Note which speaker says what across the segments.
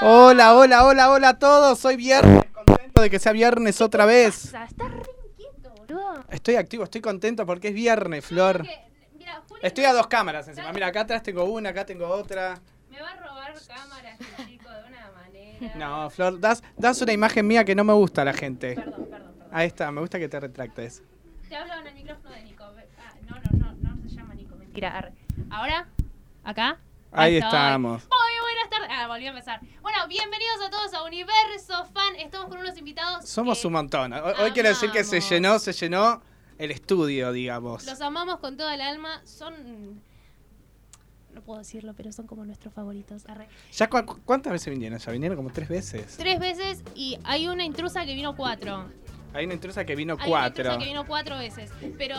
Speaker 1: Hola, hola, hola, hola a todos. Soy viernes. Contento de que sea viernes otra vez.
Speaker 2: Estás re inquieto, boludo.
Speaker 1: Estoy activo, estoy contento porque es viernes, Flor.
Speaker 2: Porque, mira, Juli
Speaker 1: Estoy a dos cámaras encima. Mira, acá atrás tengo una, acá tengo otra.
Speaker 2: me va a robar cámaras, el chico, de una manera.
Speaker 1: No, Flor, das, das una imagen mía que no me gusta a la gente.
Speaker 2: Perdón, perdón, perdón.
Speaker 1: Ahí está, me gusta que te retractes.
Speaker 2: Te hablo en el micrófono de Nico. Ah, no, no, no, no se llama Nico, mentira. arre. Ahora, acá.
Speaker 1: Ahí
Speaker 2: estoy.
Speaker 1: estamos.
Speaker 2: Muy buenas tardes. Ah, volví a empezar. Bueno, bienvenidos a todos a Universo Fan. Estamos con unos invitados.
Speaker 1: Somos
Speaker 2: que
Speaker 1: un montón. Hoy, hoy quiero decir que se
Speaker 2: amamos.
Speaker 1: llenó, se llenó el estudio, digamos.
Speaker 2: Los amamos con toda el alma. Son. No puedo decirlo, pero son como nuestros favoritos. arre.
Speaker 1: ¿Ya cu- cuántas veces vinieron? Ya vinieron como tres veces.
Speaker 2: Tres veces y hay una intrusa que vino cuatro.
Speaker 1: Hay una intrusa que vino
Speaker 2: Hay una
Speaker 1: cuatro.
Speaker 2: intrusa que vino cuatro veces. Pero,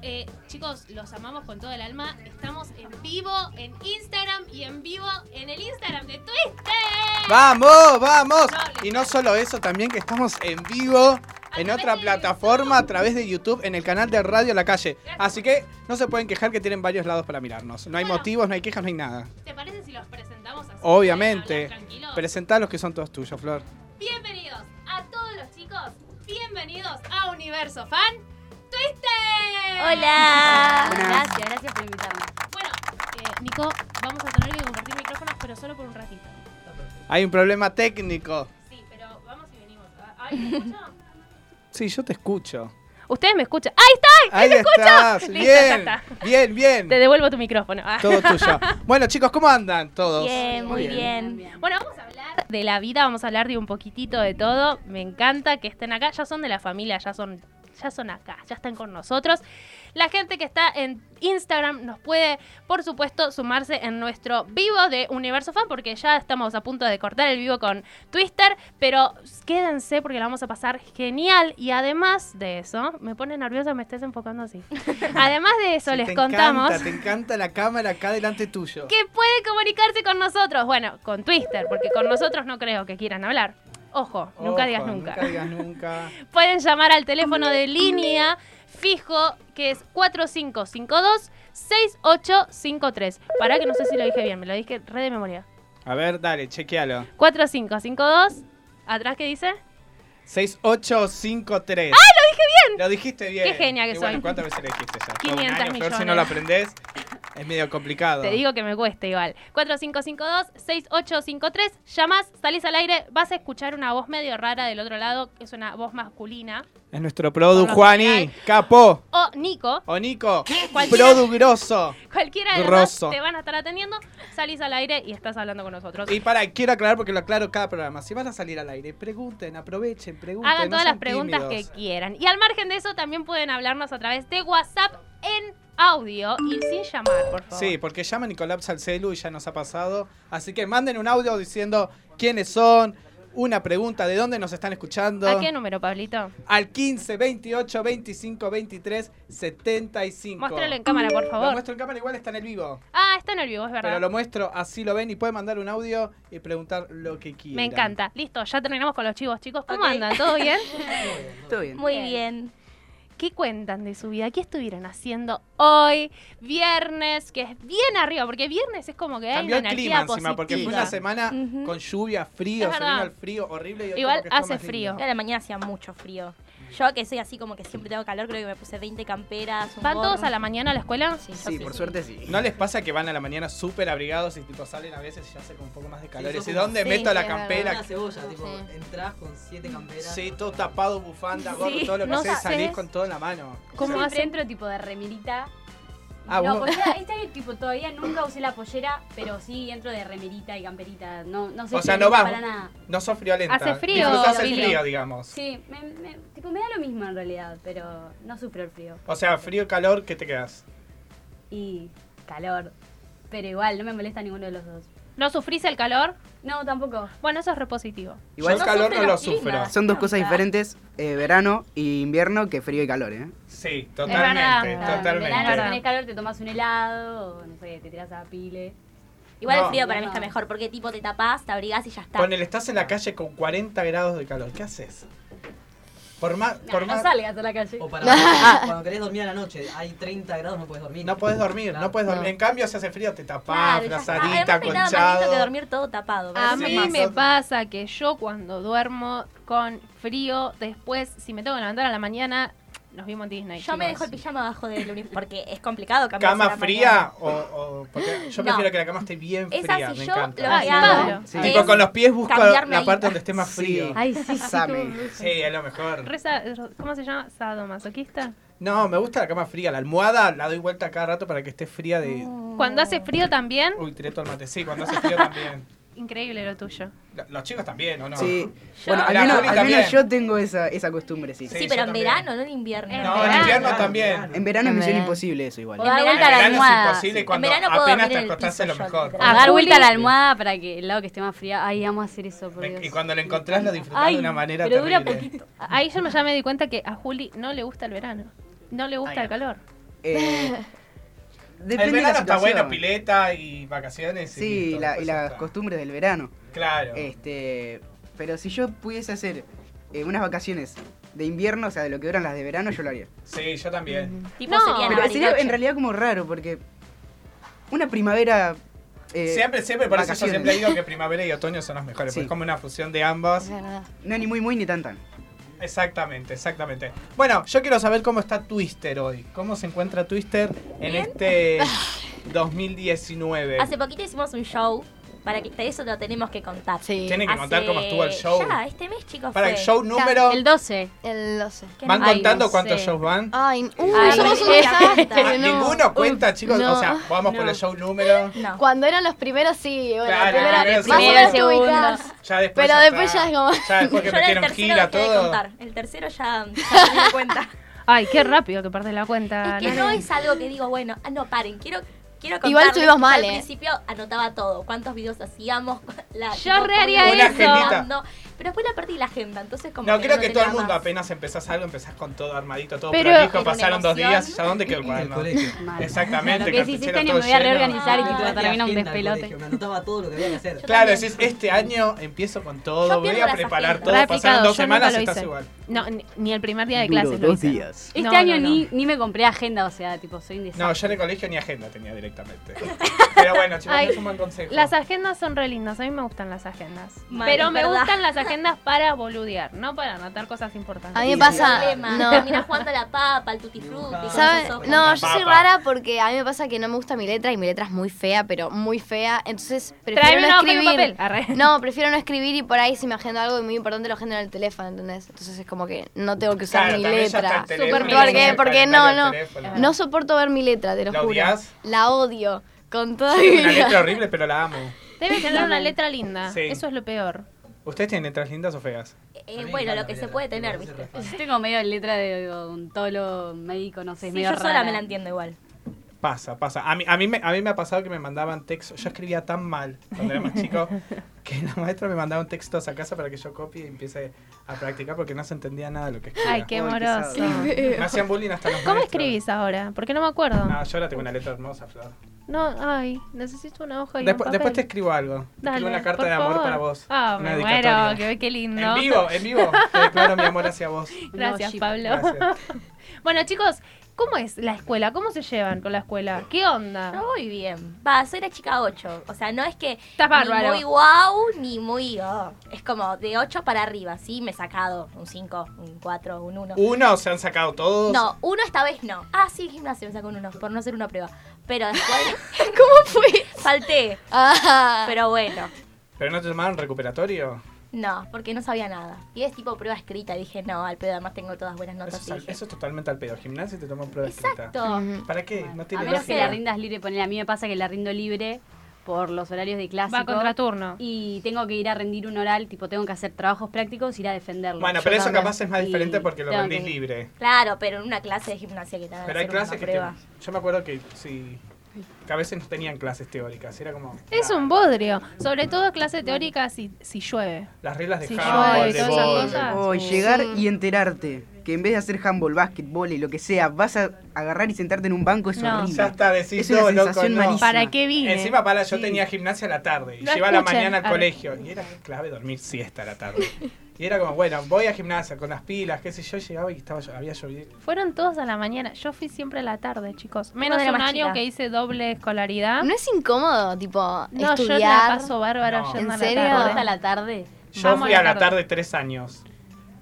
Speaker 2: eh, chicos, los amamos con todo el alma. Estamos en vivo en Instagram y en vivo en el Instagram de Twitter.
Speaker 1: ¡Vamos, vamos!
Speaker 2: No, le-
Speaker 1: Y no solo eso, también que estamos en vivo en
Speaker 2: través
Speaker 1: otra
Speaker 2: de
Speaker 1: plataforma a través de YouTube en el canal de Radio La Calle. Así que no se pueden quejar que tienen varios lados para mirarnos. No hay
Speaker 2: Bueno.
Speaker 1: motivos, no hay quejas, no hay nada.
Speaker 2: ¿Te parece si los presentamos así? para
Speaker 1: Obviamente.
Speaker 2: hablar tranquilos?
Speaker 1: Presentá los que son todos tuyos, Flor.
Speaker 2: Bienvenidos a todos los chicos. Bienvenidos a Universo Fan Twister.
Speaker 3: Hola,
Speaker 1: Buenas.
Speaker 3: gracias, gracias por invitarme.
Speaker 2: Bueno, eh, Nico, vamos a tener que compartir micrófonos, pero solo por un ratito.
Speaker 1: Hay un problema técnico.
Speaker 2: Sí, pero vamos y venimos. Ay, ¿me escucho?
Speaker 1: Sí, yo te escucho.
Speaker 2: Ustedes me escuchan. ¡Ahí está!
Speaker 1: Ahí estás.
Speaker 2: Listo, ya
Speaker 1: Bien,
Speaker 2: está.
Speaker 1: bien, bien.
Speaker 2: Te devuelvo tu micrófono. Ah.
Speaker 1: Todo tuyo. Bueno, chicos, ¿cómo andan todos?
Speaker 3: Bien, muy bien.
Speaker 2: Bueno, vamos a hablar de la vida, vamos a hablar de un poquitito de todo. Me encanta que estén acá, ya son de la familia, ya son ya son acá, ya están con nosotros. La gente que está en Instagram nos puede, por supuesto, sumarse en nuestro vivo de Universo Fan, porque ya estamos a punto de cortar el vivo con Twister, pero quédense porque la vamos a pasar genial. Y además de eso, me pone nerviosa, me estés enfocando así. Además de eso,
Speaker 1: Sí,
Speaker 2: les
Speaker 1: te
Speaker 2: contamos
Speaker 1: Encanta, te encanta la cámara acá delante tuyo.
Speaker 2: que puede comunicarse con nosotros. Bueno, con Twister, porque con nosotros no creo que quieran hablar. Ojo, nunca digas
Speaker 1: Ojo,
Speaker 2: nunca.
Speaker 1: Nunca digas nunca.
Speaker 2: Pueden llamar al teléfono de línea fijo, que es 4552-6853. Para que no sé si lo dije bien, me lo dije re de memoria.
Speaker 1: A ver, dale, chequealo.
Speaker 2: 4552, atrás que dice.
Speaker 1: 6853.
Speaker 2: Ah,
Speaker 1: ¡Ay, lo dije bien! Lo dijiste bien.
Speaker 2: Qué genia que
Speaker 1: Y bueno,
Speaker 2: soy.
Speaker 1: ¿Cuántas veces lo dijiste ya?
Speaker 2: 500
Speaker 1: Todo un año, Flor, si no
Speaker 2: millones.
Speaker 1: lo aprendés, es medio complicado.
Speaker 2: Te digo que me cuesta igual. 4552-6853, llamás, salís al aire, vas a escuchar una voz medio rara del otro lado, es una voz masculina.
Speaker 1: Es nuestro produ
Speaker 2: Por lo
Speaker 1: Juani,
Speaker 2: general.
Speaker 1: capo,
Speaker 2: O Nico,
Speaker 1: o Nico,
Speaker 2: Cualquiera.
Speaker 1: produ grosso.
Speaker 2: Cualquiera de los
Speaker 1: Grosso.
Speaker 2: dos te van a estar atendiendo, salís al aire y estás hablando con nosotros.
Speaker 1: Y para, quiero aclarar porque lo aclaro cada programa. Si van a salir al aire, pregunten, aprovechen, pregunten.
Speaker 2: Hagan
Speaker 1: uh, no
Speaker 2: todas
Speaker 1: sean
Speaker 2: las preguntas
Speaker 1: tímidos.
Speaker 2: que quieran. Y al margen de eso, también pueden hablarnos a través de WhatsApp en audio y sin llamar, por favor.
Speaker 1: Sí, porque llaman y colapsa el celu y ya nos ha pasado. Así que manden un audio diciendo quiénes son, una pregunta, de dónde nos están escuchando.
Speaker 2: ¿A qué número, Pablito?
Speaker 1: al 15 28 25 23 75.
Speaker 2: Muéstralo en cámara, por
Speaker 1: Lo
Speaker 2: favor.
Speaker 1: muestro en cámara, igual está en el vivo.
Speaker 2: Ah, está en el vivo, es
Speaker 1: Pero
Speaker 2: verdad.
Speaker 1: lo muestro, así lo ven y pueden mandar un audio y preguntar lo que quieran.
Speaker 2: Me encanta. Listo, ya terminamos con los chivos, chicos. ¿Cómo
Speaker 3: Ok.
Speaker 2: andan? ¿Todo bien?
Speaker 4: Todo bien.
Speaker 3: Muy
Speaker 2: Bien.
Speaker 3: bien.
Speaker 2: ¿Qué cuentan de su vida? ¿Qué estuvieron haciendo hoy, viernes? Que es bien arriba, porque viernes es como que hay
Speaker 1: Cambió
Speaker 2: una ¿eh?
Speaker 1: el
Speaker 2: energía
Speaker 1: clima
Speaker 2: positiva.
Speaker 1: encima, porque fue una semana
Speaker 3: Ujú.
Speaker 1: con lluvia, frío,
Speaker 2: Es
Speaker 1: se vino
Speaker 2: verdad.
Speaker 1: el frío horrible. Y hoy
Speaker 2: Igual
Speaker 1: como que estuvo
Speaker 2: hace
Speaker 1: más lindo.
Speaker 2: frío.
Speaker 3: Yo a la mañana hacía mucho frío. Yo que soy así como que siempre tengo calor, creo que me puse 20 camperas. Un
Speaker 2: ¿Van todos
Speaker 3: gorro.
Speaker 2: a la mañana a la escuela?
Speaker 3: Sí, yo
Speaker 4: Sí, por suerte sí.
Speaker 1: ¿No les pasa que van a la mañana súper abrigados y tipo salen a veces y ya hace con un poco más de calor?
Speaker 4: Sí,
Speaker 1: ¿Y
Speaker 4: sos como-
Speaker 1: dónde
Speaker 3: Sí,
Speaker 1: meto la
Speaker 3: es
Speaker 1: campera?
Speaker 4: Una cebolla, tipo,
Speaker 3: Sí.
Speaker 4: entras con siete camperas.
Speaker 1: Sí, todo tapado, bufanda, gorro,
Speaker 3: Sí,
Speaker 1: todo lo que
Speaker 2: no
Speaker 1: sea, y salís
Speaker 2: sabes.
Speaker 1: con todo en la mano.
Speaker 2: ¿Cómo
Speaker 5: Siempre
Speaker 2: hacen?
Speaker 5: entro tipo de remerita.
Speaker 1: Ah,
Speaker 5: no,
Speaker 1: vos-
Speaker 5: pollera- este año tipo todavía nunca usé la pollera, pero sí entro de remerita y camperita. No, no sé
Speaker 1: O sea, no vas-
Speaker 5: para nada.
Speaker 1: No sos friolenta.
Speaker 2: Hace frío,
Speaker 1: Disfrutás el
Speaker 2: Billy.
Speaker 1: frío, digamos.
Speaker 5: Sí, me, me- tipo, me da lo mismo en realidad, pero no sufro el frío.
Speaker 1: O sea, frío, calor, ¿qué te quedas?
Speaker 5: Y calor. Pero igual, no me molesta ninguno de los dos.
Speaker 2: ¿No sufrís el calor?
Speaker 5: No, tampoco.
Speaker 2: Bueno, eso es repositivo.
Speaker 1: Igual Yo
Speaker 4: Igual no
Speaker 1: calor
Speaker 5: sufre
Speaker 1: no lo
Speaker 5: los
Speaker 1: sufro.
Speaker 5: climas.
Speaker 4: Son dos
Speaker 5: No,
Speaker 4: cosas
Speaker 5: está.
Speaker 4: diferentes, eh, verano y invierno, que frío y calor, ¿eh?
Speaker 1: Sí,
Speaker 2: verdad,
Speaker 1: totalmente,
Speaker 2: es
Speaker 5: Claro,
Speaker 2: verdad.
Speaker 1: totalmente.
Speaker 5: En verano, si tenés
Speaker 2: Verdad.
Speaker 5: calor, te tomas un helado, o no sé, te tiras a pile.
Speaker 3: Igual
Speaker 1: No.
Speaker 3: el frío para mí
Speaker 5: No.
Speaker 3: está mejor, porque tipo te tapás, te abrigás y ya está.
Speaker 1: Ponele, estás en la calle con 40 grados de calor, ¿qué haces? Por más,
Speaker 5: Nah,
Speaker 1: por
Speaker 5: no
Speaker 1: más,
Speaker 5: salgas a la calle.
Speaker 6: O para cuando querés dormir a la noche, hay 30 grados, no puedes dormir.
Speaker 1: no podés dormir,
Speaker 6: Claro.
Speaker 1: no podés dormir.
Speaker 7: No.
Speaker 1: En cambio, si hace frío, te tapás,
Speaker 3: Claro, ya está.
Speaker 1: frazarita,
Speaker 3: Además, no hay nada más lindo que
Speaker 1: colchado.
Speaker 3: dormir todo tapado.
Speaker 2: A
Speaker 1: Sí,
Speaker 3: ¿verdad?
Speaker 2: mí
Speaker 1: más
Speaker 2: me
Speaker 1: otro.
Speaker 2: pasa que yo cuando duermo con frío, después, si me tengo que levantar a la mañana, nos vimos en Disney.
Speaker 3: Yo me
Speaker 2: chicos.
Speaker 3: dejo el pijama abajo del uniforme porque es complicado cambiarse a
Speaker 1: ¿Cama
Speaker 3: la
Speaker 1: fría? O, o- porque yo
Speaker 3: No.
Speaker 1: prefiero que la cama esté bien
Speaker 3: Esa
Speaker 1: fría,
Speaker 3: sí
Speaker 1: me
Speaker 3: yo lo
Speaker 1: encanta.
Speaker 2: Ay,
Speaker 3: que hago
Speaker 2: Pablo.
Speaker 4: Sí.
Speaker 1: Tipo,
Speaker 3: es-
Speaker 1: con los pies busco
Speaker 3: cambiarme
Speaker 1: la
Speaker 3: ahí.
Speaker 1: parte donde esté más
Speaker 4: Sí.
Speaker 1: frío.
Speaker 5: Ay, sí, sí,
Speaker 4: Same.
Speaker 5: como-
Speaker 1: Sí, es lo mejor.
Speaker 2: Reza- eh, ¿Cómo se llama? ¿Sadomasoquista?
Speaker 1: No, me gusta la cama fría. La almohada la doy vuelta cada rato para que esté fría de...
Speaker 2: Cuando hace frío también,
Speaker 1: Uy, tiré todo el mate. Sí, cuando hace frío también.
Speaker 2: increíble lo tuyo.
Speaker 1: Lo- Los chicos también, ¿o no?
Speaker 4: Sí. Bueno,
Speaker 1: Yo-
Speaker 4: al
Speaker 1: La
Speaker 4: menos,
Speaker 1: Juli
Speaker 4: al menos
Speaker 1: también.
Speaker 4: yo tengo esa, esa costumbre, sí.
Speaker 3: Sí,
Speaker 1: Sí,
Speaker 3: pero
Speaker 1: yo
Speaker 3: en
Speaker 1: también.
Speaker 3: verano, no en invierno.
Speaker 2: En
Speaker 1: No, en
Speaker 2: verano.
Speaker 1: invierno también.
Speaker 4: En verano es
Speaker 7: En
Speaker 4: misión
Speaker 7: verano.
Speaker 4: imposible eso igual. ¿eh?
Speaker 5: O dar
Speaker 1: En
Speaker 5: vuelta a la
Speaker 1: verano
Speaker 5: almohada.
Speaker 1: es imposible
Speaker 3: En
Speaker 1: cuando
Speaker 3: verano puedo
Speaker 1: apenas
Speaker 3: dormir
Speaker 1: te
Speaker 3: en el
Speaker 1: acostás
Speaker 3: piso
Speaker 1: es lo
Speaker 3: yo,
Speaker 1: mejor.
Speaker 3: literal.
Speaker 5: A
Speaker 3: Ah,
Speaker 5: dar vuelta a la
Speaker 4: Juli.
Speaker 5: almohada para que el lado que esté más fría. Ay, amo hacer eso, por Dios.
Speaker 1: Y cuando la encontrás la disfrutás
Speaker 5: Ay,
Speaker 1: de una manera
Speaker 5: pero dura
Speaker 1: terrible.
Speaker 5: poquito.
Speaker 2: Ahí yo me- ya me di cuenta que a Juli no le gusta el verano. No le gusta el calor.
Speaker 4: Eh, depende
Speaker 1: el
Speaker 4: de la
Speaker 1: verano está
Speaker 4: situación.
Speaker 1: bueno, pileta y vacaciones. y
Speaker 4: Sí,
Speaker 1: listo,
Speaker 4: y la- y
Speaker 1: después ya
Speaker 4: las
Speaker 1: está.
Speaker 4: costumbres del verano.
Speaker 1: Claro.
Speaker 4: Este, pero si yo pudiese hacer eh, unas vacaciones de invierno, o sea, de lo que duran las de verano, yo lo haría.
Speaker 5: Ah,
Speaker 1: Sí, yo también.
Speaker 3: Tipo,
Speaker 2: No,
Speaker 3: sería
Speaker 4: Pero sería en
Speaker 3: Bariloche.
Speaker 4: realidad como raro, porque una primavera... eh,
Speaker 1: siempre, siempre, por eso yo
Speaker 4: vacaciones.
Speaker 1: siempre digo que primavera y otoño son las mejores,
Speaker 4: Sí.
Speaker 1: porque es como una fusión de ambas.
Speaker 7: Es verdad.
Speaker 4: No, ni muy muy ni tan tan.
Speaker 1: Exactamente, exactamente. Bueno, yo quiero saber cómo está Twister hoy. ¿Cómo se encuentra Twister en este 2019?
Speaker 3: Hace poquito hicimos un show. Para que eso lo tenemos que contar.
Speaker 7: Sí.
Speaker 1: Tienen que
Speaker 3: Hace-
Speaker 1: contar cómo estuvo el show.
Speaker 3: Ya, este mes, chicos.
Speaker 1: Para
Speaker 3: fue.
Speaker 1: el show número.
Speaker 5: El 12.
Speaker 7: El 12.
Speaker 3: ¿Qué
Speaker 1: ¿Van
Speaker 3: más?
Speaker 2: Ay,
Speaker 1: contando
Speaker 2: no
Speaker 1: cuántos
Speaker 2: sé.
Speaker 1: shows van?
Speaker 7: Ay, uy,
Speaker 5: Ay,
Speaker 7: somos
Speaker 5: eh,
Speaker 7: unos
Speaker 1: Ah,
Speaker 7: desastres. no.
Speaker 1: Ninguno cuenta,
Speaker 7: Uf,
Speaker 1: chicos.
Speaker 7: no.
Speaker 1: O sea, vamos por
Speaker 5: No.
Speaker 1: el show número.
Speaker 3: No.
Speaker 7: Cuando eran los primeros, sí, bueno,
Speaker 1: Claro,
Speaker 7: primera,
Speaker 1: el primero,
Speaker 7: más o menos te
Speaker 5: segundo.
Speaker 7: ubicás.
Speaker 1: Ya después.
Speaker 7: Pero
Speaker 1: ya
Speaker 7: después
Speaker 1: está.
Speaker 7: ya es como-
Speaker 1: Ya después que
Speaker 3: Yo era el
Speaker 1: metieron
Speaker 3: tercero
Speaker 1: gira
Speaker 3: dejé de
Speaker 1: todo.
Speaker 3: contar. El tercero ya, ya me di cuenta.
Speaker 2: Ay, qué rápido que perdés la cuenta.
Speaker 3: Es que
Speaker 2: Nare.
Speaker 3: no es algo que digo, bueno, ah, no paren, quiero quiero contarles.
Speaker 7: Igual estuvimos
Speaker 3: Yo
Speaker 7: mal,
Speaker 3: Al
Speaker 7: eh.
Speaker 3: principio anotaba todo, cuántos videos hacíamos, la
Speaker 2: Yo
Speaker 3: tipo,
Speaker 2: reharía
Speaker 1: eso.
Speaker 3: cómo íbamos
Speaker 1: Una agendita.
Speaker 3: grabando, Pero después la perdí la agenda, entonces como
Speaker 1: No,
Speaker 3: que
Speaker 1: creo
Speaker 3: no
Speaker 1: que todo el
Speaker 3: tenía
Speaker 1: mundo
Speaker 3: más.
Speaker 1: apenas empezás algo, empezás con todo armadito, todo
Speaker 2: Pero-
Speaker 1: prolijo,
Speaker 3: Era una
Speaker 1: pasaron dos
Speaker 3: emoción.
Speaker 1: días, ¿ya dónde quedó el
Speaker 6: El
Speaker 1: cuaderno?
Speaker 6: colegio.
Speaker 5: Mal.
Speaker 1: Exactamente,
Speaker 5: Lo que decís,
Speaker 1: cartuchero
Speaker 5: este año
Speaker 1: todo
Speaker 5: me voy a
Speaker 1: lleno.
Speaker 5: reorganizar y
Speaker 3: Ah.
Speaker 5: tipo,
Speaker 6: Toda la
Speaker 5: termina un
Speaker 6: agenda del
Speaker 5: despelote.
Speaker 6: colegio, Me anotaba todo lo que había que hacer.
Speaker 1: Claro,
Speaker 3: también.
Speaker 1: decís, este año empiezo con todo,
Speaker 3: Yo
Speaker 1: voy
Speaker 3: pierdo
Speaker 1: a
Speaker 3: las
Speaker 1: preparar
Speaker 3: agendas.
Speaker 1: todo,
Speaker 2: Re
Speaker 1: pasaron dos
Speaker 2: picado, yo nunca
Speaker 1: semanas
Speaker 2: lo
Speaker 1: y estás
Speaker 2: hice.
Speaker 1: igual.
Speaker 2: No, ni, ni el primer día de
Speaker 4: Duró
Speaker 2: clases. lo
Speaker 4: dos
Speaker 2: hice.
Speaker 4: días.
Speaker 5: Este
Speaker 2: No,
Speaker 5: año
Speaker 2: no, no.
Speaker 5: Ni, ni me compré agenda, o sea, tipo, soy indecente.
Speaker 1: No, yo en el colegio ni agenda tenía directamente. Pero bueno, chicos,
Speaker 2: Ay,
Speaker 1: es un buen consejo.
Speaker 2: Las agendas son re lindas, a mí me gustan las agendas.
Speaker 3: Mal,
Speaker 2: pero
Speaker 3: es
Speaker 2: me
Speaker 3: verdad.
Speaker 2: gustan las agendas para boludear, no para anotar cosas importantes.
Speaker 7: A mí me
Speaker 3: Sin
Speaker 7: pasa.
Speaker 3: problema,
Speaker 7: No.
Speaker 3: Terminás jugando a la papa, al tutti frutti. con
Speaker 7: ¿Sabe?
Speaker 3: esos ojos.
Speaker 7: No, yo
Speaker 1: Papa.
Speaker 7: soy rara porque a mí me pasa que no me gusta mi letra y mi letra es muy fea, pero muy fea. Entonces prefiero
Speaker 2: Traeme
Speaker 7: no
Speaker 2: una hoja y un papel.
Speaker 7: escribir.
Speaker 2: Arre.
Speaker 7: No, prefiero no escribir y por ahí si me agendo algo muy importante lo agendo en el teléfono, ¿entendés? Entonces es como que no tengo que usar
Speaker 1: Claro,
Speaker 7: mi
Speaker 1: también ya está
Speaker 7: letra.
Speaker 1: el teléfono,
Speaker 2: Súper
Speaker 1: ya
Speaker 2: bien.
Speaker 1: está el
Speaker 7: Porque- porque
Speaker 1: calendario
Speaker 7: no,
Speaker 1: del teléfono.
Speaker 7: No soporto ver mi letra, te lo,
Speaker 1: ¿La
Speaker 7: juro.
Speaker 1: odias?
Speaker 7: La odio. Con toda mi
Speaker 1: Una
Speaker 7: vida.
Speaker 1: letra horrible, pero la amo.
Speaker 2: Debe tener una letra linda,
Speaker 1: Sí.
Speaker 2: eso es lo peor.
Speaker 1: ¿Ustedes tienen letras lindas o feas?
Speaker 3: Eh, bueno, lo que se puede tener, ¿viste?
Speaker 5: Yo tengo medio letra de odontólogo, médico, no sé, es
Speaker 3: Sí,
Speaker 5: medio
Speaker 3: yo sola
Speaker 5: rara.
Speaker 3: me la entiendo igual.
Speaker 1: Pasa, pasa. A mí, a, mí me, a mí me ha pasado que me mandaban textos. Yo escribía tan mal cuando era más chico que la maestra me mandaba un texto a casa para que yo copie y empiece a practicar porque no se entendía nada de lo que escribía.
Speaker 2: Ay, qué
Speaker 4: Ay, qué
Speaker 2: moroso.
Speaker 4: sad.
Speaker 1: Me hacían bullying hasta los
Speaker 2: ¿Cómo
Speaker 1: maestros.
Speaker 2: escribís ahora? Porque no me acuerdo.
Speaker 1: No, yo ahora tengo una letra hermosa, Flor.
Speaker 2: No, ay, necesito una hoja y
Speaker 1: Despu-
Speaker 2: un papel.
Speaker 1: después te escribo algo. Te
Speaker 2: Dale,
Speaker 1: escribo una carta
Speaker 2: por
Speaker 1: de amor
Speaker 2: favor.
Speaker 1: para vos.
Speaker 2: Ah,
Speaker 1: Una
Speaker 2: me
Speaker 1: dedicatoria.
Speaker 2: muero, qué, qué lindo.
Speaker 1: En vivo, en vivo. Te declaro mi amor hacia vos.
Speaker 2: Gracias,
Speaker 5: No,
Speaker 2: Pablo.
Speaker 1: Gracias.
Speaker 2: Bueno, chicos, ¿cómo es la escuela? ¿Cómo se llevan con la escuela? ¿Qué
Speaker 3: Yo
Speaker 2: onda?
Speaker 3: voy Ah, bien. Va, soy la chica 8. O sea, no es que
Speaker 2: Estás
Speaker 3: ni
Speaker 2: bárbaro.
Speaker 3: muy guau, ni muy... oh. Es como de 8 para arriba, ¿sí? Me he sacado un 5, un 4, un 1.
Speaker 1: Uno, se han sacado todos.
Speaker 3: No, uno esta vez no. Ah, sí, el gimnasio me sacó un uno, por no hacer una prueba. Pero después
Speaker 7: ¿Cómo fue?
Speaker 3: falté.
Speaker 7: Ah.
Speaker 3: Pero bueno,
Speaker 1: ¿Pero no te tomaron recuperatorio?
Speaker 3: no, porque no sabía nada. Y es tipo prueba escrita. Dije, no, al pedo, además tengo todas buenas
Speaker 1: Eso
Speaker 3: notas.
Speaker 1: es,
Speaker 3: y
Speaker 1: al-
Speaker 3: dije,
Speaker 1: eso es totalmente al pedo. Gimnasia te toman prueba escrita.
Speaker 3: Exacto.
Speaker 7: Ujú.
Speaker 1: ¿Para qué? No
Speaker 5: A
Speaker 1: tiene
Speaker 5: menos que
Speaker 1: lógica.
Speaker 5: la rindas libre, ponele, a mí me pasa que la rindo libre por los horarios de clase.
Speaker 2: Va contra turno.
Speaker 5: Y tengo que ir a rendir un oral, tipo, tengo que hacer trabajos prácticos, ir a defenderlo.
Speaker 1: Bueno,
Speaker 5: Yo
Speaker 1: pero eso
Speaker 5: también.
Speaker 1: capaz es más
Speaker 5: Y
Speaker 1: diferente porque lo
Speaker 5: tengo
Speaker 1: rendís
Speaker 5: que-
Speaker 1: libre.
Speaker 3: Claro, pero en una clase de gimnasia que te van a
Speaker 1: Pero hay
Speaker 3: hacer una
Speaker 1: clases que te-
Speaker 3: prueba.
Speaker 1: Yo me acuerdo que sí. Que a veces no tenían clases teóricas. Era como.
Speaker 2: Es un bodrio. Sobre todo clase teórica si, si llueve.
Speaker 1: Las reglas de
Speaker 2: Sí, yo-
Speaker 1: handball,
Speaker 2: todas
Speaker 1: de
Speaker 2: esas
Speaker 1: voleibol.
Speaker 2: cosas.
Speaker 4: Oh, y
Speaker 2: Sí.
Speaker 4: llegar y enterarte que en vez de hacer handball, básquetbol y lo que sea, vas a agarrar y sentarte en un banco es
Speaker 2: No.
Speaker 4: horrible.
Speaker 1: Ya está, decís
Speaker 4: Es una
Speaker 1: no, loco,
Speaker 4: sensación
Speaker 1: no.
Speaker 4: malísima.
Speaker 2: ¿Para qué vine?
Speaker 1: Encima, para, yo
Speaker 4: Sí.
Speaker 1: tenía gimnasia a la tarde. Y
Speaker 2: No
Speaker 1: llevaba a la
Speaker 2: escuchen,
Speaker 1: mañana al
Speaker 2: a ver.
Speaker 1: colegio. Y era clave dormir siesta a la tarde. Y era como, bueno, voy a gimnasia con las pilas, qué sé yo, llegaba y estaba, había llovido.
Speaker 2: Fueron todos a la mañana. Yo fui siempre a la tarde, chicos. Menos
Speaker 8: Vos
Speaker 2: de
Speaker 8: eras
Speaker 2: un
Speaker 8: más
Speaker 2: año
Speaker 8: chica.
Speaker 2: que hice doble escolaridad.
Speaker 7: ¿No es incómodo, tipo,
Speaker 2: Ah. No, yo
Speaker 7: estudiar?
Speaker 2: la paso bárbara
Speaker 1: No.
Speaker 2: yendo
Speaker 7: ¿En
Speaker 2: a
Speaker 7: serio?
Speaker 2: la
Speaker 5: ¿Todos
Speaker 2: tarde.
Speaker 5: a la tarde?
Speaker 1: Yo
Speaker 2: Amo
Speaker 1: fui a la
Speaker 2: la
Speaker 1: tarde tres años.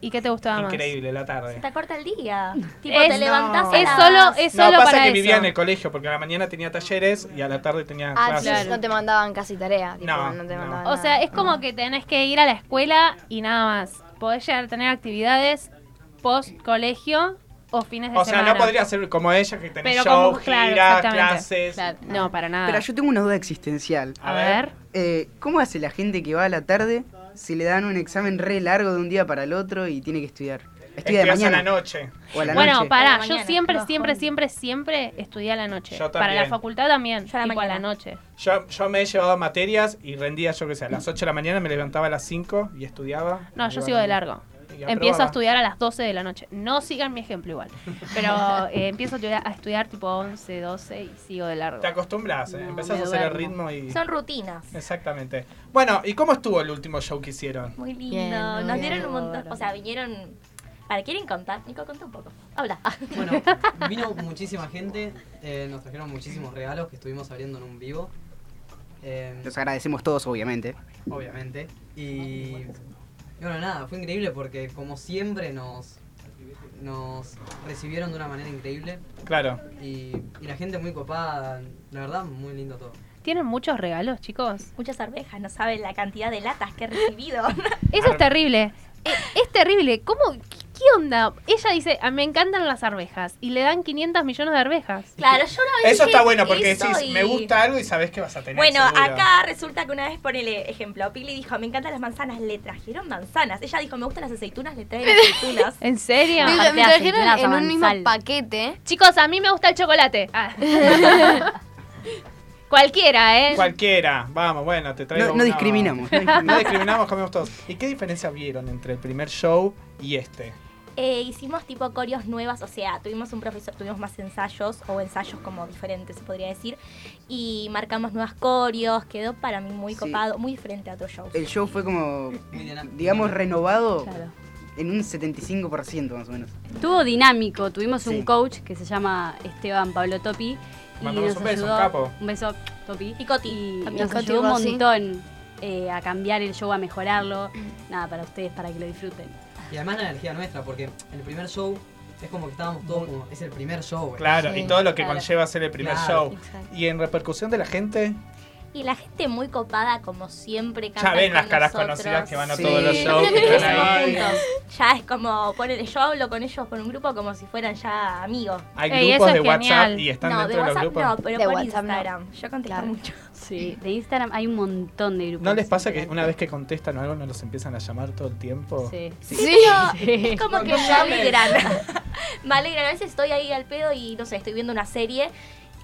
Speaker 2: ¿Y qué te gustaba más?
Speaker 1: Increíble la tarde.
Speaker 3: Te acorta el día. Tipo,
Speaker 2: Es-
Speaker 3: te levantás a
Speaker 2: Es
Speaker 3: las-
Speaker 2: solo, es
Speaker 1: No,
Speaker 2: solo
Speaker 1: pasa
Speaker 2: para
Speaker 1: que
Speaker 2: eso.
Speaker 1: vivía en el colegio, porque a la mañana tenía talleres y a la tarde tenía
Speaker 7: Ah,
Speaker 1: clases.
Speaker 7: entonces no te mandaban casi tarea. tipo,
Speaker 1: No,
Speaker 7: no, te
Speaker 1: no.
Speaker 7: mandaban
Speaker 2: O sea,
Speaker 7: nada.
Speaker 2: es como que tenés que ir a la escuela y nada más. Podés llegar a tener actividades post colegio o fines de
Speaker 1: O sea,
Speaker 2: semana.
Speaker 1: no podría ser como ella que tenés
Speaker 2: Pero
Speaker 1: show,
Speaker 2: como- claro,
Speaker 1: giras,
Speaker 2: exactamente.
Speaker 1: clases.
Speaker 5: Claro.
Speaker 2: No, para nada.
Speaker 4: Pero yo tengo una duda existencial.
Speaker 2: A ver.
Speaker 4: Eh, ¿Cómo hace la gente que va a la tarde si le dan un examen re largo de un día para el otro y tiene que estudiar? Estudia de
Speaker 1: Estudias a
Speaker 4: mañana
Speaker 1: la noche.
Speaker 4: o a la
Speaker 2: bueno,
Speaker 4: noche.
Speaker 2: pará,
Speaker 3: A la
Speaker 2: yo
Speaker 3: mañana.
Speaker 2: siempre,
Speaker 3: Bajón.
Speaker 2: siempre, siempre, siempre estudié a la noche.
Speaker 1: Yo
Speaker 2: Para la
Speaker 1: también.
Speaker 2: facultad también,
Speaker 3: Yo a la
Speaker 2: tipo a la
Speaker 3: mañana.
Speaker 2: noche.
Speaker 1: Yo, yo me he llevado materias y rendía, yo qué sé, a las 8 de la mañana, me levantaba a las 5 y estudiaba.
Speaker 2: No,
Speaker 1: Y
Speaker 2: yo
Speaker 1: bueno,
Speaker 2: sigo de largo.
Speaker 1: y
Speaker 2: Empiezo
Speaker 1: aprobaba.
Speaker 2: a estudiar a las 12 de la noche. No sigan mi ejemplo igual. Pero eh, empiezo a estudiar, a estudiar tipo 11, 12 y sigo de largo.
Speaker 1: Te acostumbras, eh,
Speaker 5: No,
Speaker 1: empezás a
Speaker 5: me
Speaker 1: hacer el
Speaker 5: duermo.
Speaker 1: ritmo y...
Speaker 3: Son rutinas.
Speaker 1: Exactamente. Bueno, ¿y cómo estuvo el último show que hicieron?
Speaker 3: Muy lindo.
Speaker 7: Bien,
Speaker 3: Nos
Speaker 7: muy
Speaker 3: dieron
Speaker 7: bien.
Speaker 3: un montón. O sea, vinieron. ¿Para quieren contar? Nico, contá un poco. Habla.
Speaker 6: Bueno, vino muchísima gente, eh, nos trajeron muchísimos regalos que estuvimos abriendo en un vivo. eh,
Speaker 4: Los agradecemos todos, obviamente.
Speaker 6: obviamente. Y, y bueno, nada, fue increíble porque como siempre nos, nos recibieron de una manera increíble
Speaker 1: Claro.
Speaker 6: y, y la gente muy copada, la verdad, muy lindo todo.
Speaker 2: ¿Tienen muchos regalos, chicos?
Speaker 3: Muchas arvejas, no saben la cantidad de latas que he recibido.
Speaker 2: Eso es
Speaker 1: Ar-
Speaker 2: terrible. Eh, Es terrible. ¿Cómo? ¿Qué qué onda? Ella dice, "Ah, me encantan las arvejas. Y le dan 500 millones de arvejas.
Speaker 3: claro, yo no
Speaker 1: Eso está bueno porque decís, me gusta algo y sabés que vas a tener.
Speaker 3: Bueno,
Speaker 1: seguro.
Speaker 3: acá resulta que una vez ponele ejemplo, Pili dijo, me encantan las manzanas, le trajeron manzanas. Ella dijo, me gustan las aceitunas, le traen aceitunas.
Speaker 2: ¿En serio?
Speaker 7: Me,
Speaker 5: Aparte
Speaker 7: me
Speaker 5: de
Speaker 7: trajeron
Speaker 5: aceitunas
Speaker 7: en un mismo
Speaker 5: avanzal.
Speaker 7: paquete.
Speaker 2: Chicos, a mí me gusta el chocolate. Ah. Cualquiera, ¿eh?
Speaker 1: Cualquiera, vamos, bueno, te traigo.
Speaker 4: No, no
Speaker 1: una-
Speaker 4: discriminamos. no
Speaker 1: No
Speaker 4: discriminamos.
Speaker 1: discriminamos, comemos todos. ¿Y qué diferencia vieron entre el primer show y este?
Speaker 3: Eh, hicimos tipo corios nuevas, o sea, tuvimos un profesor, tuvimos más ensayos o ensayos como diferentes, se podría decir, y marcamos nuevas corios, quedó para mí muy
Speaker 4: Sí.
Speaker 3: copado, muy diferente a otros shows.
Speaker 4: El show fue como,
Speaker 6: Muy dina-
Speaker 4: digamos,
Speaker 6: dinámico.
Speaker 4: renovado
Speaker 5: Claro.
Speaker 4: en un 75% más o menos.
Speaker 5: Estuvo dinámico, tuvimos un
Speaker 4: Sí.
Speaker 5: coach que se llama Esteban Pablo Topi. Y
Speaker 1: Mandamos
Speaker 5: nos
Speaker 1: un beso, un
Speaker 5: ayudó,
Speaker 1: capo.
Speaker 5: Un beso, Topi.
Speaker 3: Y Coti.
Speaker 5: Y
Speaker 7: También
Speaker 5: nos
Speaker 7: Coti
Speaker 5: ayudó un
Speaker 7: Rossi.
Speaker 5: montón eh, a cambiar el show, a mejorarlo. Nada, para ustedes, para que lo disfruten.
Speaker 6: Y además la energía nuestra, porque el primer show es como que estábamos todos como, es el primer show. güey.
Speaker 1: Claro,
Speaker 7: Sí.
Speaker 1: y todo lo que
Speaker 5: Pues Claro.
Speaker 1: conlleva ser el primer
Speaker 6: Claro.
Speaker 1: show.
Speaker 7: Exacto.
Speaker 1: Y en repercusión de la gente,
Speaker 3: Y la gente muy copada, como siempre,
Speaker 1: ya
Speaker 3: cantan
Speaker 1: ven
Speaker 3: con
Speaker 1: las caras
Speaker 3: nosotros.
Speaker 1: conocidas que van a
Speaker 4: Sí.
Speaker 1: todos los
Speaker 4: Sí.
Speaker 1: shows. Que están ahí.
Speaker 3: Juntos. Ya es como, ponele, yo hablo con ellos por un grupo como si fueran ya amigos.
Speaker 1: Hay
Speaker 2: Ey,
Speaker 1: grupos
Speaker 2: eso
Speaker 1: de
Speaker 2: es
Speaker 1: WhatsApp
Speaker 2: genial.
Speaker 1: y están
Speaker 3: no, de
Speaker 1: dentro de, los
Speaker 3: WhatsApp
Speaker 1: grupos.
Speaker 3: no, pero
Speaker 7: De
Speaker 3: por
Speaker 7: WhatsApp no.
Speaker 3: Instagram. Yo contesto
Speaker 7: Claro.
Speaker 3: mucho.
Speaker 5: Sí. De Instagram hay un montón de grupos.
Speaker 1: ¿No les pasa que una vez que contestan o algo no los empiezan a llamar todo el tiempo?
Speaker 5: Sí.
Speaker 7: Sí.
Speaker 3: Es como que me alegran. me alegran. A veces estoy ahí al pedo y no sé, estoy viendo una serie.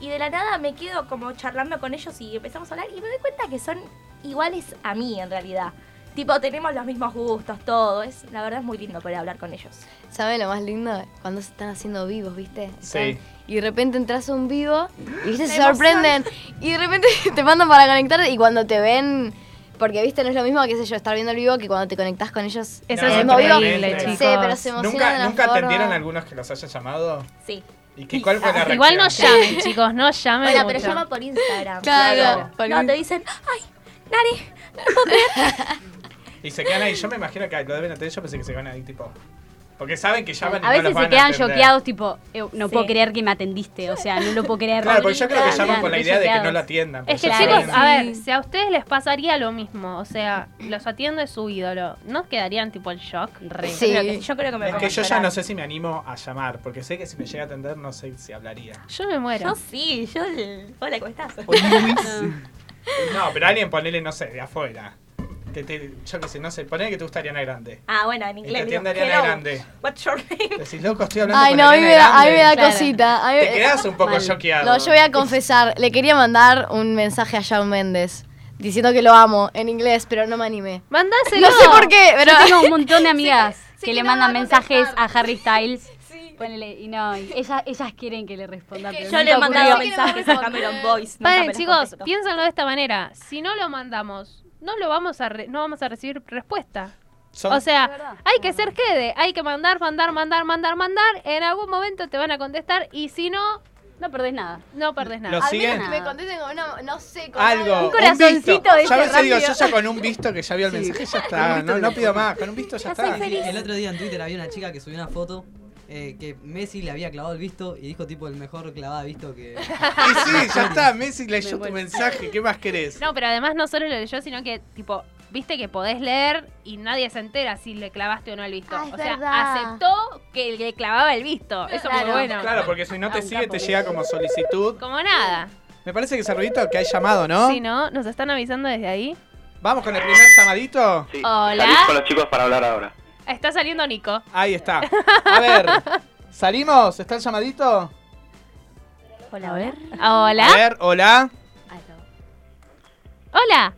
Speaker 3: Y de la nada me quedo como charlando con ellos y empezamos a hablar. Y me doy cuenta que son iguales a mí en realidad. Tipo, tenemos los mismos gustos, todo. Es, la verdad es muy lindo poder hablar con ellos.
Speaker 7: ¿Saben lo más lindo? Cuando se están haciendo vivos, ¿viste?
Speaker 1: Sí.
Speaker 7: Y de repente entras a un vivo y ¿viste? se
Speaker 3: La emoción.
Speaker 7: sorprenden. Y de repente te mandan para conectarte y cuando te ven. Porque, viste, no es lo mismo, qué sé yo, estar viendo el vivo que cuando te conectás con ellos.
Speaker 2: Eso
Speaker 1: No,
Speaker 2: es
Speaker 7: en el vivo.
Speaker 2: increíble,
Speaker 1: tremendo.
Speaker 7: Sí,
Speaker 2: chicos.
Speaker 7: pero se emocionan de
Speaker 1: ¿Nunca,
Speaker 7: la
Speaker 1: nunca
Speaker 7: forma-
Speaker 1: atendieron a algunos que los haya llamado?
Speaker 3: Sí.
Speaker 1: ¿Y qué, cuál fue la reacción?
Speaker 2: ah, Igual no llamen, chicos, no llamen
Speaker 3: Bueno, pero
Speaker 2: mucho.
Speaker 3: llama por Instagram.
Speaker 7: Claro. Por
Speaker 3: No,
Speaker 7: mí.
Speaker 3: te dicen, ay, Nare.
Speaker 1: Y se quedan ahí. Yo me imagino que lo deben atender. Yo pensé que se quedan ahí, tipo. Porque saben que llaman y
Speaker 5: A
Speaker 1: no los
Speaker 5: veces
Speaker 1: van
Speaker 5: se quedan
Speaker 1: atender.
Speaker 5: choqueados, tipo, "Eu, no
Speaker 3: Sí.
Speaker 5: puedo creer que me atendiste. O sea, no lo puedo creer.
Speaker 1: Claro, porque yo creo que
Speaker 5: Claro,
Speaker 1: llaman con la
Speaker 5: quedan
Speaker 1: idea de que no
Speaker 5: choqueados.
Speaker 1: lo atiendan.
Speaker 2: Es que
Speaker 1: porque ya
Speaker 2: chicos, ah,
Speaker 1: saben.
Speaker 2: a ver, si a ustedes les pasaría lo mismo, o sea, los atiende su ídolo, ¿no quedarían tipo el shock?
Speaker 5: Re.
Speaker 7: Sí.
Speaker 3: Creo que- yo creo que me
Speaker 1: Es
Speaker 3: pongo
Speaker 1: que
Speaker 3: a
Speaker 1: yo ya
Speaker 3: llorar.
Speaker 1: no sé si me animo a llamar, porque sé que si me llega a atender no sé si hablaría.
Speaker 2: Yo me muero.
Speaker 3: Yo sí, yo. el- Hola, ¿cómo estás?
Speaker 1: No, pero alguien ponele, no sé, de afuera. Que te- yo qué sé, no sé, ponele que te gusta Ariana Grande.
Speaker 3: Ah, bueno, en
Speaker 1: Y
Speaker 3: inglés.
Speaker 1: te
Speaker 3: digo,
Speaker 1: atiende Ariana
Speaker 3: "Hello,
Speaker 1: Grande.
Speaker 3: What's your name?
Speaker 1: Decís, loco, estoy hablando
Speaker 7: Ay,
Speaker 1: con
Speaker 7: no, a mí
Speaker 1: Ariana
Speaker 7: me da, a mí
Speaker 1: Grande.
Speaker 7: me da
Speaker 5: Claro.
Speaker 7: cosita. A mí-
Speaker 1: Te quedás un poco
Speaker 5: Mal.
Speaker 1: choqueado.
Speaker 7: No, yo voy a confesar, le quería mandar un mensaje a Shawn Mendes diciendo que lo amo en inglés, pero no me animé.
Speaker 2: Mandáselo.
Speaker 7: No sé por qué, pero.
Speaker 5: Yo tengo un montón de amigas
Speaker 7: sí
Speaker 5: que
Speaker 7: que
Speaker 5: le
Speaker 7: no
Speaker 5: mandan
Speaker 7: va a
Speaker 5: mensajes a
Speaker 7: contestar.
Speaker 5: Harry Styles. Ponele, y no, y ellas, ellas quieren que le responda.
Speaker 7: Es que
Speaker 5: pero
Speaker 3: Yo
Speaker 5: nunca
Speaker 3: le he mandado
Speaker 5: ocurrió.
Speaker 7: que me
Speaker 3: mensajes a
Speaker 7: responde.
Speaker 3: Cameron Boyce. nunca me
Speaker 2: Paren,
Speaker 3: los
Speaker 2: chicos,
Speaker 3: contestó.
Speaker 2: piénsenlo de esta manera. Si no lo mandamos, no lo vamos a re- no vamos a recibir respuesta.
Speaker 1: Son-
Speaker 2: O
Speaker 5: Es
Speaker 2: sea,
Speaker 5: verdad.
Speaker 2: hay que ser jede, hay que mandar, mandar, mandar, mandar, mandar. En algún momento te van a contestar y si no,
Speaker 5: No perdés nada.
Speaker 2: no perdés nada.
Speaker 1: Los-
Speaker 7: Al menos
Speaker 1: siguen?
Speaker 7: que me contesten con una, no sé, con
Speaker 1: algo.
Speaker 7: algo.
Speaker 2: corazoncito
Speaker 1: visto.
Speaker 7: de
Speaker 1: Ya
Speaker 7: ese
Speaker 1: a veces digo,
Speaker 7: rápido.
Speaker 1: yo ya con un visto que ya vio el
Speaker 4: Sí.
Speaker 1: mensaje, ya
Speaker 4: Con un
Speaker 1: está.
Speaker 4: visto
Speaker 1: No,
Speaker 4: de
Speaker 1: no
Speaker 4: la
Speaker 1: pido
Speaker 4: foto.
Speaker 1: más, con un visto ya,
Speaker 3: Ya
Speaker 1: está.
Speaker 3: soy feliz.
Speaker 6: El otro día en Twitter había una chica que subió una foto eh, que Messi le había clavado el visto y dijo tipo el mejor clavada de visto que...
Speaker 1: Y sí, ya está, Messi
Speaker 5: Me
Speaker 1: leyó tu
Speaker 5: muero.
Speaker 1: mensaje, ¿qué más querés?
Speaker 2: No, pero además no solo lo leyó, sino que, tipo, viste que podés leer y nadie se entera si le clavaste o no el visto.
Speaker 7: Ah, es
Speaker 2: o sea,
Speaker 7: verdad.
Speaker 2: aceptó que le clavaba el visto. Eso es muy
Speaker 3: Claro.
Speaker 2: bueno.
Speaker 1: Claro, porque si no
Speaker 5: Ah,
Speaker 1: te
Speaker 5: un
Speaker 1: sigue,
Speaker 5: capo.
Speaker 1: te llega como solicitud.
Speaker 2: Como nada.
Speaker 1: Me parece que Cerrito que hay llamado, ¿no?
Speaker 2: Si no, nos están avisando desde ahí.
Speaker 1: Vamos con el primer llamadito.
Speaker 8: Sí,
Speaker 2: Hola.
Speaker 8: salí con los chicos para hablar ahora.
Speaker 2: Está saliendo Nico.
Speaker 1: Ahí está. A ver, ¿salimos? ¿Está el llamadito?
Speaker 3: Hola, a ver.
Speaker 1: A
Speaker 2: Hola.
Speaker 1: ver, hola.
Speaker 5: Ahí está.
Speaker 2: Hola.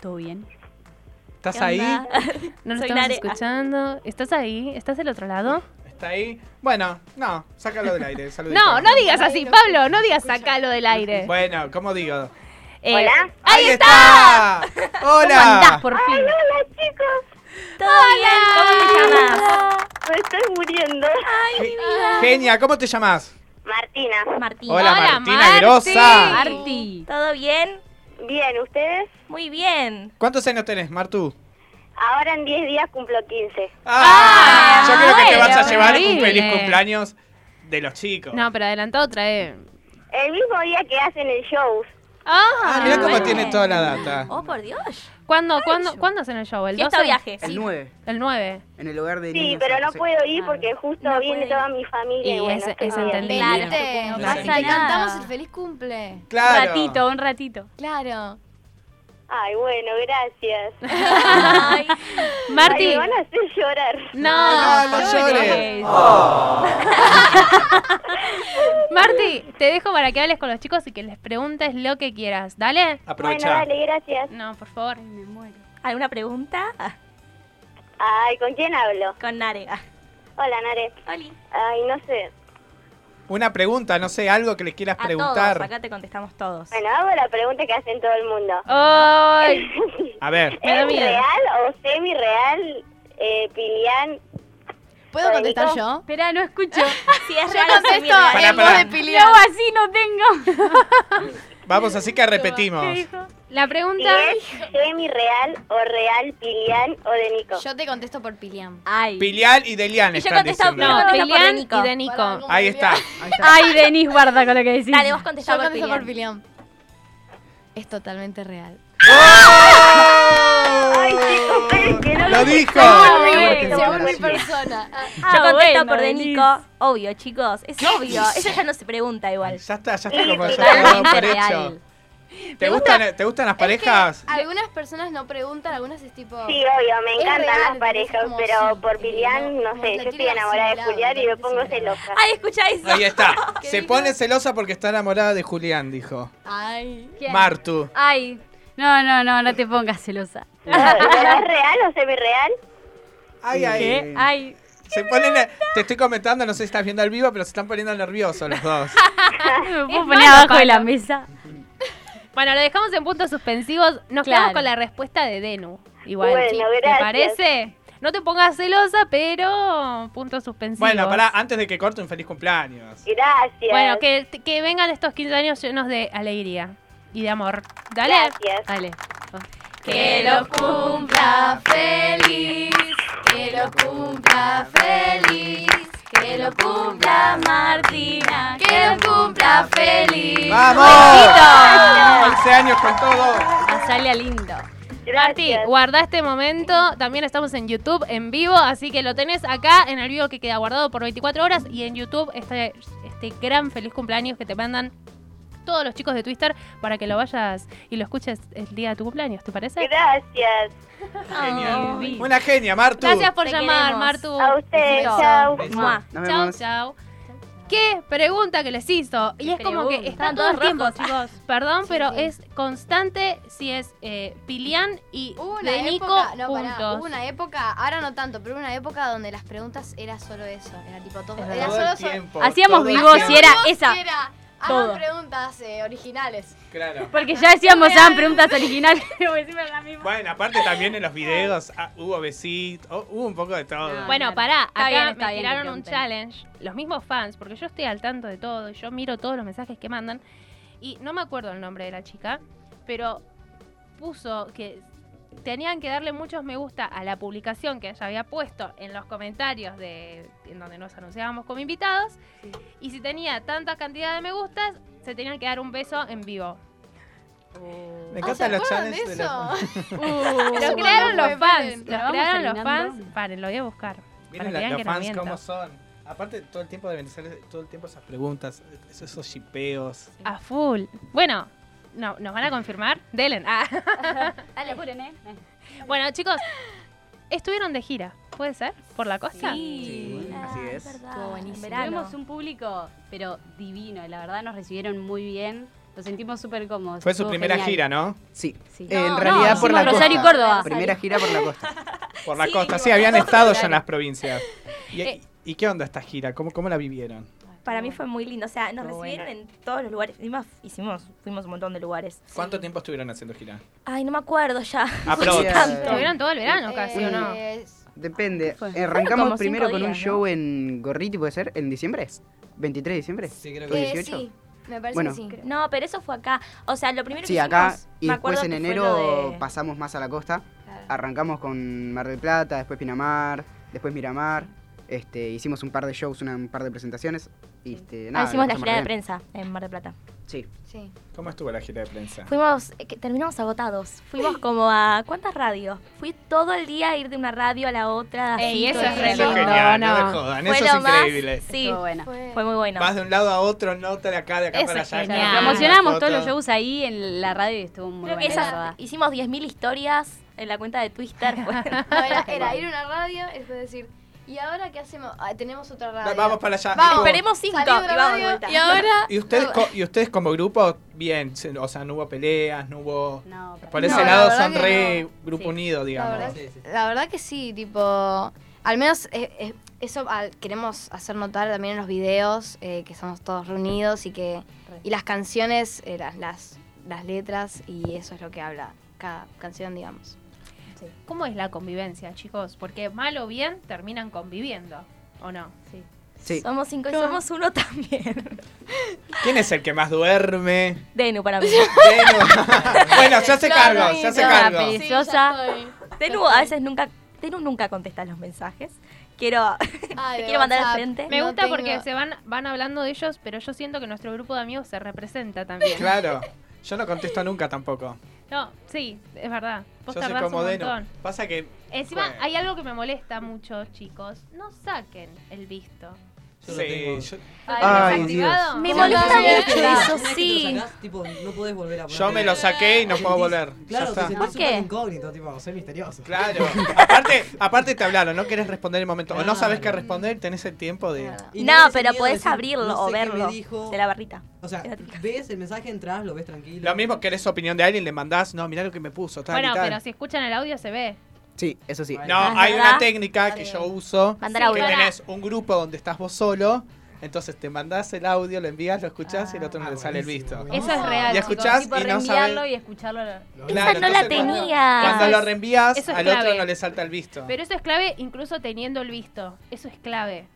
Speaker 5: ¿Todo bien?
Speaker 1: ¿Estás
Speaker 3: ¿Qué
Speaker 1: ahí?
Speaker 3: onda?
Speaker 2: No nos
Speaker 3: Soy
Speaker 2: estamos
Speaker 3: Nare.
Speaker 2: escuchando. ¿Estás ahí? ¿Estás del otro lado?
Speaker 1: ¿Está ahí? Bueno, no, sácalo del aire. saludito.
Speaker 2: No, no digas así, Pablo. No digas sacalo del aire.
Speaker 1: Bueno, ¿cómo digo?
Speaker 2: Eh,
Speaker 9: Hola.
Speaker 2: ¡Ahí está!
Speaker 1: está!
Speaker 2: ¿Cómo andás,
Speaker 1: ¡Hola!
Speaker 2: por fin?
Speaker 3: ¿Todo bien? ¿Cómo te llamas?
Speaker 9: Me estoy muriendo.
Speaker 1: Genia, ¿cómo te llamas?
Speaker 9: Martina.
Speaker 3: Martín.
Speaker 1: Hola,
Speaker 2: Hola,
Speaker 1: Martina
Speaker 2: Marti.
Speaker 1: Grosa.
Speaker 5: Arti.
Speaker 3: ¿Todo bien?
Speaker 9: Bien, ¿ustedes?
Speaker 3: Muy bien.
Speaker 1: ¿Cuántos años tenés, Martu?
Speaker 9: Ahora en 10 días cumplo 15.
Speaker 1: Ah, yo creo que te
Speaker 2: bueno,
Speaker 1: vas a llevar un
Speaker 2: increíble.
Speaker 1: feliz cumpleaños de los chicos.
Speaker 2: No, pero adelantó otra, eh.
Speaker 9: El mismo día que hacen el show.
Speaker 1: Ah,
Speaker 2: Ah,
Speaker 1: mirá cómo
Speaker 3: bueno.
Speaker 1: tiene toda la data.
Speaker 3: Oh, por Dios.
Speaker 9: Ah,
Speaker 2: ¿Cuándo, cuándo, ¿Cuándo hacen el show? ¿El
Speaker 3: Fiesta
Speaker 2: 12?
Speaker 3: o viaje.
Speaker 4: El 9,
Speaker 2: El 9.
Speaker 4: en el hogar de
Speaker 9: Sí,
Speaker 4: niños
Speaker 9: pero
Speaker 4: San
Speaker 9: no
Speaker 4: José.
Speaker 9: puedo ir porque justo
Speaker 3: No
Speaker 9: viene
Speaker 3: puede.
Speaker 9: toda mi familia.
Speaker 2: Y
Speaker 9: Y, bueno,
Speaker 2: es-
Speaker 9: estoy
Speaker 2: es
Speaker 9: bien.
Speaker 2: entendible.
Speaker 3: Claro.
Speaker 7: Viste,
Speaker 3: No
Speaker 1: pasa
Speaker 7: te
Speaker 5: Ah.
Speaker 3: nada.
Speaker 7: cantamos el feliz cumple.
Speaker 1: Claro.
Speaker 5: Un ratito, un ratito.
Speaker 7: Claro.
Speaker 9: Ay, bueno, gracias.
Speaker 3: Ay,
Speaker 9: Ay,
Speaker 2: Marti.
Speaker 9: me van a hacer llorar.
Speaker 2: No,
Speaker 1: No, no llores.
Speaker 5: Oh.
Speaker 2: Marti, te dejo para que hables con los chicos y que les preguntes lo que quieras. ¿Dale?
Speaker 9: Bueno,
Speaker 1: Aprovecha.
Speaker 9: dale, gracias.
Speaker 2: No, por favor.
Speaker 5: Me muero.
Speaker 3: ¿Alguna pregunta? Ah,
Speaker 9: Ay, ¿con quién hablo?
Speaker 3: Con Nare. Ah,
Speaker 9: Hola, Nare. Ah.
Speaker 3: Oli.
Speaker 9: Ay, no sé.
Speaker 1: Una pregunta, no sé, algo que les quieras
Speaker 3: A todos.
Speaker 1: preguntar.
Speaker 3: Acá te contestamos todos.
Speaker 9: Bueno, hago la pregunta que hacen todo el mundo.
Speaker 2: ¡Ay!
Speaker 1: A ver,
Speaker 2: Me da
Speaker 9: ¿Es
Speaker 2: miedo.
Speaker 9: real o semi-real eh, Pilián?
Speaker 7: ¿Puedo contestar
Speaker 9: Nico.
Speaker 7: yo?
Speaker 5: Espera, no escucho.
Speaker 3: Si es
Speaker 7: Yo
Speaker 3: real o
Speaker 7: contesto
Speaker 1: Pará,
Speaker 3: semi-real.
Speaker 7: en voz
Speaker 1: pará.
Speaker 7: de
Speaker 5: Yo
Speaker 7: Pilián.
Speaker 5: así no tengo.
Speaker 1: vamos, así que repetimos.
Speaker 2: La
Speaker 9: Si
Speaker 2: pregunta.
Speaker 9: es semi-real o real Pilián o de Nico.
Speaker 7: Yo te contesto por Pilián.
Speaker 5: Ay.
Speaker 1: Pilial y Delian
Speaker 3: Y yo
Speaker 1: están
Speaker 3: contesto,
Speaker 1: diciendo.
Speaker 2: No,
Speaker 3: Yo contesto por
Speaker 2: Pilián
Speaker 3: Nico.
Speaker 2: y de Nico.
Speaker 1: Ahí está.
Speaker 4: Ahí está.
Speaker 5: Ay, Denis, guarda con lo que decís.
Speaker 3: Dale, vos
Speaker 7: Yo
Speaker 3: contestá por
Speaker 7: contesto por
Speaker 3: Pilián.
Speaker 7: Pilián. Es totalmente real.
Speaker 9: Ay, chicos, pero que no
Speaker 1: ¡Oh! Lo dijo.
Speaker 5: Ah,
Speaker 7: Se
Speaker 5: bueno.
Speaker 7: va por persona. Ah,
Speaker 3: Yo contesto
Speaker 5: bueno,
Speaker 3: por de
Speaker 5: Denise.
Speaker 3: Nico. Obvio, chicos. Es obvio. Eso ya no se pregunta igual.
Speaker 1: Ya está, ya está como ya está dado
Speaker 5: Totalmente
Speaker 1: por hecho.
Speaker 5: real.
Speaker 1: ¿Te gustan, ¿Te gustan las parejas?
Speaker 7: Algunas personas no preguntan, algunas es tipo.
Speaker 9: Sí, obvio, me
Speaker 7: Es
Speaker 9: encantan
Speaker 7: real,
Speaker 9: las parejas,
Speaker 7: como
Speaker 9: pero
Speaker 7: sí,
Speaker 9: por
Speaker 7: eh,
Speaker 9: Pilián,
Speaker 7: no,
Speaker 9: no,
Speaker 7: como
Speaker 9: sé,
Speaker 7: la
Speaker 9: yo estoy
Speaker 7: tiene
Speaker 9: enamorada de
Speaker 7: asimilado,
Speaker 9: Julián y
Speaker 7: la
Speaker 9: me pongo
Speaker 7: tiene
Speaker 9: celosa.
Speaker 3: Ay, escuchá eso.
Speaker 1: Ahí está.
Speaker 7: ¿Qué
Speaker 1: Se
Speaker 7: dijo?
Speaker 1: pone celosa porque está enamorada de Julián, dijo.
Speaker 7: Ay.
Speaker 5: ¿Quién?
Speaker 1: Martu.
Speaker 5: Ay. No, no, no, no te pongas celosa.
Speaker 9: Ay, ¿pero ¿Es real o semi-real?
Speaker 1: Ay, ay.
Speaker 5: ¿Qué? Ay.
Speaker 1: Se ponen, te estoy comentando, no sé si estás viendo al vivo, pero se están poniendo nerviosos los dos.
Speaker 5: Me
Speaker 2: Es
Speaker 5: puedo
Speaker 2: malo,
Speaker 5: poner abajo de
Speaker 2: Pablo.
Speaker 5: la mesa.
Speaker 2: Bueno, lo dejamos en puntos suspensivos. Nos quedamos
Speaker 5: Claro.
Speaker 2: con la respuesta de Denu. Igual.
Speaker 9: Bueno,
Speaker 2: Sí. ¿Te
Speaker 9: gracias.
Speaker 2: parece? No te pongas celosa, pero puntos suspensivos.
Speaker 1: Bueno, pará, antes de que corte un feliz cumpleaños.
Speaker 9: Gracias.
Speaker 2: Bueno, que, que vengan estos 15 años llenos de alegría y de amor. Dale.
Speaker 9: Gracias.
Speaker 2: Dale.
Speaker 7: Que lo cumpla feliz. Que lo cumpla feliz. Que lo cumpla Martina. Que lo cumpla feliz.
Speaker 1: ¡Vamos! 15 años con todo.
Speaker 5: Pasale Ah, a lindo.
Speaker 2: Marti,
Speaker 9: Gracias.
Speaker 2: guarda este momento. También estamos en YouTube en vivo, así que lo tenés acá en el vivo que queda guardado por 24 horas y en YouTube este, este gran feliz cumpleaños que te mandan todos los chicos de Twitter para que lo vayas y lo escuches el día de tu cumpleaños, ¿te parece?
Speaker 9: Gracias.
Speaker 1: Genial. Una genia, Martu.
Speaker 2: Gracias por
Speaker 3: Te
Speaker 2: llamar,
Speaker 3: queremos.
Speaker 2: Martu.
Speaker 9: A ustedes,
Speaker 2: Beso.
Speaker 9: chao.
Speaker 1: Beso.
Speaker 4: Nos
Speaker 2: Chau,
Speaker 4: vemos.
Speaker 2: chau. Qué pregunta que les hizo. Y
Speaker 5: Qué
Speaker 2: es como que
Speaker 5: pregunta.
Speaker 2: están
Speaker 3: Estaban
Speaker 2: todo el
Speaker 3: todos
Speaker 2: tiempo,
Speaker 3: rojos.
Speaker 2: chicos. Perdón,
Speaker 7: Sí,
Speaker 2: pero
Speaker 7: sí.
Speaker 2: es constante si es eh, Pilián y
Speaker 7: Hubo una
Speaker 2: de Nico
Speaker 7: época, no, pará,
Speaker 2: juntos.
Speaker 7: hubo una época, ahora no tanto, pero hubo una época donde las preguntas era solo eso, era tipo todo, era
Speaker 1: Todo
Speaker 7: solo Ah,
Speaker 1: el tiempo,
Speaker 5: Hacíamos
Speaker 1: todo el
Speaker 5: vivo,
Speaker 1: tiempo.
Speaker 5: si era esa.
Speaker 7: Era, Hagan preguntas eh, originales.
Speaker 1: Claro.
Speaker 5: Porque ya decíamos, ah, preguntas originales. Como decimos la misma.
Speaker 1: Bueno, aparte también en los videos ah, hubo besitos, oh, hubo un poco de todo.
Speaker 5: No.
Speaker 2: Bueno,
Speaker 5: claro.
Speaker 2: pará,
Speaker 5: Está
Speaker 2: acá
Speaker 5: Ah, bien, está
Speaker 2: me
Speaker 5: bien que
Speaker 2: tiraron un
Speaker 5: pregunten.
Speaker 2: challenge, los mismos fans, porque yo estoy al tanto de todo, y yo miro todos los mensajes que mandan, y no me acuerdo el nombre de la chica, pero puso que tenían que darle muchos me gusta a la publicación que ella había puesto en los comentarios de en donde nos anunciábamos como invitados, y si tenía tanta cantidad de me gustas, se tenían que dar un beso en vivo.
Speaker 1: Me
Speaker 7: Ah, ¿se
Speaker 1: encantan los
Speaker 7: acuerdan de
Speaker 1: challenges de la-
Speaker 7: eso?
Speaker 2: Lo
Speaker 7: Eso
Speaker 2: crearon
Speaker 7: cuando
Speaker 2: los fans,
Speaker 5: ¿la
Speaker 7: fue, miren,
Speaker 2: lo
Speaker 5: vamos
Speaker 2: crearon los
Speaker 5: terminando?
Speaker 2: fans. Paren, lo voy a buscar.
Speaker 1: Miren
Speaker 2: Para que
Speaker 1: la-
Speaker 2: vean
Speaker 1: los
Speaker 2: que no
Speaker 1: fans
Speaker 2: miento.
Speaker 1: cómo son. Aparte, todo el tiempo deben ser todo el tiempo esas preguntas, esos, esos shipeos.
Speaker 2: A full. Bueno, no, ¿nos van a confirmar? Delen. Ah.
Speaker 5: Dale, apuren, ¿eh?
Speaker 2: Bueno, chicos, estuvieron de gira, ¿puede ser? ¿Por la costa?
Speaker 5: Sí.
Speaker 3: ah,
Speaker 4: Así es.
Speaker 3: Estuvo buenísimo.
Speaker 5: Tuvimos un público, pero divino. La verdad, nos recibieron muy bien. Nos sentimos súper cómodos.
Speaker 1: Fue su
Speaker 5: Estuvo
Speaker 1: primera
Speaker 5: genial.
Speaker 1: gira, ¿no?
Speaker 4: Sí.
Speaker 5: Sí.
Speaker 4: En
Speaker 5: No,
Speaker 4: realidad
Speaker 5: no,
Speaker 4: por
Speaker 5: hicimos
Speaker 4: la costa.
Speaker 5: Rosario y Córdoba.
Speaker 4: Primera gira por la costa.
Speaker 1: Por la
Speaker 3: Sí,
Speaker 1: costa. Sí,
Speaker 3: bueno.
Speaker 1: habían estado ya en las provincias. ¿Y,
Speaker 2: Eh.
Speaker 1: y qué onda esta gira? ¿Cómo, cómo la vivieron?
Speaker 3: Para mí fue muy lindo. O sea, nos
Speaker 2: Estuvo
Speaker 3: recibieron en todos los lugares. Encima hicimos, fuimos a un montón de lugares.
Speaker 1: ¿Cuánto tiempo estuvieron haciendo gira?
Speaker 3: Ay, no me acuerdo ya.
Speaker 1: Aprox.
Speaker 2: Estuvieron todo el verano casi, ¿o no?
Speaker 7: Eh,
Speaker 4: Depende.
Speaker 5: Fue-
Speaker 4: Eh,
Speaker 3: como
Speaker 4: Arrancamos
Speaker 3: cinco
Speaker 4: primero con un
Speaker 3: días, ¿no?
Speaker 4: show en Gorriti, ¿puede ser? ¿En diciembre? ¿23 de diciembre?
Speaker 6: Sí, creo
Speaker 4: ¿O
Speaker 6: que
Speaker 7: eh,
Speaker 4: 18?
Speaker 7: sí, me parece
Speaker 4: Bueno.
Speaker 7: que sí.
Speaker 3: No, pero eso fue acá. O sea, lo primero
Speaker 4: Sí,
Speaker 3: que
Speaker 4: acá.
Speaker 3: hicimos,
Speaker 4: Y
Speaker 3: me
Speaker 4: después
Speaker 3: acuerdo que
Speaker 4: en
Speaker 3: fue
Speaker 4: enero
Speaker 3: lo de-
Speaker 4: pasamos más a la costa.
Speaker 5: Claro.
Speaker 4: Arrancamos con Mar del Plata, después Pinamar, después Miramar. Este, hicimos un par de shows, una- un par de presentaciones. Y este,
Speaker 3: Ah,
Speaker 4: nada,
Speaker 3: hicimos la
Speaker 4: pasamos
Speaker 3: gira de
Speaker 4: re bien.
Speaker 3: prensa en Mar del Plata.
Speaker 4: Sí.
Speaker 7: Sí.
Speaker 1: ¿Cómo estuvo la gira de prensa?
Speaker 3: Fuimos, eh, que terminamos agotados. Fuimos como a. ¿Cuántas radios? Fui todo el día a ir de una radio a la otra. así,
Speaker 2: Ey, eso
Speaker 3: todo
Speaker 2: es
Speaker 3: el
Speaker 2: re
Speaker 3: día.
Speaker 1: Eso es
Speaker 2: lindo,
Speaker 1: genial, no,
Speaker 2: no.
Speaker 1: me jodan.
Speaker 3: Fue
Speaker 1: Eso
Speaker 3: lo
Speaker 1: es
Speaker 3: más-
Speaker 1: increíble.
Speaker 3: Sí,
Speaker 5: Estuvo bueno.
Speaker 7: Fue-
Speaker 3: fue muy bueno.
Speaker 1: Vas de un lado a otro, nota de acá, de acá
Speaker 2: Eso
Speaker 1: para
Speaker 2: es
Speaker 1: allá.
Speaker 2: genial.
Speaker 1: acá,
Speaker 5: Promocionamos
Speaker 1: acá,
Speaker 5: todos los
Speaker 1: acá.
Speaker 5: shows ahí en la radio y estuvo muy
Speaker 3: Creo
Speaker 5: bueno.
Speaker 3: que
Speaker 5: la
Speaker 3: esas-
Speaker 5: verdad.
Speaker 3: hicimos 10.000 historias en la cuenta de Twitter. fue-
Speaker 7: No, era, era ir a una radio y después decir, ¿y ahora qué hacemos? Ah, tenemos otra radio.
Speaker 1: Vamos para allá.
Speaker 7: Vamos.
Speaker 3: Esperemos 5 y
Speaker 7: Salí de
Speaker 3: vamos
Speaker 7: una
Speaker 3: de
Speaker 7: radio
Speaker 3: vuelta.
Speaker 7: y ahora...
Speaker 1: ¿Y ustedes, co- ¿Y ustedes como grupo? Bien, se- o sea, no hubo peleas, no hubo...
Speaker 5: No, para
Speaker 1: Por
Speaker 7: No,
Speaker 1: ese
Speaker 7: la
Speaker 1: lado
Speaker 7: verdad
Speaker 1: son
Speaker 7: que
Speaker 1: re
Speaker 7: no.
Speaker 1: grupo
Speaker 5: Sí.
Speaker 1: unido, digamos.
Speaker 7: verdad
Speaker 6: Sí, sí, sí.
Speaker 7: La verdad que sí, tipo, al menos eh, eh, eso ah, queremos hacer notar también en los videos, eh, que somos todos reunidos y que y las canciones, eh, las, las, las letras y eso es lo que habla cada canción, digamos.
Speaker 2: ¿Cómo es la convivencia, chicos? Porque mal o bien terminan conviviendo, ¿o no?
Speaker 4: Sí.
Speaker 3: Somos 5 y somos uno también.
Speaker 1: ¿Quién es el que más duerme?
Speaker 3: Denu para mí.
Speaker 1: Denu. bueno, se hace
Speaker 7: No,
Speaker 1: cargo,
Speaker 7: no,
Speaker 1: se hace
Speaker 7: no,
Speaker 1: cargo.
Speaker 5: sí.
Speaker 3: Perezosa. Denu a veces nunca. Denu nunca contesta los mensajes. Quiero. Te quiero mandar al frente.
Speaker 2: Me
Speaker 7: No
Speaker 2: gusta
Speaker 7: tengo-
Speaker 2: porque se van, van hablando de ellos, pero yo siento que nuestro grupo de amigos se representa también.
Speaker 1: Claro. Yo no contesto nunca tampoco.
Speaker 2: No, sí, es verdad. Vos
Speaker 1: Yo soy
Speaker 2: tardás
Speaker 1: como
Speaker 2: un
Speaker 1: Deno.
Speaker 2: montón.
Speaker 1: Pasa que
Speaker 2: Encima,
Speaker 1: Bueno.
Speaker 2: hay algo que me molesta mucho, chicos. No saquen el visto.
Speaker 6: Yo lo
Speaker 1: Sí,
Speaker 6: tengo.
Speaker 1: yo,
Speaker 4: Ay,
Speaker 2: ¿Desactivado?
Speaker 3: Me
Speaker 6: Sí,
Speaker 3: molesta
Speaker 6: una vez que
Speaker 3: mucho
Speaker 6: te- una
Speaker 3: eso,
Speaker 6: vez que te lo
Speaker 3: sí.
Speaker 6: sacás, tipo, no podés volver a
Speaker 1: yo
Speaker 6: ponerte-
Speaker 1: me lo saqué y no
Speaker 6: Te
Speaker 1: puedo
Speaker 6: sentís-
Speaker 1: volver. Ya
Speaker 6: Claro,
Speaker 1: está.
Speaker 6: te
Speaker 3: ¿Por
Speaker 6: sentís
Speaker 3: qué?
Speaker 6: súper incógnito, tipo, soy misterioso.
Speaker 1: Claro. aparte, aparte te hablaron, no querés responder el momento. O no sabes qué
Speaker 6: Claro.
Speaker 1: responder, tenés el tiempo de.
Speaker 6: Y
Speaker 3: no,
Speaker 6: tenés el
Speaker 3: pero
Speaker 6: miedo de
Speaker 3: podés
Speaker 6: decir,
Speaker 3: abrirlo
Speaker 6: no
Speaker 3: o
Speaker 6: sé qué me
Speaker 3: verlo
Speaker 6: dijo.
Speaker 3: de la barrita.
Speaker 6: O sea, ves el mensaje, entras, lo ves tranquilo.
Speaker 1: Lo mismo querés opinión de alguien, le mandás, no, mirá lo que me puso, tal
Speaker 2: Bueno,
Speaker 1: y tal.
Speaker 2: pero si escuchan el audio se ve.
Speaker 4: Sí, eso sí.
Speaker 1: No,
Speaker 3: Ah,
Speaker 1: hay
Speaker 3: ¿verdad?
Speaker 1: una técnica que yo uso.
Speaker 3: Mandar
Speaker 2: Sí,
Speaker 1: que
Speaker 3: audio.
Speaker 2: para-
Speaker 1: tenés un grupo donde estás vos solo, entonces te mandás el audio, lo envías, lo escuchás y el otro no
Speaker 6: Ah,
Speaker 1: le sale el
Speaker 6: buenísimo,
Speaker 1: visto.
Speaker 6: buenísimo.
Speaker 2: Eso es
Speaker 5: Ah.
Speaker 2: real.
Speaker 1: Y
Speaker 2: chicos.
Speaker 1: escuchás
Speaker 5: tipo,
Speaker 1: y no
Speaker 5: reenviarlo
Speaker 1: sabes-
Speaker 5: y escucharlo.
Speaker 3: Esa
Speaker 1: Claro,
Speaker 3: no la
Speaker 1: entonces cuando-
Speaker 3: tenía.
Speaker 1: Cuando lo reenvías,
Speaker 2: eso es
Speaker 1: al
Speaker 2: clave.
Speaker 1: otro no le salta el visto.
Speaker 2: Pero eso es clave incluso teniendo el visto. Eso es clave.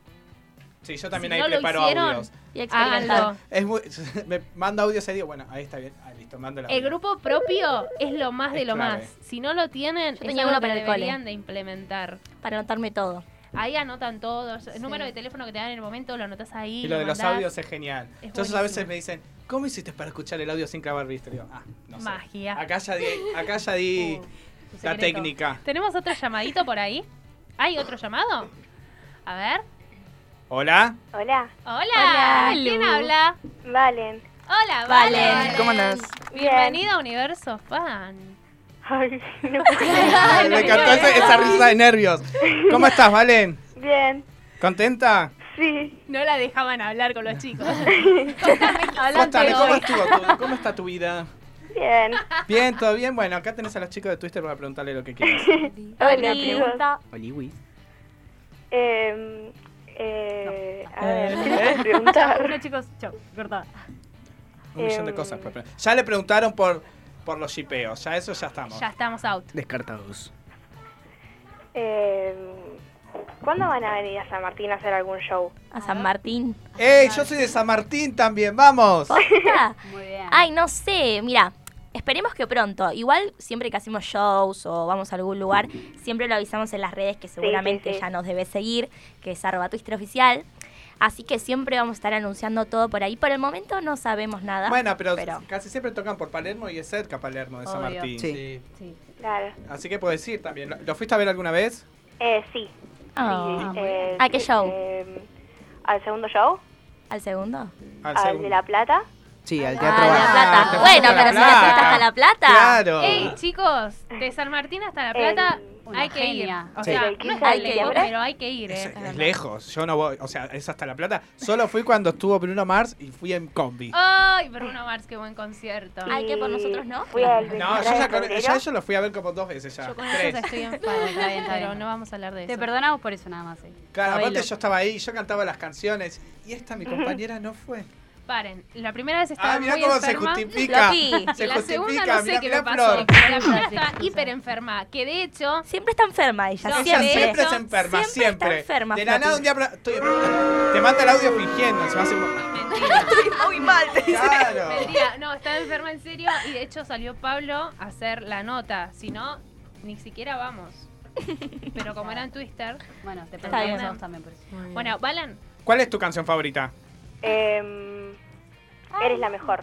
Speaker 1: sí, yo también
Speaker 2: si
Speaker 1: ahí
Speaker 2: no lo
Speaker 1: preparo
Speaker 2: hicieron,
Speaker 1: audios.
Speaker 3: Y experimentar.
Speaker 2: Háganlo.
Speaker 1: Es muy, me manda audios y digo, bueno, ahí está bien. Ah, listo, mando el audio.
Speaker 2: El grupo propio es lo más de
Speaker 1: Es
Speaker 2: lo
Speaker 1: clave.
Speaker 2: más. Si no lo tienen,
Speaker 3: Yo
Speaker 2: es
Speaker 3: tenía
Speaker 2: algo
Speaker 3: uno
Speaker 2: que
Speaker 3: para el
Speaker 2: deberían de implementar.
Speaker 3: Para anotarme todo.
Speaker 2: Ahí anotan todos. El número de teléfono que te dan en el momento lo anotas ahí.
Speaker 1: Y lo de los
Speaker 2: mandás.
Speaker 1: audios es genial.
Speaker 2: Es
Speaker 1: Entonces a
Speaker 2: buenísimo.
Speaker 1: veces me dicen, ¿cómo hiciste para escuchar el audio sin clavar visto? Y digo, ah, no sé.
Speaker 2: Magia. Uh,
Speaker 1: Acá ya di, acá ya di la técnica.
Speaker 2: ¿Tenemos otro llamadito por ahí? ¿Hay otro llamado? A ver.
Speaker 1: Hola.
Speaker 9: Hola,
Speaker 2: Hola.
Speaker 3: Hola,
Speaker 2: ¿Quién
Speaker 3: Lu.
Speaker 2: habla?
Speaker 9: Valen.
Speaker 2: Hola,
Speaker 3: Vale.
Speaker 2: Valen.
Speaker 4: ¿Cómo andás?
Speaker 2: Bienvenida a Universo Fan.
Speaker 9: Ay, no puedo creer.
Speaker 1: Ay, me encantó ese- esa risa de nervios. ¿Cómo estás, Valen?
Speaker 9: Bien,
Speaker 1: ¿Contenta?
Speaker 9: sí.
Speaker 2: No la dejaban hablar con los chicos.
Speaker 1: Contame, ¿cómo, estuvo tu- ¿cómo está tu vida?
Speaker 9: Bien.
Speaker 1: Bien, todo bien. Bueno, acá tenés a los chicos de Twitter para preguntarle lo que quieras.
Speaker 9: Hola,
Speaker 5: Oli.
Speaker 9: chicos.
Speaker 4: Oliwi.
Speaker 9: Em, Eh, eh, a ver, ¿qué les puedo preguntar?
Speaker 5: Bueno, chicos, chau, corta.
Speaker 1: un millón de
Speaker 9: Em.
Speaker 1: cosas. puede pre- Ya le preguntaron por, por los shipeos, ya eso ya estamos.
Speaker 2: Ya estamos out.
Speaker 4: Descartados.
Speaker 9: Eh, ¿Cuándo van a venir a San Martín a hacer algún show?
Speaker 3: A San Martín.
Speaker 1: ¡Ey, yo soy de San Martín también! ¡Vamos!
Speaker 3: Posta.
Speaker 5: Muy bien.
Speaker 3: Ah, Ay, no sé, mira, esperemos que pronto. Igual siempre que hacemos shows o vamos a algún lugar, siempre lo avisamos en las redes que seguramente
Speaker 9: sí.
Speaker 3: ya nos debe seguir, que es arroba Twister oficial. Así que siempre vamos a estar anunciando todo por ahí. Por el momento no sabemos nada.
Speaker 1: Bueno, pero,
Speaker 3: pero-
Speaker 1: casi siempre tocan por Palermo y es cerca Palermo de San
Speaker 5: Obvio.
Speaker 1: Martín.
Speaker 4: Sí.
Speaker 5: Sí.
Speaker 9: Claro.
Speaker 1: Así que puedo decir también. ¿Lo, lo fuiste a ver alguna vez?
Speaker 9: Eh, sí.
Speaker 3: Ah,
Speaker 9: Sí, eh,
Speaker 3: ¿A Ah, qué show?
Speaker 9: eh, al segundo show,
Speaker 3: ¿Al segundo?
Speaker 1: Al
Speaker 9: al
Speaker 1: segundo.
Speaker 9: de La Plata.
Speaker 4: Sí, al
Speaker 3: Ah,
Speaker 4: teatro.
Speaker 3: La
Speaker 4: Bar.
Speaker 3: Plata.
Speaker 1: te fuiste
Speaker 3: bueno,
Speaker 1: a La
Speaker 3: pero si te fuiste
Speaker 1: Plata.
Speaker 3: hasta La Plata.
Speaker 1: Claro.
Speaker 2: Ey, chicos, de San Martín hasta La
Speaker 9: El-
Speaker 2: Plata
Speaker 5: Una
Speaker 2: hay que
Speaker 5: genia.
Speaker 2: ir. O
Speaker 4: Sí.
Speaker 2: sea,
Speaker 9: El
Speaker 2: no
Speaker 9: 15
Speaker 2: es
Speaker 3: de
Speaker 2: tan lejos,
Speaker 3: diciembre.
Speaker 2: pero hay que ir.
Speaker 1: Es,
Speaker 2: Eh,
Speaker 1: es lejos, yo no voy, o sea, es hasta La Plata. Solo fui cuando estuvo Bruno Mars y fui en combi.
Speaker 2: Ay, Bruno Mars, qué buen concierto.
Speaker 3: Ay, ¿qué, por
Speaker 9: Y
Speaker 3: nosotros no?
Speaker 9: Fui al
Speaker 1: No,
Speaker 9: 23
Speaker 1: yo
Speaker 9: de
Speaker 1: ya, con-
Speaker 9: febrero.
Speaker 1: ya yo lo fui a ver como dos veces ya.
Speaker 2: Yo con
Speaker 1: tres.
Speaker 2: ellos estoy enfadada, está bien, está bien. pero no vamos a hablar de eso.
Speaker 5: Te perdonamos por eso nada más. eh.
Speaker 1: Claro, aparte
Speaker 5: Sabelo.
Speaker 1: yo estaba ahí, yo cantaba las canciones y esta mi compañera no fue.
Speaker 2: Paren, la primera vez estaba
Speaker 1: Ah, mirá
Speaker 2: muy
Speaker 1: cómo
Speaker 2: enferma.
Speaker 1: se justifica.
Speaker 3: Loqui.
Speaker 1: Se
Speaker 2: la segunda
Speaker 1: justifica,
Speaker 2: no sé
Speaker 1: mirá,
Speaker 2: qué me
Speaker 1: mirá
Speaker 2: pasó,
Speaker 1: Flor.
Speaker 2: pero la primera estaba hiper enferma, que de hecho,
Speaker 3: Siempre está enferma ella.
Speaker 2: No,
Speaker 1: Ella
Speaker 3: siempre.
Speaker 1: siempre se enferma,
Speaker 3: está
Speaker 1: siempre.
Speaker 3: enferma,
Speaker 1: de la
Speaker 3: Floppy.
Speaker 1: nada un día habla- estoy- te manda el audio fingiendo, se me hace como-
Speaker 2: mentira,
Speaker 3: Muy mal. te dice.
Speaker 1: Claro.
Speaker 2: mentira, no, estaba enferma en serio y de hecho salió Pablo a hacer la nota, si no, ni siquiera vamos. Pero como eran Twister,
Speaker 5: Bueno, te
Speaker 3: Está
Speaker 5: perdonamos
Speaker 3: bien.
Speaker 5: a vos también por eso.
Speaker 2: bueno, Balan,
Speaker 1: ¿Cuál es tu canción favorita?
Speaker 9: Em, eres la mejor.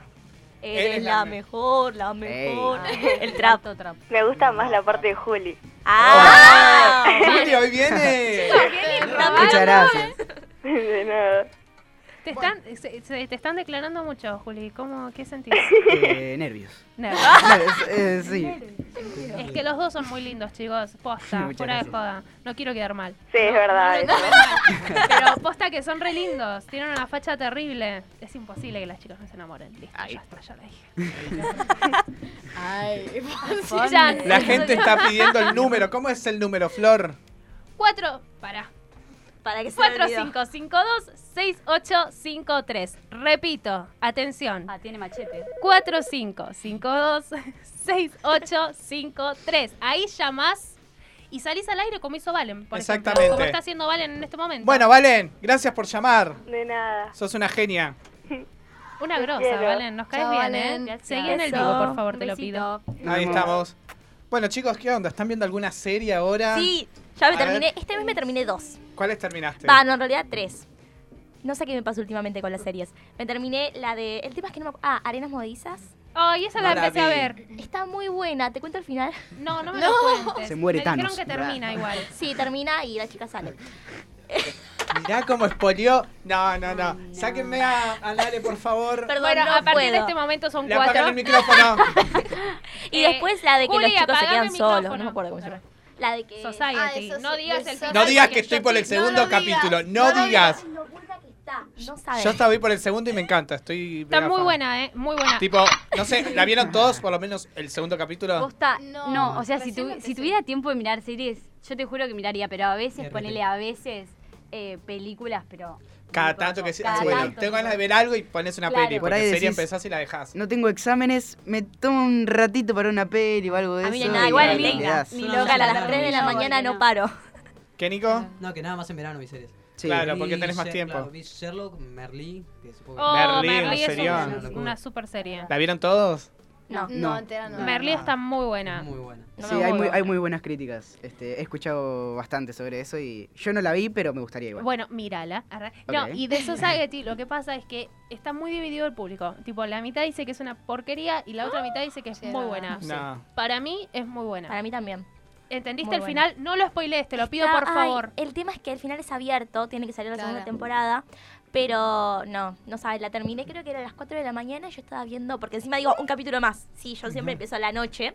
Speaker 3: Eres la mejor, la mejor. Ah. El trap.
Speaker 5: Tanto trap.
Speaker 9: Me gusta más la parte de Juli.
Speaker 3: Ah.
Speaker 1: Julio, hoy viene.
Speaker 4: Muchas gracias.
Speaker 9: De nada.
Speaker 2: te están, se- se- te están declarando mucho, Juli, ¿cómo, qué sentís?
Speaker 4: Eh, nervios.
Speaker 2: Nervios.
Speaker 4: Eh, sí.
Speaker 2: Es que los dos son muy lindos, chicos. Posta,
Speaker 4: Muchas
Speaker 2: fuera de
Speaker 4: gracias.
Speaker 2: joda. No quiero quedar mal.
Speaker 9: Sí, es verdad. eso.
Speaker 2: Pero posta que son re lindos. Tienen una facha terrible. Es imposible que las chicas no se enamoren. Listo, ya está, ya la dije.
Speaker 7: Ay,
Speaker 2: Ya,
Speaker 1: La gente está pidiendo el número. ¿Cómo es el número, Flor?
Speaker 2: 4, pará.
Speaker 3: Para que se me olvidó.
Speaker 2: 4552-6853. Repito, atención.
Speaker 5: Ah, tiene machete.
Speaker 2: 4552-6853. Ahí llamás y salís al aire como hizo Valen. Por ejemplo,
Speaker 1: Exactamente.
Speaker 2: como está haciendo Valen en este momento.
Speaker 1: Bueno, Valen, gracias por llamar.
Speaker 9: De nada.
Speaker 1: Sos una genia.
Speaker 2: Una grosa,
Speaker 9: quiero.
Speaker 2: Valen. Nos caes
Speaker 7: Chao,
Speaker 2: bien, ¿eh?
Speaker 7: Valen. Gracias.
Speaker 2: Seguí en el
Speaker 3: Beso.
Speaker 2: vivo, por favor,
Speaker 5: Un
Speaker 2: te lo pido.
Speaker 5: besito.
Speaker 1: Ahí
Speaker 4: Vamos.
Speaker 1: estamos. Bueno, chicos, ¿qué onda? ¿Están viendo alguna serie ahora?
Speaker 3: Sí, ya me
Speaker 1: A
Speaker 3: terminé.
Speaker 1: ver.
Speaker 3: Este mes me terminé dos.
Speaker 1: ¿Cuáles terminaste?
Speaker 3: Va, no, en realidad tres. No sé qué me pasó últimamente con las series. Me terminé la de. El tema es que no me acu- Ah, Arenas Modizas.
Speaker 2: Ay, esa la
Speaker 1: No la
Speaker 2: empecé a
Speaker 1: vi.
Speaker 2: ver.
Speaker 3: Está muy buena. ¿Te cuento el final?
Speaker 2: No, no me lo cuentes.
Speaker 4: Se muere
Speaker 2: me
Speaker 4: Thanos.
Speaker 2: dijeron que termina igual.
Speaker 3: Sí, termina y la chica sale.
Speaker 1: Mirá cómo espolió. No, no, no. Sáquenme a, a Lale, por favor.
Speaker 3: Perdón,
Speaker 2: bueno,
Speaker 3: no
Speaker 2: a partir
Speaker 3: puedo.
Speaker 2: de este momento son
Speaker 1: Le apagan
Speaker 2: cuatro.
Speaker 1: el micrófono.
Speaker 3: Y
Speaker 2: Eh,
Speaker 3: después la de que
Speaker 2: Juli,
Speaker 3: los chicos se
Speaker 2: apagame
Speaker 3: quedan
Speaker 2: el
Speaker 3: solos.
Speaker 2: micrófono.
Speaker 3: No me acuerdo cómo se llama. La de que.
Speaker 7: Ah,
Speaker 2: Society.
Speaker 7: eso
Speaker 2: no
Speaker 7: sí,
Speaker 2: digas
Speaker 7: eso
Speaker 2: el
Speaker 7: sí.
Speaker 2: final
Speaker 1: No digas que
Speaker 2: porque
Speaker 1: estoy
Speaker 2: yo
Speaker 1: por el
Speaker 2: te-
Speaker 1: segundo
Speaker 7: lo digas.
Speaker 1: capítulo. No,
Speaker 7: No lo
Speaker 1: digas.
Speaker 3: Lo buena que está. No sabes.
Speaker 1: Yo estaba ahí por el segundo y me encanta. Estoy.
Speaker 2: Está
Speaker 1: mega
Speaker 2: muy
Speaker 1: fan.
Speaker 2: buena, ¿eh? Muy buena.
Speaker 1: Tipo, no sé, ¿la vieron todos por lo menos el segundo capítulo?
Speaker 5: Posta,
Speaker 7: No,
Speaker 5: no, o sea, si,
Speaker 7: recién
Speaker 5: tu-
Speaker 7: empecé.
Speaker 5: si tuviera tiempo de mirar series, yo te juro que miraría, pero a veces,
Speaker 1: Bien,
Speaker 5: ponele
Speaker 1: bien.
Speaker 5: a veces eh, películas, pero.
Speaker 1: Cada
Speaker 5: muy
Speaker 1: tanto
Speaker 5: poco.
Speaker 1: que sí.
Speaker 5: Cada
Speaker 1: bueno,
Speaker 5: tanto,
Speaker 1: tengo
Speaker 5: sí.
Speaker 1: ganas de ver algo y pones una
Speaker 5: Claro.
Speaker 1: peli.
Speaker 4: Por
Speaker 1: Porque
Speaker 4: ahí
Speaker 1: serie
Speaker 4: decís-
Speaker 1: empezás y la dejás.
Speaker 4: No tengo exámenes, me tomo un ratito para una peli o algo de
Speaker 3: A
Speaker 4: eso.
Speaker 3: mí nada,
Speaker 4: y
Speaker 3: igual
Speaker 4: le
Speaker 3: ni,
Speaker 4: das.
Speaker 3: ni
Speaker 6: No,
Speaker 3: loca, a
Speaker 6: no,
Speaker 3: las
Speaker 6: no,
Speaker 3: 3 de la
Speaker 5: no,
Speaker 3: mañana
Speaker 5: no.
Speaker 3: no paro.
Speaker 1: ¿Qué, Nico?
Speaker 6: No, que nada más en verano vi series.
Speaker 4: Sí.
Speaker 1: Claro.
Speaker 6: Vi
Speaker 1: porque tenés más
Speaker 6: Sher-
Speaker 1: tiempo.
Speaker 6: claro, vi Sherlock, Merlí, que supongo que-
Speaker 2: Oh,
Speaker 1: Merlí,
Speaker 2: Merlí
Speaker 1: un
Speaker 2: es una,
Speaker 1: serión.
Speaker 2: una super serie.
Speaker 1: ¿La vieron todos?
Speaker 3: No.
Speaker 4: No.
Speaker 7: No, entera no.
Speaker 2: Merlí está muy buena.
Speaker 6: Muy buena.
Speaker 2: No
Speaker 4: Sí,
Speaker 2: me
Speaker 4: hay muy,
Speaker 2: acuerdo.
Speaker 4: hay muy buenas críticas. Este, he escuchado bastante sobre eso y yo no la vi, pero me gustaría igual.
Speaker 2: Bueno, mírala. Arre- No,
Speaker 4: Ok.
Speaker 2: y de Society lo que pasa es que está muy dividido el público. Tipo, la mitad dice que es una porquería y la otra mitad dice que es
Speaker 7: Sí, es
Speaker 2: muy
Speaker 7: verdad.
Speaker 2: buena.
Speaker 1: No.
Speaker 2: Para mí es muy buena.
Speaker 3: Para mí también.
Speaker 2: ¿Entendiste
Speaker 3: Muy
Speaker 2: el
Speaker 3: buena.
Speaker 2: final? No lo spoilees, te lo pido por
Speaker 3: Ah, Ay,
Speaker 2: favor.
Speaker 3: El tema es que el final es abierto, tiene que salir la
Speaker 7: Claro.
Speaker 3: segunda temporada. Pero no, no sabes, la terminé creo que era a las 4 de la mañana y yo estaba viendo, porque encima digo, un capítulo más. Sí, yo siempre empiezo a la noche.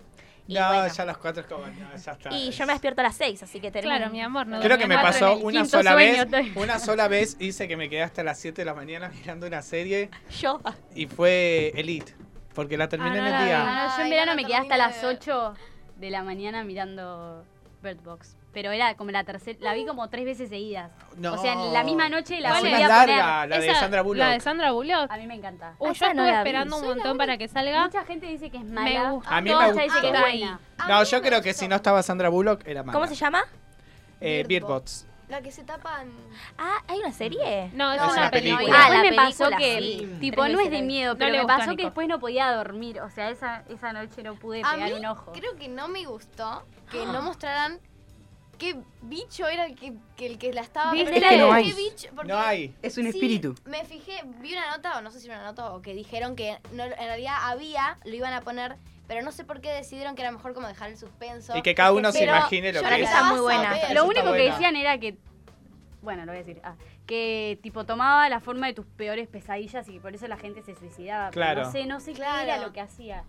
Speaker 3: Y,
Speaker 1: No,
Speaker 3: bueno,
Speaker 1: ya los cuatro es como. no, ya está.
Speaker 3: y yo me despierto a las 6, así que termino.
Speaker 2: Claro, mi amor. No
Speaker 1: Creo que me
Speaker 2: dormía más
Speaker 1: pasó
Speaker 2: en el
Speaker 1: una
Speaker 2: quinto
Speaker 1: sola
Speaker 2: sueño.
Speaker 1: vez. Una sola vez hice que me quedé hasta las 7 de la mañana mirando una serie
Speaker 3: Yo.
Speaker 1: y fue Elite. Porque la terminé
Speaker 2: Ah, no
Speaker 1: en el
Speaker 2: la
Speaker 1: día.
Speaker 5: Ah, yo en
Speaker 7: Ay,
Speaker 5: verano
Speaker 7: no
Speaker 5: me quedé hasta
Speaker 7: termino
Speaker 5: las
Speaker 7: de ver.
Speaker 5: 8 de la mañana mirando Bird Box. pero era como la tercera, la vi como tres veces seguidas.
Speaker 1: No.
Speaker 5: O sea, en la misma noche la
Speaker 1: ¿Cuál
Speaker 5: volví
Speaker 1: es?
Speaker 5: a
Speaker 1: La
Speaker 5: poner.
Speaker 1: larga, la de
Speaker 2: Esa-
Speaker 1: Sandra Bullock.
Speaker 2: La de Sandra Bullock.
Speaker 5: A mí me encanta.
Speaker 2: Uy, yo
Speaker 3: Ah, esa no
Speaker 2: estuve
Speaker 3: la vi.
Speaker 2: esperando un
Speaker 5: Soy la
Speaker 2: montón
Speaker 5: única-
Speaker 2: para que salga.
Speaker 5: Mucha gente dice que es
Speaker 2: Me
Speaker 5: mala.
Speaker 2: gusta.
Speaker 1: A mí
Speaker 2: Todos
Speaker 1: me
Speaker 2: dicen que es
Speaker 3: gustó.
Speaker 2: buena.
Speaker 1: No, yo creo que si no estaba Sandra Bullock era mala.
Speaker 3: ¿Cómo se llama?
Speaker 1: Eh,
Speaker 7: Bird
Speaker 1: Beatbots.
Speaker 7: La que se tapan.
Speaker 3: Ah, hay una serie.
Speaker 2: No, es,
Speaker 1: No,
Speaker 2: una
Speaker 1: la película.
Speaker 2: película.
Speaker 3: Ah,
Speaker 5: Después
Speaker 3: la
Speaker 5: me pasó
Speaker 3: película,
Speaker 5: que,
Speaker 6: sí.
Speaker 5: tipo,
Speaker 3: Tres
Speaker 5: no
Speaker 3: veces
Speaker 5: es de
Speaker 3: la vi.
Speaker 5: miedo,
Speaker 2: No
Speaker 5: pero
Speaker 2: le
Speaker 5: me
Speaker 2: gusta,
Speaker 5: pasó que
Speaker 2: Nico.
Speaker 5: después no podía dormir. O sea, esa, esa noche no pude
Speaker 7: A
Speaker 5: pegar
Speaker 7: mí
Speaker 5: un ojo. Ah.
Speaker 7: creo que no me gustó que no mostraran qué bicho era el que, que el que la estaba
Speaker 5: Viste,
Speaker 7: persiguiendo.
Speaker 5: es que no
Speaker 7: ¿Qué
Speaker 4: hay.
Speaker 7: bicho? Porque
Speaker 1: No hay.
Speaker 4: Es un
Speaker 7: sí,
Speaker 4: espíritu.
Speaker 7: me fijé, vi una nota, o no sé si era una nota, o que dijeron que no- en realidad había, lo iban a poner, pero no sé por qué decidieron que era mejor como dejar el suspenso.
Speaker 1: Y que cada uno se
Speaker 7: Pero
Speaker 1: imagine lo
Speaker 7: yo
Speaker 1: que
Speaker 7: la
Speaker 1: es.
Speaker 7: vas
Speaker 3: muy
Speaker 7: a
Speaker 3: buena.
Speaker 7: ver.
Speaker 5: Lo
Speaker 1: Eso está
Speaker 5: único que
Speaker 1: bueno.
Speaker 5: decían era que. Bueno, lo voy a decir. Ah, que tipo tomaba la forma de tus peores pesadillas y que por eso la gente se suicidaba. pero
Speaker 1: Claro.
Speaker 5: No sé, no sé
Speaker 7: Claro.
Speaker 5: qué era lo que hacía.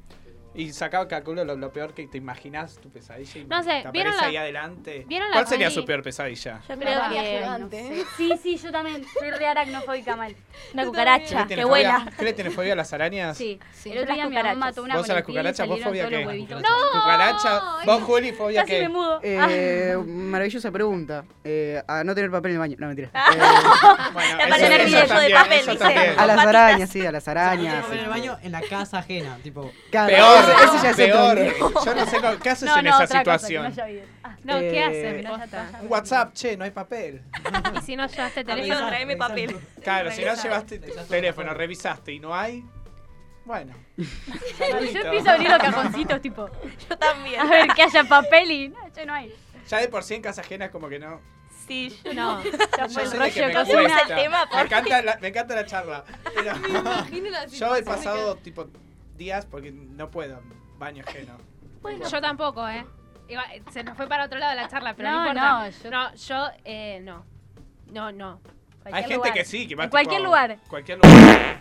Speaker 1: Y sacaba calculo lo, lo peor que te imaginas tu pesadilla. y
Speaker 2: No sé,
Speaker 1: te
Speaker 2: ¿vieron
Speaker 1: aparece
Speaker 2: la-
Speaker 1: ahí adelante.
Speaker 2: ¿Vieron la
Speaker 1: ¿Cuál sería
Speaker 2: peli?
Speaker 1: su peor pesadilla?
Speaker 3: Yo
Speaker 5: Ah,
Speaker 7: Una
Speaker 3: creo
Speaker 7: vaca
Speaker 3: que
Speaker 7: gigante.
Speaker 5: Sí, sí, yo también soy re aracnofóbica mal.
Speaker 3: una
Speaker 7: Yo
Speaker 3: cucaracha
Speaker 7: también.
Speaker 1: ¿Qué
Speaker 3: que
Speaker 1: le
Speaker 3: vuela.
Speaker 1: fobia- ¿Qué le tiene fobia a las arañas?
Speaker 5: Sí.
Speaker 7: Sí.
Speaker 5: El otro
Speaker 3: Las
Speaker 5: día mi mamá
Speaker 3: cucarachas.
Speaker 5: mató una
Speaker 1: ¿Vos a las
Speaker 5: con el
Speaker 1: cucarachas?
Speaker 5: pibe y
Speaker 1: ¿Vos fobia
Speaker 5: salieron todos
Speaker 1: qué?
Speaker 5: los huevitos.
Speaker 6: Oh,
Speaker 1: ¿Cucaracha?
Speaker 5: ¡No!
Speaker 1: ¿Vos, Juli, fobia
Speaker 5: Casi
Speaker 1: qué?
Speaker 5: me mudo.
Speaker 4: Eh, maravillosa pregunta. Eh, a no tener papel en el baño. No, mentira. Eh,
Speaker 1: Bueno,
Speaker 3: Es
Speaker 1: eso-
Speaker 3: para tener
Speaker 1: eso
Speaker 3: billete de
Speaker 1: también,
Speaker 3: papel,
Speaker 1: eso
Speaker 3: dice.
Speaker 1: también.
Speaker 4: a las
Speaker 3: patitas.
Speaker 4: arañas, sí, a las arañas.
Speaker 6: en el baño en la casa ajena, tipo.
Speaker 4: Claro,
Speaker 1: Peor,
Speaker 4: ese ya es
Speaker 1: peor.
Speaker 4: otro nivel.
Speaker 1: Yo no sé cómo- qué haces
Speaker 5: No,
Speaker 1: en
Speaker 5: no,
Speaker 1: esa
Speaker 5: otra
Speaker 1: situación.
Speaker 5: Cosa, que no haya ido. Ah,
Speaker 2: No, ¿qué
Speaker 4: Eh,
Speaker 2: haces?
Speaker 5: no,
Speaker 2: Posta.
Speaker 5: ya-
Speaker 1: Un WhatsApp, che, no hay papel.
Speaker 2: Y si no llevaste
Speaker 3: Teléfono,
Speaker 2: teléfono.
Speaker 3: tráeme papel.
Speaker 1: Claro, si no
Speaker 3: Revisar.
Speaker 1: llevaste
Speaker 6: Revisar todo
Speaker 1: teléfono,
Speaker 6: mejor.
Speaker 1: revisaste y no hay, bueno.
Speaker 5: yo empiezo a abrir los cajoncitos, tipo,
Speaker 3: Yo también.
Speaker 5: a ver que haya papel y. No, yo no hay.
Speaker 1: Ya de por sí en casa ajena es como que no.
Speaker 3: Sí, yo-
Speaker 2: No,
Speaker 5: Ya
Speaker 1: Yo
Speaker 5: fue el
Speaker 1: sé
Speaker 5: rollo
Speaker 1: que me
Speaker 5: cocina.
Speaker 1: cuesta.
Speaker 3: el tema,
Speaker 1: me,
Speaker 3: por
Speaker 1: encanta la, me encanta la charla. pero-
Speaker 7: Imagino la
Speaker 1: yo he
Speaker 7: situación
Speaker 1: pasado tipo días porque no puedo baño ajeno.
Speaker 2: yo tampoco, ¿eh? Iba- se nos fue para otro lado la charla, pero no,
Speaker 5: No,
Speaker 2: importa.
Speaker 5: no, yo-
Speaker 2: No, yo, eh, no. No, no.
Speaker 1: Hay
Speaker 5: Cualquier
Speaker 1: gente
Speaker 5: lugar.
Speaker 1: que sí, que va
Speaker 5: En cualquier
Speaker 1: tipo-
Speaker 5: lugar.
Speaker 1: Cualquier lugar.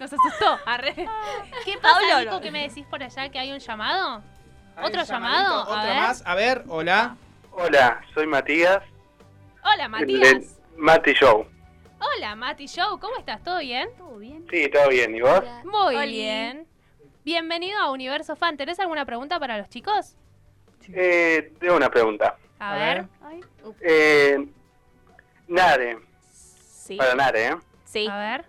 Speaker 2: Nos asustó. Arre. ¿Qué
Speaker 3: Pablo,
Speaker 2: pasa,
Speaker 3: no.
Speaker 2: Nico, que me decís por allá que hay un llamado?
Speaker 1: Hay un
Speaker 2: ¿Otro
Speaker 1: llamadito,
Speaker 2: llamado? A
Speaker 1: Otro
Speaker 2: ver.
Speaker 1: más. A ver, hola.
Speaker 8: Hola, soy Matías.
Speaker 2: Hola,
Speaker 8: del
Speaker 2: Matías.
Speaker 8: Mati Show.
Speaker 2: Hola, Mati Show. ¿Cómo estás? ¿Todo bien?
Speaker 5: ¿Todo bien?
Speaker 8: Sí, todo bien. ¿Y vos?
Speaker 2: Muy
Speaker 3: Oli.
Speaker 2: bien. Bienvenido a Universo Fan. ¿Tenés alguna pregunta para los chicos?
Speaker 8: Eh, tengo una pregunta.
Speaker 2: A, ver.
Speaker 5: Ay,
Speaker 8: Eh, Nare,
Speaker 3: Sí.
Speaker 8: para Nare, ¿eh?
Speaker 3: Sí.
Speaker 2: A ver.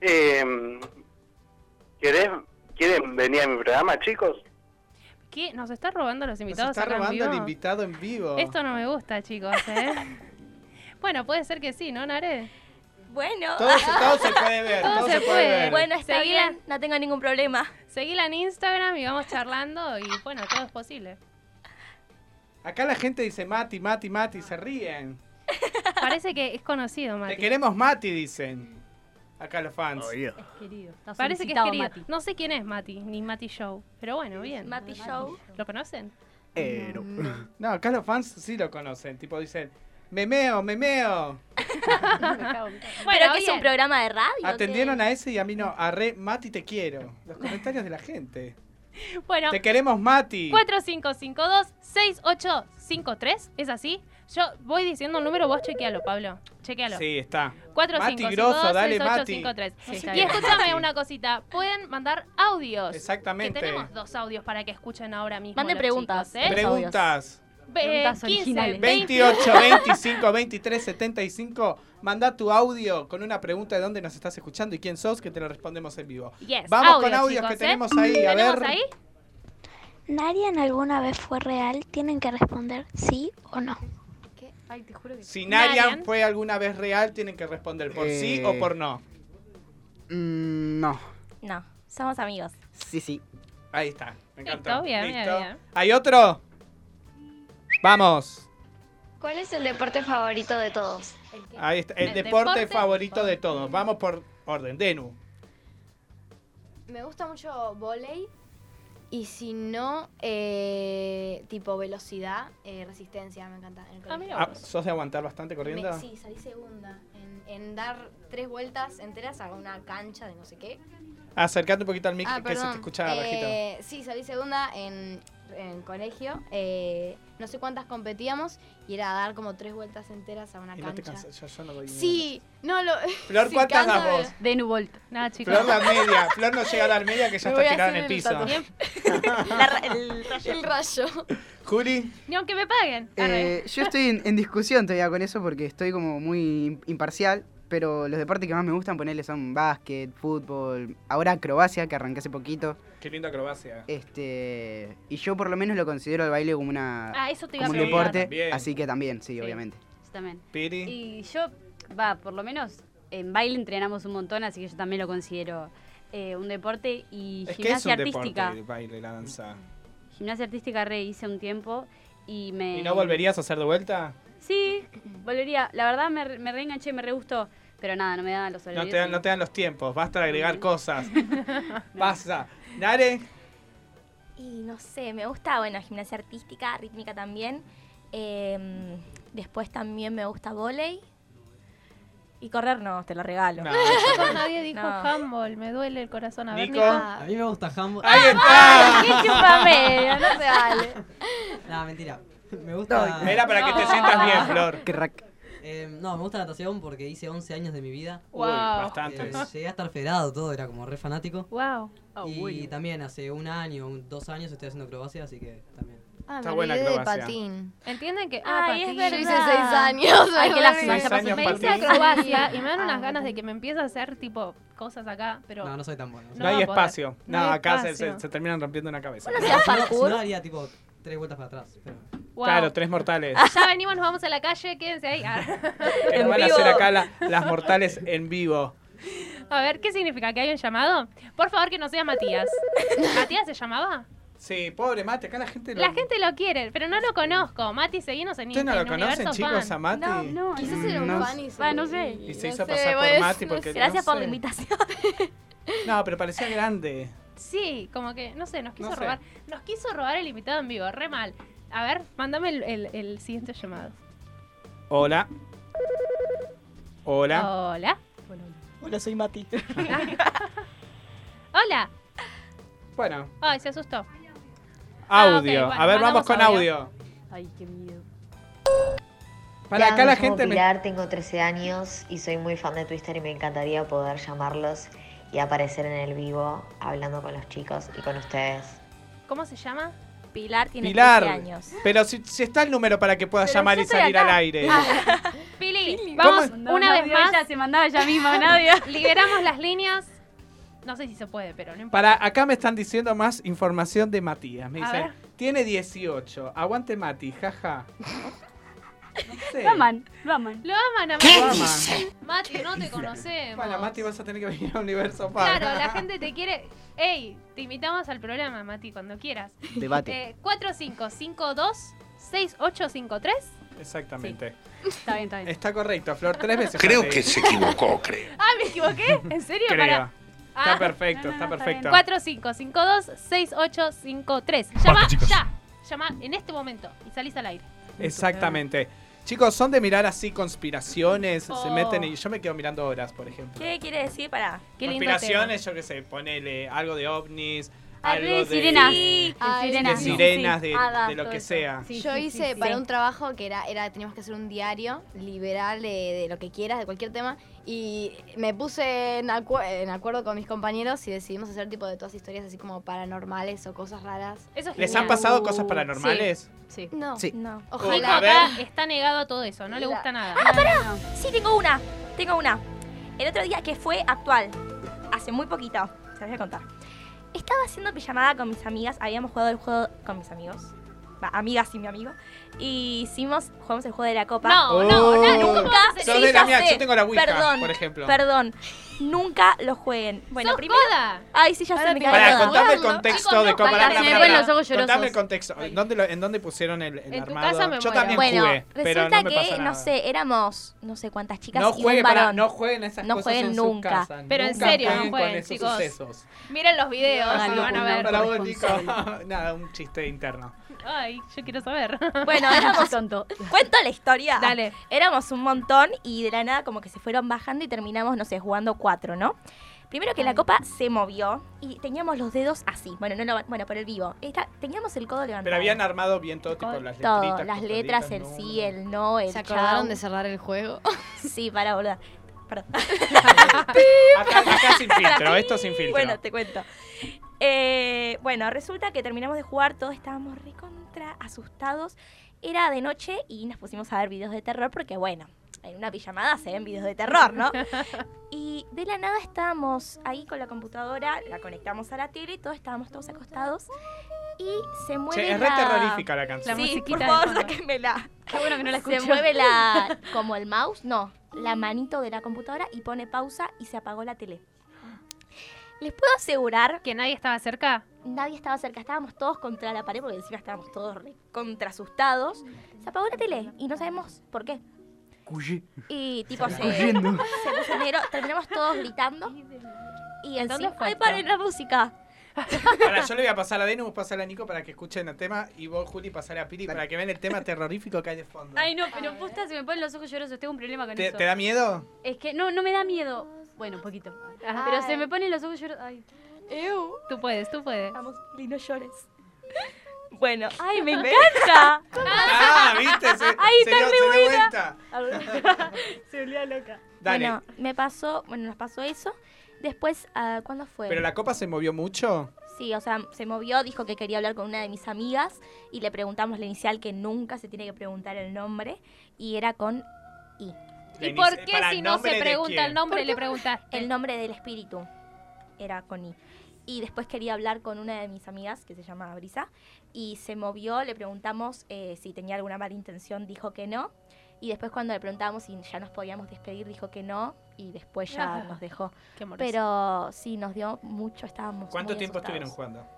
Speaker 8: Eh, ¿querés, ¿Quieren venir a mi programa, chicos?
Speaker 2: ¿Qué? ¿Nos está robando los
Speaker 1: Nos
Speaker 2: invitados?
Speaker 1: está
Speaker 2: acá en
Speaker 1: robando
Speaker 2: vivo?
Speaker 1: el invitado en vivo.
Speaker 2: Esto no me gusta, chicos, ¿eh? bueno, puede ser que sí, ¿no, Nare?
Speaker 3: Bueno.
Speaker 1: Todo, se- todo se puede ver.
Speaker 2: Todo
Speaker 1: todo
Speaker 2: se
Speaker 1: se puede
Speaker 2: puede.
Speaker 1: ver.
Speaker 3: Bueno, está
Speaker 2: Seguía.
Speaker 3: bien. No tengo ningún problema.
Speaker 2: Seguila en Instagram y vamos charlando y bueno, todo es posible.
Speaker 1: Acá la gente dice Mati, Mati, Mati, se ríen.
Speaker 2: Parece que es conocido, Mati.
Speaker 1: Te queremos Mati, dicen. Acá los fans.
Speaker 5: es querido. Está
Speaker 2: Parece que es
Speaker 5: solicitado,
Speaker 2: querido.
Speaker 5: Mati.
Speaker 2: No sé quién es Mati, ni Mati Show. Pero bueno, bien.
Speaker 3: Mati Show.
Speaker 2: ¿Lo conocen?
Speaker 4: Eh, no.
Speaker 1: No, acá los fans sí lo conocen. Tipo dicen, memeo, memeo.
Speaker 5: Me cago en todo.
Speaker 2: Bueno,
Speaker 3: Pero que es un
Speaker 2: bien.
Speaker 3: programa de radio.
Speaker 1: Atendieron
Speaker 3: ¿qué?
Speaker 1: a ese y a mí no. Arre, Mati, te quiero. Los comentarios de la gente.
Speaker 2: Bueno,
Speaker 1: Te queremos Mati.
Speaker 2: 4552-6853, ¿es así? Yo voy diciendo un número, vos chequealo, Pablo. Chequealo.
Speaker 1: Sí, está. Mati
Speaker 2: 4552
Speaker 1: Grosso, dale, Mati.
Speaker 2: 6853.
Speaker 5: Sí, está
Speaker 2: Y
Speaker 5: bien.
Speaker 2: escúchame una cosita, pueden mandar audios.
Speaker 1: Exactamente.
Speaker 2: Que tenemos dos audios para que escuchen ahora mismo.
Speaker 3: Manden
Speaker 2: los
Speaker 3: preguntas.
Speaker 2: chicos, ¿eh?
Speaker 3: Pre-
Speaker 1: Preguntas.
Speaker 2: Ve-
Speaker 5: preguntas
Speaker 2: 15,
Speaker 5: originales.
Speaker 1: 28, 25, 23, 75. Manda tu audio con una pregunta de dónde nos estás escuchando y quién sos, que te lo respondemos en vivo.
Speaker 2: Yes,
Speaker 1: Vamos con
Speaker 2: audio,
Speaker 1: audios que
Speaker 2: chicos, ¿eh?
Speaker 1: tenemos ahí. A
Speaker 2: ¿Tenemos
Speaker 1: ver.
Speaker 2: ahí?
Speaker 9: ¿Narian alguna vez fue real? Tienen que responder sí o no.
Speaker 5: Ay, te juro que.
Speaker 1: Si Narian,
Speaker 2: Narian.
Speaker 1: fue alguna vez real, tienen que responder por sí
Speaker 4: Eh.
Speaker 1: o por no.
Speaker 4: Mm, no.
Speaker 3: No, somos amigos.
Speaker 4: Sí, sí.
Speaker 1: Ahí está. Me encantó.
Speaker 2: Listo, bien, bien,
Speaker 1: Listo.
Speaker 2: bien.
Speaker 1: ¿Hay otro? Vamos.
Speaker 9: ¿Cuál es el deporte favorito de todos?
Speaker 1: Ahí está. El,
Speaker 2: El
Speaker 1: deporte,
Speaker 2: deporte
Speaker 1: favorito de todos. Vamos por orden. Denu.
Speaker 7: Me gusta mucho volei y si no, eh, tipo velocidad, eh, resistencia, me encanta. En el
Speaker 2: Ah,
Speaker 7: colegio.
Speaker 2: mira
Speaker 1: Ah, ¿Sos de aguantar bastante corriendo?
Speaker 7: Me- sí, salí segunda en, en dar tres vueltas enteras a una cancha de no sé qué.
Speaker 1: Acercate un poquito al mic
Speaker 7: Ah,
Speaker 1: que se te
Speaker 7: perdón.
Speaker 1: escucha bajito.
Speaker 7: Eh, sí, salí segunda en, en colegio eh, no sé cuántas competíamos y era dar como tres vueltas enteras a una
Speaker 1: Y no te
Speaker 7: cancha.
Speaker 1: cansas, yo, yo no doy ni
Speaker 7: sí, no lo.
Speaker 1: Flor,
Speaker 7: sí,
Speaker 1: ¿cuántas
Speaker 7: cansa
Speaker 1: das
Speaker 7: de-
Speaker 1: vos?
Speaker 5: De Nubolt.
Speaker 2: Nada,
Speaker 1: una.
Speaker 2: chicos.
Speaker 1: Flor la media, Flor no llega a la media que ya
Speaker 7: Me voy
Speaker 1: está
Speaker 7: a
Speaker 1: tirada en
Speaker 7: hacer
Speaker 1: el
Speaker 7: el
Speaker 1: piso.
Speaker 7: tatuaje.
Speaker 3: La ra- el rayo.
Speaker 7: El rayo.
Speaker 1: Juli,
Speaker 2: Ni aunque me paguen. Arre.
Speaker 4: Eh, yo estoy en, en discusión todavía con eso porque estoy como muy imparcial, pero los deportes que más me gustan ponerle son básquet, fútbol, ahora acrobacia, que arranqué hace poquito.
Speaker 1: qué linda acrobacia.
Speaker 4: Este, y yo por lo menos lo considero el baile como una
Speaker 2: Ah, eso te iba
Speaker 4: como un
Speaker 2: a preguntar.
Speaker 4: deporte,
Speaker 1: Bien.
Speaker 4: así que también, sí, obviamente.
Speaker 5: Yo también.
Speaker 1: Piri,
Speaker 5: Y yo, va, por lo menos en baile entrenamos un montón, así que yo también lo considero eh, un deporte y
Speaker 1: es que es un
Speaker 5: gimnasia artística.
Speaker 1: deporte el baile, la danza.
Speaker 5: Gimnasia artística re hice un tiempo y me...
Speaker 2: Eh.
Speaker 1: ¿Y no volverías a hacer de vuelta?
Speaker 5: Sí, volvería. La verdad me, re- me reenganché, me re gustó, pero nada, no me daban los
Speaker 1: No
Speaker 5: horarios.
Speaker 1: te, dan, no te dan los tiempos, basta de agregar cosas. Pasa. Nare,
Speaker 3: Y no sé, me gusta, bueno, gimnasia artística, rítmica también. Em, después también me gusta volei. Y correr no, te lo regalo.
Speaker 1: No.
Speaker 2: Yo nadie dijo
Speaker 3: No.
Speaker 2: handball, me duele el corazón. A ver,
Speaker 1: Nico.
Speaker 2: Nico.
Speaker 7: Ah,
Speaker 6: A mí me gusta handball.
Speaker 1: ahí está.
Speaker 5: ¡Qué chupamedia!
Speaker 7: No se vale.
Speaker 6: Ah, No, mentira. Me gusta.
Speaker 1: Era para que te sientas bien, Flor.
Speaker 4: Crack.
Speaker 6: eh, no, me gusta natación porque hice 11 años de mi vida.
Speaker 1: Uy, bastante.
Speaker 6: Eh, llegué a estar federado todo, era como re fanático.
Speaker 2: Wow.
Speaker 6: y también hace un año, un- dos años estoy haciendo acrobacia, así que también.
Speaker 7: Ah,
Speaker 1: Está
Speaker 7: me
Speaker 1: buena
Speaker 7: olvidé de
Speaker 1: acrobacia.
Speaker 7: patín.
Speaker 2: ¿Entienden que.?
Speaker 3: Ay, es
Speaker 2: patín.
Speaker 7: Yo
Speaker 3: verdad.
Speaker 7: hice seis años.
Speaker 5: Ay, qué
Speaker 7: me
Speaker 5: lástima,
Speaker 7: olvidé.
Speaker 5: ya
Speaker 1: Seis
Speaker 5: pasó.
Speaker 1: años
Speaker 2: Me hice
Speaker 1: patín.
Speaker 2: acrobacia y me dan unas
Speaker 7: Ah,
Speaker 2: ganas de
Speaker 7: bueno.
Speaker 2: que me empieces a hacer tipo cosas acá, pero.
Speaker 6: No, no soy tan bueno.
Speaker 1: No,
Speaker 2: No va
Speaker 1: hay
Speaker 2: a poder.
Speaker 1: espacio. No,
Speaker 2: No hay
Speaker 1: acá se-
Speaker 2: espacio.
Speaker 1: Se, se terminan rompiendo una cabeza.
Speaker 3: No seas
Speaker 6: No,
Speaker 3: parkour.
Speaker 6: no haría tipo tres vueltas para atrás. pero-
Speaker 2: Wow.
Speaker 1: Claro, tres mortales.
Speaker 2: Ya venimos, nos vamos a la calle, quédense ahí. Ah.
Speaker 1: Que nos
Speaker 3: En
Speaker 1: van a hacer
Speaker 3: vivo.
Speaker 1: acá la- las mortales en vivo.
Speaker 2: A ver, ¿qué significa? ¿Que hay un llamado? Por favor, que no sea Matías. ¿Matías se llamaba?
Speaker 1: Sí, pobre Mate, acá la gente lo...
Speaker 2: La gente lo quiere, pero no lo conozco. Mati, seguinos en
Speaker 1: ¿Ustedes no
Speaker 2: Instagram.
Speaker 1: lo conocen, chicos, a Mate?
Speaker 5: No, no.
Speaker 7: Quizás era un
Speaker 4: No
Speaker 7: fan y
Speaker 4: sé.
Speaker 7: se-
Speaker 5: Va, no sé.
Speaker 1: Y se
Speaker 7: no
Speaker 1: hizo
Speaker 7: sé,
Speaker 1: pasar por
Speaker 7: pues,
Speaker 1: Mati
Speaker 7: no
Speaker 1: porque...
Speaker 7: sé.
Speaker 3: Gracias
Speaker 1: no
Speaker 3: por
Speaker 1: sé.
Speaker 3: la invitación.
Speaker 1: No, pero parecía grande.
Speaker 2: Sí, como que, no sé, nos quiso
Speaker 1: No sé.
Speaker 2: robar. Nos quiso robar el invitado en vivo, re mal. A ver, mándame el, el- el siguiente llamado.
Speaker 1: Hola. Hola.
Speaker 2: Hola.
Speaker 10: Hola, soy Mati.
Speaker 2: Hola.
Speaker 1: Bueno,
Speaker 2: Ay, se asustó. Ah, ok,
Speaker 1: audio.
Speaker 2: bueno,
Speaker 1: a ver,
Speaker 2: mandamos
Speaker 1: vamos con
Speaker 2: audio.
Speaker 1: audio.
Speaker 5: Ay, qué miedo.
Speaker 1: Para acá la gente... me-
Speaker 11: Pilar, tengo 13 años y soy muy fan de Twister y me encantaría poder llamarlos y aparecer en el vivo hablando con los chicos y con ustedes.
Speaker 2: ¿Cómo se llama?
Speaker 3: Pilar tiene 13
Speaker 1: Pilar,
Speaker 3: años.
Speaker 1: pero si, si está el número para que puedas
Speaker 3: Pero
Speaker 1: llamar
Speaker 3: yo
Speaker 1: y
Speaker 3: estoy
Speaker 1: salir
Speaker 3: acá.
Speaker 1: al aire.
Speaker 2: Ah. Pili, vamos
Speaker 5: Mandaba
Speaker 2: una vez
Speaker 5: audio
Speaker 2: más.
Speaker 5: ella, se mandaba ella misma, nadie.
Speaker 2: Liberamos las líneas. No sé si se puede, pero no importa.
Speaker 1: Para acá me están diciendo más información de Matías. Me
Speaker 2: A
Speaker 1: dicen,
Speaker 2: ver.
Speaker 1: tiene 18. Aguante Mati, jaja. No sé.
Speaker 5: Lo aman, lo aman.
Speaker 2: Lo aman a
Speaker 1: Lo
Speaker 2: Mati.
Speaker 1: ama.
Speaker 2: Mati, no te conocemos.
Speaker 1: Bueno, Mati vas a tener que venir a Universo Park.
Speaker 2: Claro, la gente te quiere. Ey, te invitamos al programa, Mati, cuando quieras.
Speaker 4: Debate.
Speaker 2: Eh, 4552 6853.
Speaker 1: Exactamente.
Speaker 5: Está bien, está bien.
Speaker 1: Está correcto, Flor, tres veces.
Speaker 10: Creo
Speaker 1: Mati.
Speaker 10: que se equivocó, creo.
Speaker 2: Ah, me equivoqué. ¿En serio?
Speaker 1: Creo.
Speaker 2: Para.
Speaker 1: Está
Speaker 2: Ah,
Speaker 1: perfecto,
Speaker 5: no, no,
Speaker 1: está
Speaker 5: no, está
Speaker 1: perfecto.
Speaker 2: 4552 6853. Llama
Speaker 10: Vamos, chicos.
Speaker 2: ya. Llama en este momento y salís al aire.
Speaker 1: Exactamente. Chicos, son de mirar así conspiraciones, se
Speaker 2: Oh.
Speaker 1: meten y yo me quedo mirando horas, por ejemplo.
Speaker 3: ¿Qué quiere decir para?
Speaker 2: Qué lindo
Speaker 1: conspiraciones, yo qué sé, ponele algo de ovnis,
Speaker 5: Ay,
Speaker 1: algo
Speaker 5: re
Speaker 1: de
Speaker 5: sirenas.
Speaker 3: Sí.
Speaker 7: Ay,
Speaker 5: De
Speaker 1: de
Speaker 5: sirenas.
Speaker 7: no.
Speaker 1: sirenas,
Speaker 5: Sí,
Speaker 1: de,
Speaker 5: sí. Hadas,
Speaker 1: de lo
Speaker 5: todo
Speaker 1: que
Speaker 5: eso.
Speaker 1: sea.
Speaker 5: Sí,
Speaker 7: Yo
Speaker 5: sí, sí,
Speaker 7: hice
Speaker 5: sí.
Speaker 7: para un trabajo que era, era teníamos que hacer un diario liberal eh, de, lo que quieras, de cualquier tema, y me puse en, acu- en acuerdo con mis compañeros y decidimos hacer tipo de todas historias así como paranormales o cosas raras.
Speaker 2: Eso es
Speaker 1: ¿Les
Speaker 2: genial.
Speaker 1: han pasado cosas
Speaker 5: Uh,
Speaker 1: paranormales?
Speaker 5: Sí.
Speaker 7: No,
Speaker 4: Sí.
Speaker 3: No.
Speaker 1: Uy,
Speaker 2: Nico
Speaker 1: a
Speaker 7: ojalá.
Speaker 1: ver.
Speaker 2: acá está negado a todo eso, no le gusta nada.
Speaker 5: Ah, pará.
Speaker 3: Sí, tengo una. Tengo una. El otro día que fue actual, hace muy poquito, se los voy a contar. Estaba haciendo pijamada con mis amigas, habíamos jugado el juego con mis amigos. Va, amigas y mi amigo. Y hicimos, jugamos el juego de la copa.
Speaker 2: No, no, no,
Speaker 1: Oh.
Speaker 2: nunca
Speaker 3: nunca.
Speaker 1: Sos
Speaker 3: sí,
Speaker 1: de la
Speaker 3: ya
Speaker 1: mía,
Speaker 3: sé.
Speaker 1: yo tengo la Ouija,
Speaker 3: Perdón,
Speaker 1: por ejemplo.
Speaker 3: Perdón, nunca lo jueguen. Bueno,
Speaker 2: ¡Sos
Speaker 3: primero.
Speaker 2: joda!
Speaker 3: Ay, sí, ya
Speaker 7: Ahora
Speaker 3: se me
Speaker 7: te-
Speaker 3: cae
Speaker 1: Pará,
Speaker 7: Para,
Speaker 3: todo.
Speaker 1: contame el
Speaker 7: Chicos,
Speaker 1: contexto
Speaker 2: no,
Speaker 1: de cómo
Speaker 5: pará, se me ponen los ojos llorosos.
Speaker 1: Contame el contexto. ¿En dónde, lo- en dónde pusieron el, el
Speaker 2: En tu
Speaker 1: armado?
Speaker 2: casa me
Speaker 1: Yo
Speaker 2: muero.
Speaker 1: también
Speaker 3: Bueno,
Speaker 1: jugué, pero
Speaker 3: resulta
Speaker 1: no me
Speaker 3: que,
Speaker 1: pasa nada.
Speaker 3: no sé, éramos no sé cuántas chicas
Speaker 1: No
Speaker 3: y un
Speaker 1: jueguen, pará,
Speaker 3: varón.
Speaker 1: no jueguen a esas
Speaker 3: No
Speaker 1: cosas
Speaker 3: jueguen
Speaker 1: en
Speaker 3: nunca.
Speaker 1: sus casas.
Speaker 2: Pero en
Speaker 1: Nunca
Speaker 2: serio, no
Speaker 1: con
Speaker 2: jueguen,
Speaker 1: esos
Speaker 2: chicos.
Speaker 1: sucesos.
Speaker 2: Miren los videos,
Speaker 5: Háganlo
Speaker 2: lo van a
Speaker 5: con
Speaker 2: ver.
Speaker 5: una-
Speaker 1: Para vos, Nico.
Speaker 5: Responsable.
Speaker 1: Nada, un chiste interno.
Speaker 2: Ay, yo quiero saber.
Speaker 3: Bueno,
Speaker 5: Éramos
Speaker 3: éramos.
Speaker 5: tonto.
Speaker 3: Cuento la historia.
Speaker 2: Dale.
Speaker 3: Éramos un montón y de la nada como que se fueron bajando y terminamos, no sé, jugando cuatro, ¿no? Primero que la copa se movió y teníamos los dedos así. Bueno, no, lo- bueno, por el vivo. Esta- teníamos el codo levantado.
Speaker 1: Pero habían armado bien todo, tipo las
Speaker 3: Todo,
Speaker 1: letritas.
Speaker 3: las
Speaker 1: costaditas,
Speaker 3: letras, el
Speaker 1: ¿no?
Speaker 3: sí, el no, el
Speaker 7: ¿Se acordaron
Speaker 3: chau.
Speaker 7: de cerrar el juego?
Speaker 3: Sí, para, boluda. Perdón.
Speaker 1: Acá, acá sin filtro, esto sin filtro.
Speaker 3: Bueno, te cuento. Eh, bueno, resulta que terminamos de jugar, todos estábamos recontra asustados. Era de noche y nos pusimos a ver videos de terror porque, bueno, en una pijamada se ven videos de terror, ¿no? Y de la nada estábamos ahí con la computadora, la conectamos a la tele, todos estábamos todos acostados y se mueve
Speaker 1: Che, es re
Speaker 3: la...
Speaker 1: terrorífica la canción.
Speaker 3: sí, por
Speaker 5: musiquita de
Speaker 3: favor,
Speaker 5: fondo.
Speaker 3: sáquenmela.
Speaker 5: Qué bueno que no la
Speaker 3: Se
Speaker 5: escucho.
Speaker 3: mueve la... como el mouse, no, la manito de la computadora y pone pausa y se apagó la tele. Les puedo asegurar
Speaker 2: que nadie estaba cerca.
Speaker 3: Nadie estaba cerca, estábamos todos contra la pared porque encima estábamos todos re contra asustados. Se apagó la tele y no sabemos por qué. Y tipo se,
Speaker 4: Se corriendo.
Speaker 3: se puso negro, terminamos todos gritando. Y
Speaker 2: ¿En dónde
Speaker 3: encima,
Speaker 2: fue
Speaker 3: ¡ay,
Speaker 2: esto?
Speaker 3: paren la música!
Speaker 1: Ahora yo le voy a pasar a Denu, pasar a Nico para que escuchen el tema y vos, Juli, pasar a Piri para que vean el tema terrorífico que hay de fondo.
Speaker 5: Ay, no, pero posta, se me ponen los ojos llorosos. Tengo un problema con
Speaker 1: ¿Te,
Speaker 5: eso.
Speaker 1: te da miedo?
Speaker 5: Es que no, no me da miedo. Bueno, un poquito. Pero se me ponen los ojos llorosos. Ay.
Speaker 3: ¡Ew!
Speaker 2: Tú puedes, tú puedes.
Speaker 3: Vamos, y no llores. Bueno, ¡ay, me encanta!
Speaker 1: Ah, viste, se,
Speaker 3: Ahí
Speaker 1: se
Speaker 3: está
Speaker 1: dio-
Speaker 3: re
Speaker 1: se dio
Speaker 3: buena.
Speaker 1: vuelta.
Speaker 5: se volvía loca.
Speaker 1: Dale.
Speaker 3: Bueno, me pasó, bueno, nos pasó eso. Después, ah, ¿cuándo fue?
Speaker 1: Pero la copa se movió mucho.
Speaker 3: Sí, o sea, se movió, dijo que quería hablar con una de mis amigas y le preguntamos la inicial que nunca se tiene que preguntar el nombre y era con I.
Speaker 2: ¿Y
Speaker 1: eh,
Speaker 2: por qué si no se pregunta el nombre
Speaker 3: ¿Por
Speaker 2: le
Speaker 3: qué?
Speaker 2: preguntaste?
Speaker 3: El nombre del espíritu era con I. Y después quería hablar con una de mis amigas que se llama Brisa y se movió, le preguntamos eh, si tenía alguna mala intención, dijo que no. Y después cuando le preguntamos si ya nos podíamos despedir, dijo que no y después ya
Speaker 2: Ah,
Speaker 3: nos dejó.
Speaker 2: Qué amoroso.
Speaker 3: Pero sí, nos dio mucho, estábamos
Speaker 1: ¿Cuánto
Speaker 3: muy
Speaker 1: tiempo
Speaker 3: asustados.
Speaker 1: estuvieron jugando?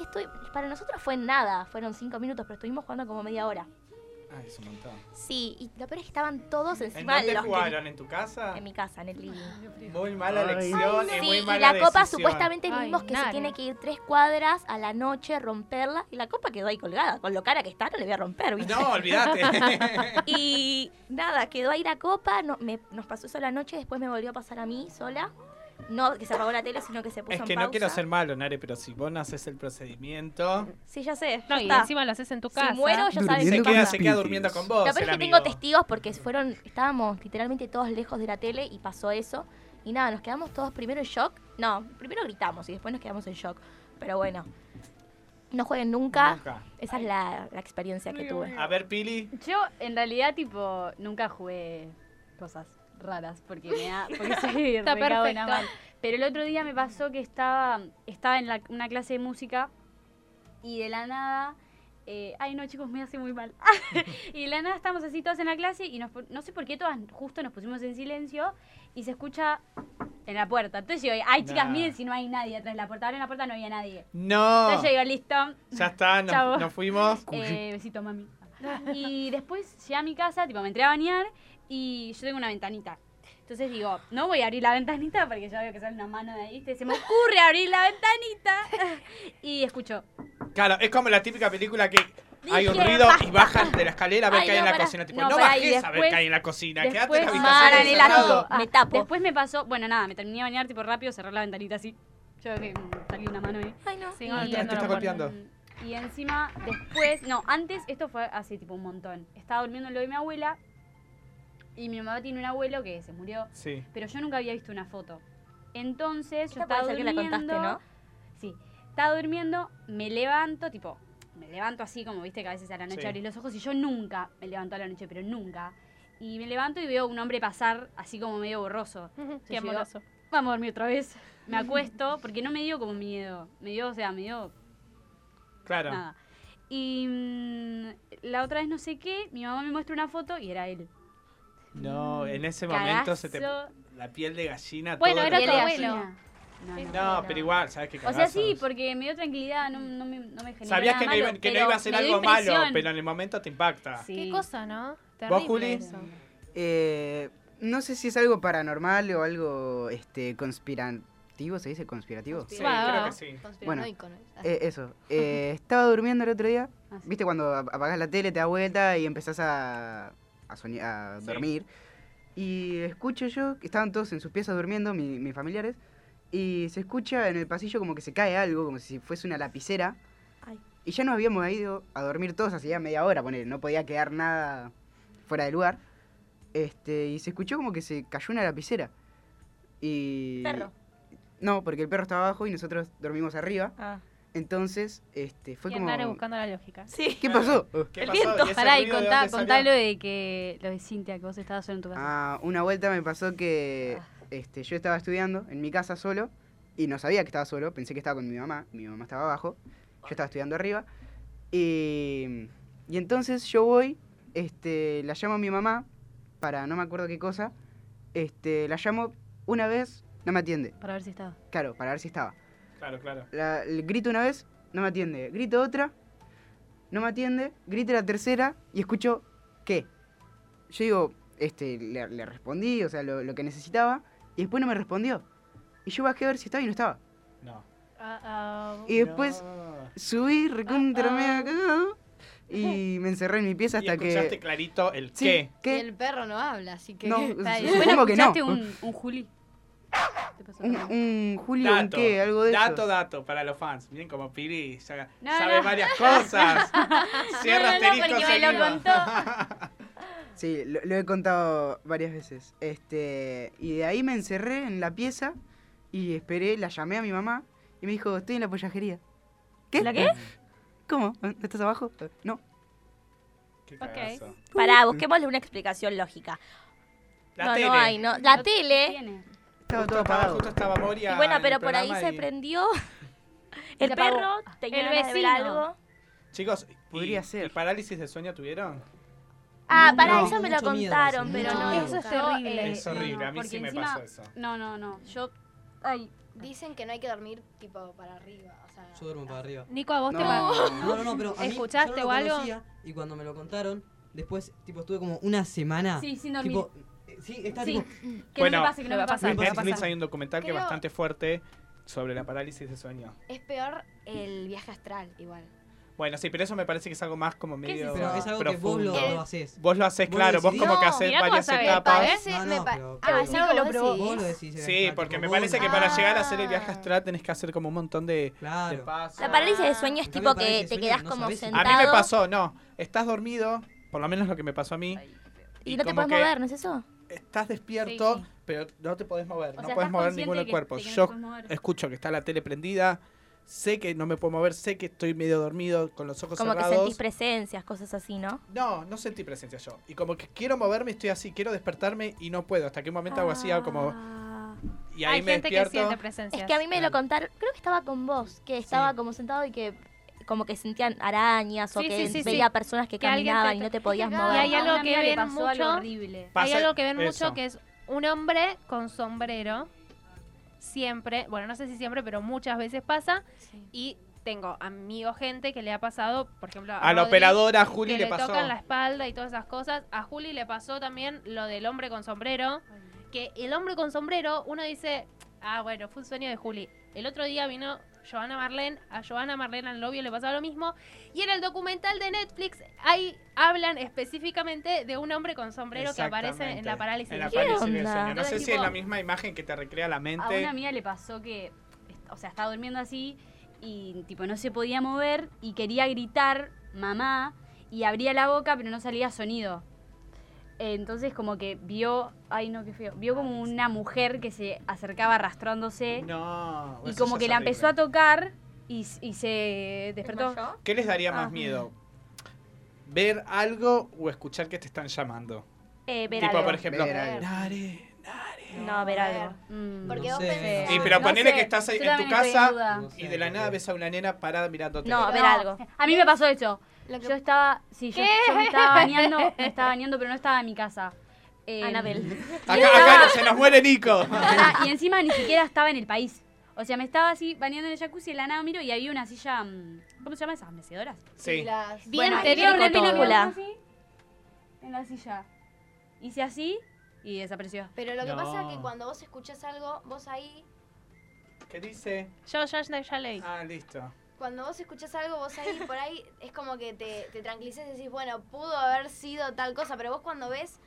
Speaker 3: Y estu- para nosotros fue nada, fueron cinco minutos, pero estuvimos jugando como media hora.
Speaker 1: Ay, Ah, es un montón.
Speaker 3: Sí, y lo peor es que estaban todos
Speaker 1: ¿En
Speaker 3: encima
Speaker 1: dónde
Speaker 3: los que-
Speaker 1: jugaron? ¿En tu casa?
Speaker 3: En mi casa, en el living.
Speaker 1: Muy mala
Speaker 4: Ay.
Speaker 1: elección
Speaker 3: Sí,
Speaker 1: y muy
Speaker 3: y
Speaker 1: mala
Speaker 3: la copa
Speaker 1: decisión.
Speaker 3: supuestamente
Speaker 2: Ay,
Speaker 3: vimos que
Speaker 2: nada.
Speaker 3: se tiene que ir tres cuadras a la noche, romperla, y la copa quedó ahí colgada. Con lo cara que está, no le voy a romper, ¿viste?
Speaker 1: No, olvídate.
Speaker 3: Y nada, quedó ahí la copa, no, me- nos pasó eso la noche, después me volvió a pasar a mí sola. No que se apagó la tele, sino que se puso
Speaker 1: es
Speaker 3: en
Speaker 1: que no quiero
Speaker 3: pausa.
Speaker 1: ser malo, Nare, pero si vos no haces el procedimiento...
Speaker 3: Sí, ya sé. ya
Speaker 2: No, y
Speaker 3: está.
Speaker 2: encima lo haces en tu
Speaker 3: Si
Speaker 2: casa.
Speaker 3: muero, ya sabes
Speaker 1: Se
Speaker 3: qué
Speaker 1: queda,
Speaker 3: onda.
Speaker 1: se queda durmiendo con vos.
Speaker 3: Lo peor es
Speaker 1: el
Speaker 3: que
Speaker 1: amigo.
Speaker 3: tengo testigos porque fueron, estábamos literalmente todos lejos de la tele y pasó eso. Y nada, nos quedamos todos primero en shock. No, primero gritamos y después nos quedamos en shock. Pero bueno, no jueguen nunca.
Speaker 1: Nunca.
Speaker 3: Esa es la, la experiencia que tuve.
Speaker 1: A ver, Pili.
Speaker 5: Yo, en realidad, tipo, nunca jugué cosas raras porque me da. Porque soy
Speaker 2: Está
Speaker 5: re cagona
Speaker 2: perfecto.
Speaker 5: mal. Pero el otro día me pasó que estaba, estaba en la- una clase de música y de la nada. eh, ay, no, chicos, me hace muy mal. y de la nada estamos así todas en la clase y nos pu- no sé por qué todas justo nos pusimos en silencio y se escucha en la puerta. Entonces yo, ay, chicas,
Speaker 1: Nah.
Speaker 5: miren si no hay nadie atrás de la puerta. Ahora en la puerta no había nadie.
Speaker 1: No.
Speaker 5: Entonces yo digo, listo,
Speaker 1: Ya está,
Speaker 5: Chao.
Speaker 1: nos, nos fuimos.
Speaker 5: eh, besito, mami. Y después llegué a mi casa, tipo, me entré a bañar y yo tengo una ventanita. Entonces digo, no voy a abrir la ventanita porque ya veo que sale una mano de ahí. ¿viste? Se me ocurre abrir la ventanita. Y escucho,
Speaker 1: Claro, es como la típica película que hay un
Speaker 5: Dije,
Speaker 1: ruido
Speaker 5: basta.
Speaker 1: y bajan de la escalera a ver
Speaker 3: Ay,
Speaker 1: qué hay en
Speaker 3: no,
Speaker 1: la
Speaker 3: pará.
Speaker 1: cocina. Tipo, no,
Speaker 5: No, pará, y
Speaker 1: bajes a ver
Speaker 5: después-
Speaker 1: qué hay en la cocina. Quédate en
Speaker 5: después
Speaker 1: la
Speaker 3: Mara,
Speaker 1: habitación.
Speaker 3: en el
Speaker 1: encerrado.
Speaker 3: arco. Me tapo.
Speaker 5: después me pasó, bueno, nada, me terminé de bañar, tipo, rápido, cerré la ventanita así. Yo veo que mm, salió una mano ahí.
Speaker 3: Ay, no.
Speaker 2: Sí,
Speaker 5: Y-
Speaker 2: no,
Speaker 1: te- te está
Speaker 2: no,
Speaker 1: golpeando.
Speaker 5: Y encima, después, no, antes, esto fue hace tipo un montón. Estaba durmiendo en lo de mi abuela y mi mamá tiene un abuelo que se murió,
Speaker 1: Sí.
Speaker 5: pero yo nunca había visto una foto. Entonces, yo
Speaker 3: Esta puede
Speaker 5: estaba
Speaker 3: ser que
Speaker 5: durmiendo.
Speaker 3: la contaste, ¿no?
Speaker 5: Sí, estaba durmiendo, me levanto, tipo, me levanto así, como viste que a veces a la noche
Speaker 1: Sí.
Speaker 5: abrís los ojos y yo nunca me levanto a la noche, pero nunca. Y me levanto y veo un hombre pasar así como medio borroso.
Speaker 2: Qué
Speaker 5: Yo digo,
Speaker 2: amoroso.
Speaker 5: Vamos a dormir otra vez. Me acuesto, porque no me dio como miedo. Me dio, o sea, me dio
Speaker 1: Claro.
Speaker 5: nada. Y mm, la otra vez no sé qué, mi mamá me muestra una foto y era él.
Speaker 1: No, en ese
Speaker 5: Mm, Cagazo.
Speaker 1: momento se te. La piel de gallina.
Speaker 2: Bueno,
Speaker 1: todo
Speaker 2: era
Speaker 1: lo-
Speaker 2: tu
Speaker 5: de
Speaker 2: abuelo.
Speaker 5: gallina. No, no.
Speaker 1: No, pero igual, ¿sabes qué
Speaker 5: O sea,
Speaker 1: cagazos.
Speaker 5: sí, porque me dio tranquilidad, no, no me, no me generó
Speaker 1: Sabías
Speaker 5: nada
Speaker 1: que, no
Speaker 5: malo,
Speaker 1: iba, que no
Speaker 5: pero
Speaker 1: iba a ser
Speaker 5: me dio
Speaker 1: algo malo,
Speaker 5: impresión.
Speaker 1: pero en el momento te impacta.
Speaker 5: Sí.
Speaker 2: Qué cosa, ¿no?
Speaker 1: ¿Vos, Juli?
Speaker 2: Terrible eso.
Speaker 4: Eh, no sé si es algo paranormal o algo este, conspirativo, ¿se dice conspirativo?
Speaker 1: Sí,
Speaker 2: Wow.
Speaker 1: creo que sí.
Speaker 7: Conspiranoico, ¿no? Ah.
Speaker 4: Eh, eso. Eh, estaba durmiendo el otro día.
Speaker 5: Ah, sí.
Speaker 4: ¿Viste cuando ap- apagás la tele, te da vuelta y empezás a, a, soñ- a
Speaker 1: Sí.
Speaker 4: dormir? Y escucho yo que estaban todos en sus piezas durmiendo, mi- mis familiares. y se escucha en el pasillo como que se cae algo, como si fuese una lapicera. Y ya nos habíamos ido a dormir todos hacía media hora, poner, no podía quedar nada fuera de lugar. Este, y se escuchó como que se cayó una lapicera. Y.
Speaker 3: Perro.
Speaker 4: No, porque el perro estaba abajo y nosotros dormimos arriba.
Speaker 3: Ah.
Speaker 4: Entonces, este, fue
Speaker 2: Y
Speaker 4: como.
Speaker 2: andar buscando la lógica.
Speaker 3: Sí.
Speaker 4: ¿Qué pasó?
Speaker 5: El viento. Pará, y contá, contá lo
Speaker 2: salió?
Speaker 5: de que lo de Cintia que vos estabas solo en tu casa.
Speaker 4: Ah, una vuelta me pasó que este, yo estaba estudiando en mi casa solo y no sabía que estaba solo, pensé que estaba con mi mamá, mi mamá estaba abajo, yo estaba estudiando arriba y, y entonces yo voy, este, la llamo a mi mamá para no me acuerdo qué cosa, este, la llamo una vez, no
Speaker 1: Ah.
Speaker 4: me atiende,
Speaker 5: Para ver si estaba.
Speaker 4: claro, para ver si estaba.
Speaker 1: Claro, claro.
Speaker 4: La- le grito una vez, no me atiende. Grito otra, no me atiende. Grito la tercera y escucho, ¿qué? Yo digo, este, le, le respondí, o sea, lo, lo que necesitaba. Y después no me respondió. Y yo bajé a ver si estaba y no estaba.
Speaker 2: Ah,
Speaker 4: Y después subí,
Speaker 7: Ah,
Speaker 4: recontra, mega cagado. Y me encerré en mi pieza hasta
Speaker 1: Escuchaste
Speaker 4: que...
Speaker 1: clarito el
Speaker 4: Sí,
Speaker 1: qué.
Speaker 7: Y el perro no habla, así que.
Speaker 4: No,
Speaker 7: Está bien.
Speaker 4: supongo Bueno, que no.
Speaker 5: Escuchaste un, un Juli.
Speaker 4: Un, un Julio, un
Speaker 1: Dato,
Speaker 4: qué, algo de eso.
Speaker 1: Dato, dato para los fans. Miren como Piri saca-
Speaker 5: No,
Speaker 1: sabe
Speaker 5: no.
Speaker 1: varias cosas. Cierra
Speaker 5: No, no, no,
Speaker 1: asterisco
Speaker 5: porque me lo
Speaker 1: seguido.
Speaker 5: contó.
Speaker 4: Sí, lo, lo he contado varias veces. Este, y de ahí me encerré en la pieza y esperé, la llamé a mi mamá y me dijo, estoy en la pollajería. ¿Qué? ¿La qué? ¿Cómo? ¿No ¿Estás abajo? Eh, No.
Speaker 3: Ok. Pará, busquémosle una explicación lógica.
Speaker 1: La
Speaker 3: no,
Speaker 1: tele.
Speaker 3: no hay, no. La tele.
Speaker 4: Estaba todo
Speaker 1: Estaba-
Speaker 4: apagado.
Speaker 1: justo estaba Moria.
Speaker 3: Y bueno,
Speaker 1: en el
Speaker 3: pero por ahí
Speaker 1: programa
Speaker 3: se
Speaker 1: y-
Speaker 3: prendió. El
Speaker 2: Se apagó.
Speaker 3: perro tenía
Speaker 2: El
Speaker 3: ganas de ver
Speaker 2: vecino.
Speaker 3: algo.
Speaker 1: Chicos, podría ser. ¿El parálisis de sueño tuvieron?
Speaker 3: Ah,
Speaker 1: No,
Speaker 3: pará,
Speaker 1: no.
Speaker 3: eso me lo
Speaker 1: Mucho miedo,
Speaker 3: contaron,
Speaker 1: sí,
Speaker 3: pero
Speaker 1: mucho
Speaker 3: no.
Speaker 1: miedo.
Speaker 7: Eso es
Speaker 5: Yo,
Speaker 7: terrible.
Speaker 5: eh,
Speaker 1: Es horrible, a mí
Speaker 5: porque
Speaker 1: sí me
Speaker 5: encima-
Speaker 1: pasó eso.
Speaker 5: No, no, no. Yo. Ay.
Speaker 7: Dicen que no hay que dormir tipo para arriba. O sea,
Speaker 6: Yo duermo para arriba.
Speaker 2: Nico, ¿a vos
Speaker 6: no.
Speaker 2: te pasó?
Speaker 6: No, no, no, pero a mí,
Speaker 2: ¿Escuchaste
Speaker 6: yo no lo
Speaker 2: o algo?
Speaker 6: conocía, Y cuando me lo contaron, después, tipo, estuve como una
Speaker 2: Ah.
Speaker 6: semana.
Speaker 5: Sí, sin dormir.
Speaker 6: tipo, eh, sí, está
Speaker 5: Sí.
Speaker 6: tipo.
Speaker 5: Que no me pase, que no me pase.
Speaker 1: en
Speaker 5: que no me
Speaker 1: Netflix
Speaker 5: pase.
Speaker 1: hay un documental que
Speaker 7: Creo-
Speaker 1: es bastante fuerte sobre la parálisis de sueño.
Speaker 7: es peor el viaje astral, igual.
Speaker 1: Bueno, sí, pero eso me parece que es algo más como medio
Speaker 6: Pero es algo que vos
Speaker 1: profundo.
Speaker 6: lo,
Speaker 3: Eh,
Speaker 6: lo haces.
Speaker 1: Vos lo haces, claro, vos como que haces
Speaker 2: mirá cómo
Speaker 1: varias
Speaker 2: sabe,
Speaker 1: etapas.
Speaker 7: Parece,
Speaker 6: No,
Speaker 7: Ah, ¿eh? me
Speaker 6: no,
Speaker 7: pa-
Speaker 6: pero-
Speaker 7: Ah,
Speaker 6: pero
Speaker 7: es algo que lo probó.
Speaker 6: Vos lo decís.
Speaker 1: Sí, porque me
Speaker 6: vos- ah,
Speaker 1: parece que
Speaker 3: Ah.
Speaker 1: para llegar a hacer el viaje astral tenés que hacer como un montón de, de
Speaker 6: Claro.
Speaker 1: pasos.
Speaker 3: La parálisis de sueño es
Speaker 6: En cambio,
Speaker 3: tipo que
Speaker 6: parálisis
Speaker 3: te
Speaker 6: de sueño
Speaker 3: quedás
Speaker 6: no
Speaker 3: como
Speaker 6: sabés si- A mí
Speaker 1: A
Speaker 3: sentado.
Speaker 1: mí me pasó, no. Estás dormido, por lo menos lo que me pasó a mí.
Speaker 3: Y no te
Speaker 1: como
Speaker 3: puedes
Speaker 1: que
Speaker 3: mover, ¿no es eso?
Speaker 1: Estás despierto,
Speaker 5: Sí, sí.
Speaker 1: pero no te podés mover.
Speaker 5: O
Speaker 1: no
Speaker 5: sea,
Speaker 1: podés
Speaker 5: estás
Speaker 1: mover
Speaker 5: consciente
Speaker 1: ninguno
Speaker 5: de
Speaker 1: del
Speaker 5: que-
Speaker 1: cuerpo.
Speaker 5: de que no te
Speaker 1: Yo
Speaker 5: puedes mover.
Speaker 1: escucho que está la tele prendida, sé que no me puedo mover, sé que estoy medio dormido con los ojos
Speaker 3: Como que
Speaker 1: cerrados.
Speaker 3: sentís presencias, cosas así, ¿no?
Speaker 1: no, no sentí presencia yo. Y como que quiero moverme, estoy así, quiero despertarme y no puedo. Hasta que un momento hago así, hago como.
Speaker 3: Ah.
Speaker 1: Y ahí
Speaker 2: Hay
Speaker 1: me
Speaker 2: gente
Speaker 1: despierto.
Speaker 2: que siente presencias.
Speaker 3: Es que a mí me lo contaron, creo que estaba con vos, que estaba como sentado y que como que sentían arañas o
Speaker 2: Sí,
Speaker 3: que
Speaker 2: sí, sí,
Speaker 3: veía
Speaker 2: sí.
Speaker 3: personas que,
Speaker 2: Que alguien te
Speaker 3: caminaban y
Speaker 2: to-
Speaker 3: no te podías
Speaker 7: acá
Speaker 3: mover.
Speaker 2: Y hay
Speaker 5: A
Speaker 2: algo
Speaker 5: una
Speaker 2: que
Speaker 5: amiga le
Speaker 2: ven
Speaker 5: pasó algo
Speaker 2: mucho.
Speaker 5: horrible.
Speaker 2: Hay
Speaker 1: Pasa
Speaker 2: algo que ven
Speaker 1: eso.
Speaker 2: mucho que es un hombre con sombrero. Siempre, bueno, no sé si siempre, pero muchas veces pasa. Y tengo amigos, gente que le ha pasado, por ejemplo, a,
Speaker 1: A la
Speaker 2: Rodri,
Speaker 1: operadora a Juli
Speaker 2: que
Speaker 1: le
Speaker 2: le
Speaker 1: pasó.
Speaker 2: tocan la espalda y todas esas cosas. A Juli le pasó también lo del hombre con sombrero. Que el hombre con sombrero, uno dice, ah, bueno, fue un sueño de Juli. El otro día vino Joana Marlene, a Joana Marlene al novio le pasaba lo mismo. Y en el documental de Netflix, ahí hablan específicamente de un hombre con sombrero que aparece en la
Speaker 1: Exactamente.
Speaker 2: parálisis.
Speaker 1: En la
Speaker 2: ¿Qué?
Speaker 1: parálisis del
Speaker 3: onda?
Speaker 1: sueño. No
Speaker 5: Entonces,
Speaker 1: sé si
Speaker 5: tipo,
Speaker 1: es la misma imagen que te recrea la
Speaker 5: A una
Speaker 1: mente.
Speaker 5: amiga le pasó que, o sea, estaba durmiendo así y tipo no se podía mover y quería gritar mamá y abría la boca pero no salía sonido. Entonces como que vio, ay no, qué feo, vio como una mujer que se acercaba arrastrándose
Speaker 1: No.
Speaker 5: y
Speaker 1: eso
Speaker 5: como
Speaker 1: ya
Speaker 5: que
Speaker 1: es
Speaker 5: la
Speaker 1: horrible.
Speaker 5: empezó a tocar y, s- y se despertó.
Speaker 1: ¿Qué les daría
Speaker 3: Ah.
Speaker 1: más miedo? ¿Ver algo o escuchar que te están llamando?
Speaker 3: Eh, ver
Speaker 1: tipo,
Speaker 3: algo.
Speaker 1: por ejemplo,
Speaker 4: Ver algo.
Speaker 1: Nare.
Speaker 3: No, ver algo.
Speaker 5: Mm.
Speaker 7: Porque
Speaker 6: No
Speaker 7: vos
Speaker 6: sé,
Speaker 7: pensás.
Speaker 6: no
Speaker 1: Y
Speaker 6: sé.
Speaker 1: pero
Speaker 5: No
Speaker 1: ponele
Speaker 5: sé,
Speaker 1: que estás ahí
Speaker 5: yo
Speaker 1: en tu
Speaker 5: también estoy en
Speaker 1: casa
Speaker 5: duda.
Speaker 6: No sé,
Speaker 1: y de la
Speaker 6: no
Speaker 1: nada
Speaker 6: sé.
Speaker 1: ves a una nena parada mirándote.
Speaker 3: No, a ver
Speaker 5: No,
Speaker 3: algo.
Speaker 5: A mí me pasó eso.
Speaker 7: Lo que-
Speaker 5: Yo estaba, sí, yo, yo me estaba bañando, me estaba bañando, pero no estaba en mi casa. Eh,
Speaker 3: Anabel.
Speaker 1: Acá, acá se nos muere Nico.
Speaker 5: Pará, y encima ni siquiera estaba en el país. O sea, me estaba así bañando en el jacuzzi y de la nada miro y había una silla. mm, ¿Cómo se llama esas mecedoras?
Speaker 1: Sí.
Speaker 7: Las-
Speaker 2: Bien
Speaker 7: Bueno,
Speaker 2: te-
Speaker 5: Había
Speaker 2: Tétrico
Speaker 5: una
Speaker 2: todo.
Speaker 5: película así, en la silla. Hice así y desapareció.
Speaker 7: pero lo que
Speaker 1: No.
Speaker 7: pasa es que cuando vos escuchás algo, vos ahí,
Speaker 1: ¿Qué dice?
Speaker 2: Yo ya, ya- ya leí.
Speaker 1: Ah, listo.
Speaker 7: cuando vos escuchás algo, vos ahí, por ahí, es como que te, te tranquilizás y decís, bueno, pudo haber sido tal cosa, pero vos cuando ves,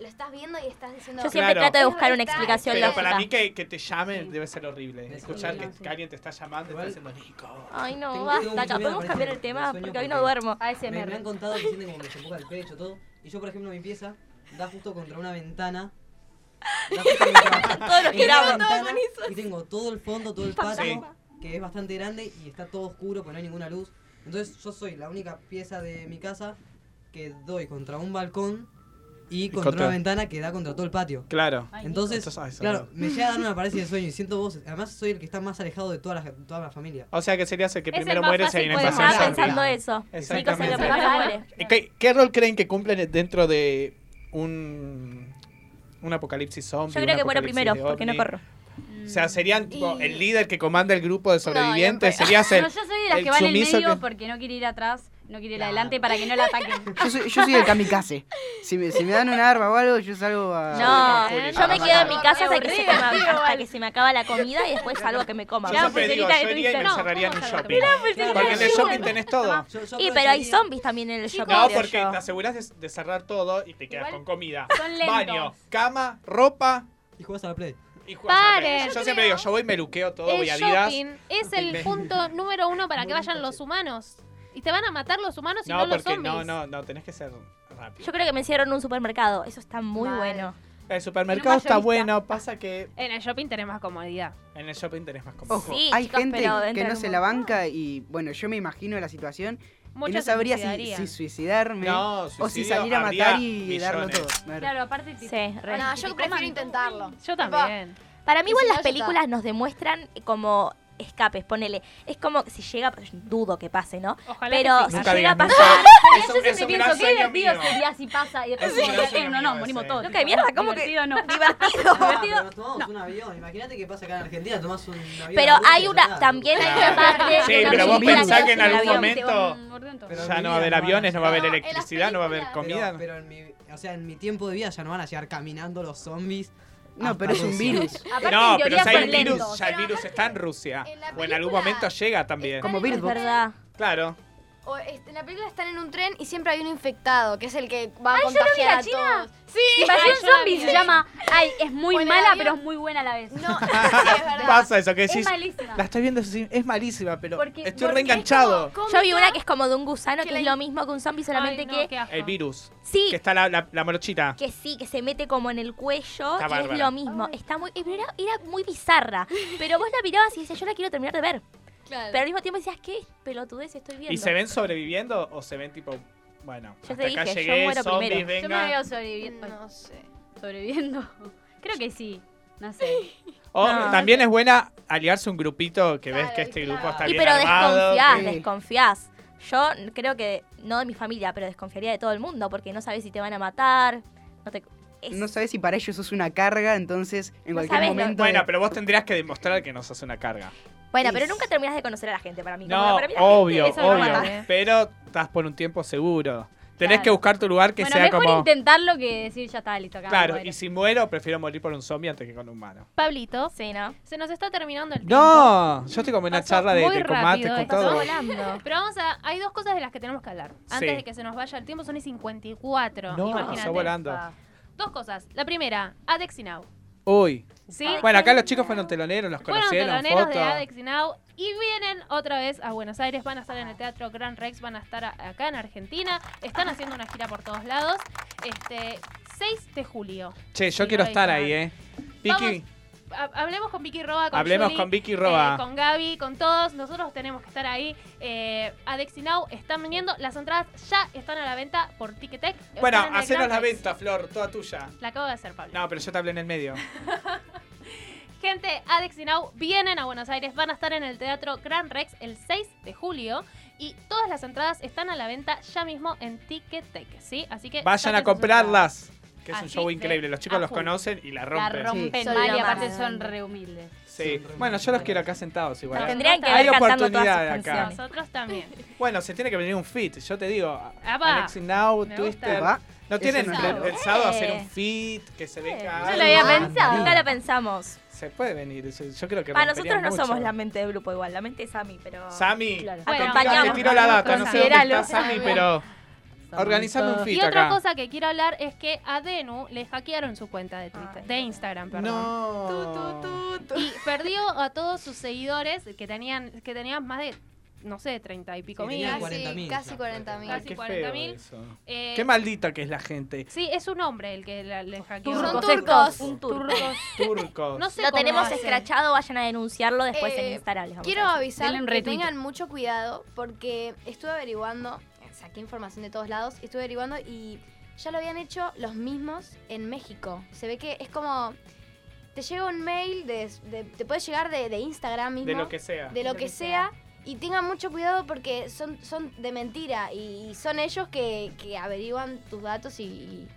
Speaker 7: lo estás viendo y estás diciendo.
Speaker 3: Yo siempre trato de buscar una explicación
Speaker 1: Pero
Speaker 3: lógica.
Speaker 1: para mí que, que te llamen debe ser horrible. Escuchar que, que alguien te está llamando y está diciendo Nico.
Speaker 3: Ay, no,
Speaker 1: Tengo-
Speaker 3: basta,
Speaker 1: tengo
Speaker 3: ya
Speaker 1: mucho miedo
Speaker 3: podemos
Speaker 1: con
Speaker 3: cambiar
Speaker 1: esto,
Speaker 3: el tema
Speaker 1: sueño
Speaker 3: porque hoy no
Speaker 1: porque-
Speaker 3: duermo.
Speaker 6: Me, me han contado que sienten como que se empuja el pecho, todo. Y yo, por ejemplo, mi pieza da justo contra una ventana. Da justo contra-
Speaker 3: Todos los
Speaker 6: en
Speaker 3: que
Speaker 6: una
Speaker 3: grabo, todos
Speaker 6: ventana,
Speaker 3: buenísimos.
Speaker 6: Y tengo todo el fondo, todo el
Speaker 3: Un fantasma.
Speaker 6: patio, que es bastante grande y está todo oscuro, pues no hay ninguna luz. Entonces, yo soy la única pieza de mi casa que doy contra un balcón y contra
Speaker 1: contra-
Speaker 6: una ventana que da contra todo el patio.
Speaker 1: Claro. Ay,
Speaker 6: Entonces,
Speaker 1: Nico. Entonces, ay,
Speaker 6: claro,
Speaker 1: son-
Speaker 6: me llega a dar una parálisis de sueño y siento voces. Además, soy el que está más alejado de toda la, toda la familia.
Speaker 1: O sea que serías el que
Speaker 6: Es el
Speaker 1: primero
Speaker 6: más
Speaker 1: muere si
Speaker 6: fácil,
Speaker 1: hay una
Speaker 3: pues,
Speaker 6: puede
Speaker 1: invasión
Speaker 6: morir.
Speaker 1: zombie.
Speaker 6: Estaba pensando eso. Nico es el que
Speaker 1: Exactamente.
Speaker 6: primero
Speaker 3: muere.
Speaker 1: ¿Qué, qué rol creen que cumplen dentro de un, un apocalipsis zombie?
Speaker 3: Yo creo
Speaker 1: un
Speaker 3: que muero
Speaker 1: apocalipsis
Speaker 3: primero,
Speaker 1: de
Speaker 3: porque no
Speaker 1: ovni?
Speaker 3: corro.
Speaker 1: O
Speaker 5: Mm.
Speaker 1: sea, serían tipo, el líder que comanda el grupo de sobrevivientes.
Speaker 5: Ah, No,
Speaker 1: serías el.
Speaker 5: yo soy de las
Speaker 1: el
Speaker 5: que va en el
Speaker 1: sumiso
Speaker 5: medio
Speaker 1: que-
Speaker 5: porque no quiere ir atrás, no quiere ir adelante para que no la ataquen.
Speaker 4: Yo soy, yo soy el kamikaze. Si me, si me dan un arma o algo, yo salgo a.
Speaker 3: No, eh,
Speaker 4: a-
Speaker 3: yo me
Speaker 4: a
Speaker 3: quedo en
Speaker 4: matar.
Speaker 3: mi casa hasta que, se
Speaker 5: Aburrida,
Speaker 3: coma-
Speaker 5: tío,
Speaker 3: hasta que se me acaba la comida y después salgo a que me coma.
Speaker 1: Yo siempre digo, yo iría y me encerraría en un shopping.
Speaker 6: pues,
Speaker 1: Porque en el shopping tenés todo.
Speaker 3: Y pero hay zombies también en el shopping.
Speaker 1: No,
Speaker 3: creo
Speaker 1: porque
Speaker 3: yo.
Speaker 1: te aseguras de, de cerrar todo y te quedas con comida,
Speaker 3: son lentos.
Speaker 1: baño, cama, ropa
Speaker 6: y juegas a la play.
Speaker 1: y juegas a la
Speaker 2: Paren,
Speaker 1: Play. Yo
Speaker 2: yo
Speaker 1: siempre digo, yo voy y me luqueo todo,
Speaker 2: El
Speaker 1: voy a Adidas.
Speaker 2: shopping es
Speaker 1: Me-
Speaker 2: el punto número uno para que vayan los humanos. Y te van a matar los humanos y no,
Speaker 1: No,
Speaker 2: los
Speaker 1: porque
Speaker 2: zombies.
Speaker 1: no, no, no, tenés que ser rápido.
Speaker 3: Yo creo que me encierro en un supermercado. Eso está muy
Speaker 2: Mal.
Speaker 3: bueno.
Speaker 1: El supermercado está bueno, pasa que
Speaker 2: En el shopping tenés más comodidad.
Speaker 1: en el shopping tenés más comida.
Speaker 4: Ojo, hay gente que no se la banca y bueno, yo me imagino la situación y
Speaker 5: Muchos
Speaker 4: no
Speaker 5: se
Speaker 4: sabría si,
Speaker 5: suicidarían.
Speaker 4: si suicidarme
Speaker 1: No,
Speaker 4: o si
Speaker 1: suicidio
Speaker 4: salir a matar y
Speaker 1: habría
Speaker 4: darlo todo.
Speaker 1: millones.
Speaker 4: Claro.
Speaker 5: Claro, aparte te-
Speaker 3: Sí, re.
Speaker 7: No, yo prefiero intentarlo.
Speaker 2: Yo
Speaker 7: Tipo,
Speaker 2: también.
Speaker 3: Para mí
Speaker 7: Y
Speaker 3: igual
Speaker 7: si
Speaker 3: las
Speaker 7: no, ya está.
Speaker 3: películas nos demuestran como escapes, ponele. Es como si llega, pues, dudo que pase, ¿no?
Speaker 5: Ojalá
Speaker 3: pero
Speaker 5: que
Speaker 3: si
Speaker 5: sí.
Speaker 1: Nunca
Speaker 3: llega a
Speaker 1: digas
Speaker 3: pasar,
Speaker 1: Es un-
Speaker 5: Yo
Speaker 1: es un
Speaker 5: siempre pienso
Speaker 1: gran
Speaker 5: qué
Speaker 1: sueño
Speaker 5: divertido
Speaker 1: mío.
Speaker 5: sería si pasa y después
Speaker 1: Es un
Speaker 5: como
Speaker 1: gran
Speaker 5: que, eh,
Speaker 1: sueño
Speaker 5: no, no,
Speaker 1: mío
Speaker 5: morimos
Speaker 1: ese.
Speaker 5: todos.
Speaker 3: Yo, qué mierda, ¿cómo que-
Speaker 5: divertido, no.
Speaker 3: divertido.
Speaker 6: Ah, pero nos tomamos un avión. Imagínate que pasa acá en Argentina, tomás un avión.
Speaker 3: Pero
Speaker 6: adulto y
Speaker 3: hay
Speaker 6: ya
Speaker 3: una,
Speaker 6: está.
Speaker 3: también hay una
Speaker 1: Claro.
Speaker 3: parte.
Speaker 1: Sí,
Speaker 3: de una
Speaker 1: pero vos
Speaker 3: película
Speaker 1: pensás
Speaker 3: que
Speaker 1: que en
Speaker 3: es un
Speaker 1: algún
Speaker 3: avión.
Speaker 1: momento
Speaker 5: mm,
Speaker 6: Pero
Speaker 1: ya no
Speaker 6: en mi
Speaker 1: va a haber
Speaker 6: vida
Speaker 1: aviones, no va a haber
Speaker 6: llegar.
Speaker 1: electricidad, no va a haber comida.
Speaker 6: Pero, pero en mi, o sea, en mi tiempo de vida ya no van a llegar caminando los zombies.
Speaker 4: No,
Speaker 6: hasta
Speaker 4: pero es un
Speaker 6: Rusia.
Speaker 4: virus.
Speaker 1: No, pero si hay
Speaker 5: son
Speaker 1: un virus,
Speaker 5: lentos.
Speaker 1: ya el virus está en Rusia.
Speaker 7: en la
Speaker 1: O en algún
Speaker 7: película
Speaker 1: momento llega también.
Speaker 7: Como
Speaker 3: Es verdad.
Speaker 1: Claro.
Speaker 7: O este, en la película están en un tren y siempre hay un infectado, que es el que va a
Speaker 5: yo la vi en
Speaker 7: contagiar
Speaker 5: la
Speaker 7: a
Speaker 5: China.
Speaker 7: todos. Sí.
Speaker 5: Invasión
Speaker 7: Yo la
Speaker 5: zombie
Speaker 7: vi.
Speaker 5: se llama. Ay, es muy
Speaker 7: O en el
Speaker 5: mala,
Speaker 7: avión.
Speaker 5: pero es muy buena a la vez.
Speaker 7: No, sí, es verdad.
Speaker 1: Pasa eso que
Speaker 5: Es
Speaker 1: decís.
Speaker 5: malísima.
Speaker 1: La estoy viendo, sí, es malísima, pero
Speaker 5: Porque-
Speaker 1: estoy
Speaker 5: porque
Speaker 1: reenganchado.
Speaker 3: Yo vi una que es como de un gusano, que, es lo mismo que un zombie, solamente
Speaker 5: Ay, no,
Speaker 3: que.
Speaker 5: qué asco.
Speaker 1: El virus.
Speaker 3: Sí,
Speaker 1: Que está la, la, la morochita.
Speaker 3: que sí, que se mete como en el cuello
Speaker 1: Está
Speaker 3: y es
Speaker 1: bárbara.
Speaker 3: lo mismo. Está muy, era, era muy bizarra. Pero vos la mirabas y decías, yo la quiero terminar de ver.
Speaker 7: Claro.
Speaker 3: Pero al mismo tiempo decías, qué pelotudez estoy viendo.
Speaker 1: ¿Y se ven sobreviviendo o se ven tipo, bueno,
Speaker 3: Yo
Speaker 1: hasta
Speaker 3: te
Speaker 1: acá
Speaker 3: dije, yo
Speaker 1: llegué,
Speaker 3: muero
Speaker 1: zombies,
Speaker 3: primero.
Speaker 5: Yo me
Speaker 1: venga?
Speaker 5: veo sobreviviendo.
Speaker 2: Mm.
Speaker 7: No sé.
Speaker 5: ¿Sobreviviendo? Creo que sí. No sé.
Speaker 1: O
Speaker 3: No.
Speaker 1: también es buena aliarse un grupito que ves
Speaker 7: Claro,
Speaker 1: que este
Speaker 7: claro.
Speaker 1: grupo está
Speaker 3: Y
Speaker 1: bien
Speaker 3: pero
Speaker 1: armado.
Speaker 3: desconfiás,
Speaker 4: sí.
Speaker 3: desconfiás. Yo creo que, no de mi familia, pero desconfiaría de todo el mundo, porque no sabes si te van a matar. No te, es-
Speaker 4: No sabes si para ellos sos una carga, entonces en
Speaker 3: No
Speaker 4: cualquier
Speaker 3: sabes lo-
Speaker 4: momento.
Speaker 1: Bueno, pero vos tendrías que demostrar que no sos una carga.
Speaker 3: bueno,
Speaker 4: es-
Speaker 3: pero nunca terminas de conocer a la gente para mí. como
Speaker 1: No,
Speaker 3: para mí la
Speaker 1: obvio,
Speaker 3: gente es
Speaker 1: obvio.
Speaker 3: normal.
Speaker 1: Pero estás por un tiempo seguro. Tenés
Speaker 5: Claro.
Speaker 1: que buscar tu lugar que
Speaker 5: bueno,
Speaker 1: sea
Speaker 5: mejor
Speaker 1: como.
Speaker 5: intentarlo que decir ya está listo acá.
Speaker 1: Claro,
Speaker 5: bueno.
Speaker 1: y si muero, prefiero morir por un zombie antes que con un humano.
Speaker 2: Pablito,
Speaker 3: Sí, ¿no?
Speaker 2: se nos está terminando el tiempo.
Speaker 1: No, yo estoy como en una
Speaker 2: Pasó
Speaker 1: charla de,
Speaker 2: muy
Speaker 1: de combates
Speaker 2: rápido eh,
Speaker 1: con
Speaker 2: esto.
Speaker 1: todo.
Speaker 3: Volando.
Speaker 2: Pero vamos a. Hay dos cosas de las que tenemos que hablar. Antes
Speaker 1: Sí.
Speaker 2: de que se nos vaya el tiempo, son y 54.
Speaker 1: No,
Speaker 2: imagínate.
Speaker 1: pasó volando.
Speaker 2: Dos cosas. La primera, Adex y Now.
Speaker 1: Uy.
Speaker 2: ¿Sí?
Speaker 1: Bueno, acá los chicos fueron teloneros, los
Speaker 2: Fueron
Speaker 1: conocieron,
Speaker 2: teloneros de
Speaker 1: fotos.
Speaker 2: Adex y Now y vienen otra vez a Buenos Aires. Van a estar en el Teatro Gran Rex, van a estar a- acá en Argentina. Están haciendo una gira por todos lados. Este, 6 de julio.
Speaker 1: Che, yo
Speaker 2: Sí,
Speaker 1: quiero
Speaker 2: no,
Speaker 1: estar
Speaker 2: ahí
Speaker 1: ahí, ¿eh? Vicky,
Speaker 2: Ha- Hablemos con Vicky Roa, con
Speaker 1: hablemos
Speaker 2: Julie,
Speaker 1: con Vicky
Speaker 2: eh,
Speaker 1: Roa.
Speaker 2: con Gaby, con todos. Nosotros tenemos que estar ahí. Eh, Adex y Now están viniendo. Las entradas ya están a la venta por Ticketek.
Speaker 1: Bueno,
Speaker 2: Están en el
Speaker 1: hacenos
Speaker 2: Gran
Speaker 1: la
Speaker 2: Rex.
Speaker 1: venta, Flor, toda tuya.
Speaker 2: La acabo de hacer, Pablo.
Speaker 1: No, pero yo te hablé en el
Speaker 2: Eh,
Speaker 1: medio.
Speaker 2: Gente, Adex y Now vienen a Buenos Aires, van a estar en el Teatro Gran Rex el 6 de julio y todas las entradas están a la venta ya mismo en Ticketek, ¿sí? Así que
Speaker 1: Vayan
Speaker 2: saquen
Speaker 1: a
Speaker 2: sus
Speaker 1: comprarlas. Que es un
Speaker 2: Así
Speaker 1: show
Speaker 2: de
Speaker 1: increíble. Los chicos
Speaker 2: Ah, a
Speaker 1: los
Speaker 2: full.
Speaker 1: conocen y la
Speaker 5: La
Speaker 1: rompen.
Speaker 5: rompen
Speaker 7: Sí.
Speaker 5: mal
Speaker 7: Soy
Speaker 5: y
Speaker 7: lo
Speaker 5: aparte
Speaker 7: más.
Speaker 5: son re humildes.
Speaker 1: Sí. Bueno, yo los quiero acá sentados igual.
Speaker 3: Nos
Speaker 1: ¿eh?
Speaker 3: tendrían que
Speaker 1: Hay
Speaker 3: ver cantando todas
Speaker 1: oportunidad
Speaker 3: sus
Speaker 1: acá.
Speaker 2: entradas.
Speaker 3: canciones.
Speaker 2: Nosotros también.
Speaker 1: Bueno, se tiene que venir un fit. Yo te digo,
Speaker 2: Apa.
Speaker 1: Alexi Now,
Speaker 2: Me
Speaker 1: Twister.
Speaker 4: Va,
Speaker 1: ¿No
Speaker 4: Eso
Speaker 1: tienen
Speaker 4: no.
Speaker 1: re- pensado
Speaker 3: Eh.
Speaker 1: hacer un fit? Que se venga.
Speaker 2: Yo
Speaker 1: algo?
Speaker 2: lo había
Speaker 1: Ah,
Speaker 2: pensado.
Speaker 3: Nunca lo pensamos.
Speaker 1: Se puede venir. eso- Yo creo que
Speaker 3: Para
Speaker 1: romperían
Speaker 3: nosotros no somos
Speaker 1: mucho.
Speaker 3: la mente del grupo igual, la mente es Sami, pero...
Speaker 1: Sami,
Speaker 5: Claro.
Speaker 1: te tiro-
Speaker 3: Acompañamos.
Speaker 1: te tiro la data. No sé dónde
Speaker 5: Consideralo.
Speaker 1: está Sami, pero Organizame un
Speaker 2: Y
Speaker 1: fit
Speaker 2: otra
Speaker 1: acá.
Speaker 2: cosa que quiero hablar es que a Denu le hackearon su cuenta de Twitter, de Instagram, perdón.
Speaker 1: No.
Speaker 2: Y perdió a todos sus seguidores que tenían, que tenían más de, no sé, treinta y pico
Speaker 1: Sí,
Speaker 2: mil.
Speaker 1: tenía 40.000,
Speaker 7: casi 40.000.
Speaker 1: Ay,
Speaker 2: Casi
Speaker 1: qué
Speaker 2: 40.000.
Speaker 1: feo eso.
Speaker 2: Eh,
Speaker 1: Qué maldita que es la gente.
Speaker 2: Sí, es un hombre el que la- le hackeó.
Speaker 3: Son
Speaker 2: Turcos,
Speaker 3: turcos.
Speaker 2: estos.
Speaker 3: Un turco.
Speaker 2: Turcos.
Speaker 1: Turcos.
Speaker 2: No sé
Speaker 3: Lo
Speaker 2: cómo
Speaker 3: tenemos
Speaker 2: hacen.
Speaker 3: escrachado, vayan a denunciarlo después
Speaker 7: Eh,
Speaker 3: en Instagram. les vamos
Speaker 7: Quiero
Speaker 3: a decir.
Speaker 7: avisar
Speaker 5: Denle un
Speaker 7: que
Speaker 5: retweet.
Speaker 7: tengan mucho cuidado porque estuve averiguando, saqué información de todos lados, estuve averiguando y ya lo habían hecho los mismos en México. Se ve que es como, te llega un mail, de, de- te puede llegar de, de Instagram mismo.
Speaker 1: De lo que sea.
Speaker 7: de lo que sea. Y tengan mucho cuidado porque son, son de mentira y, y son ellos que, que averiguan tus datos y, y-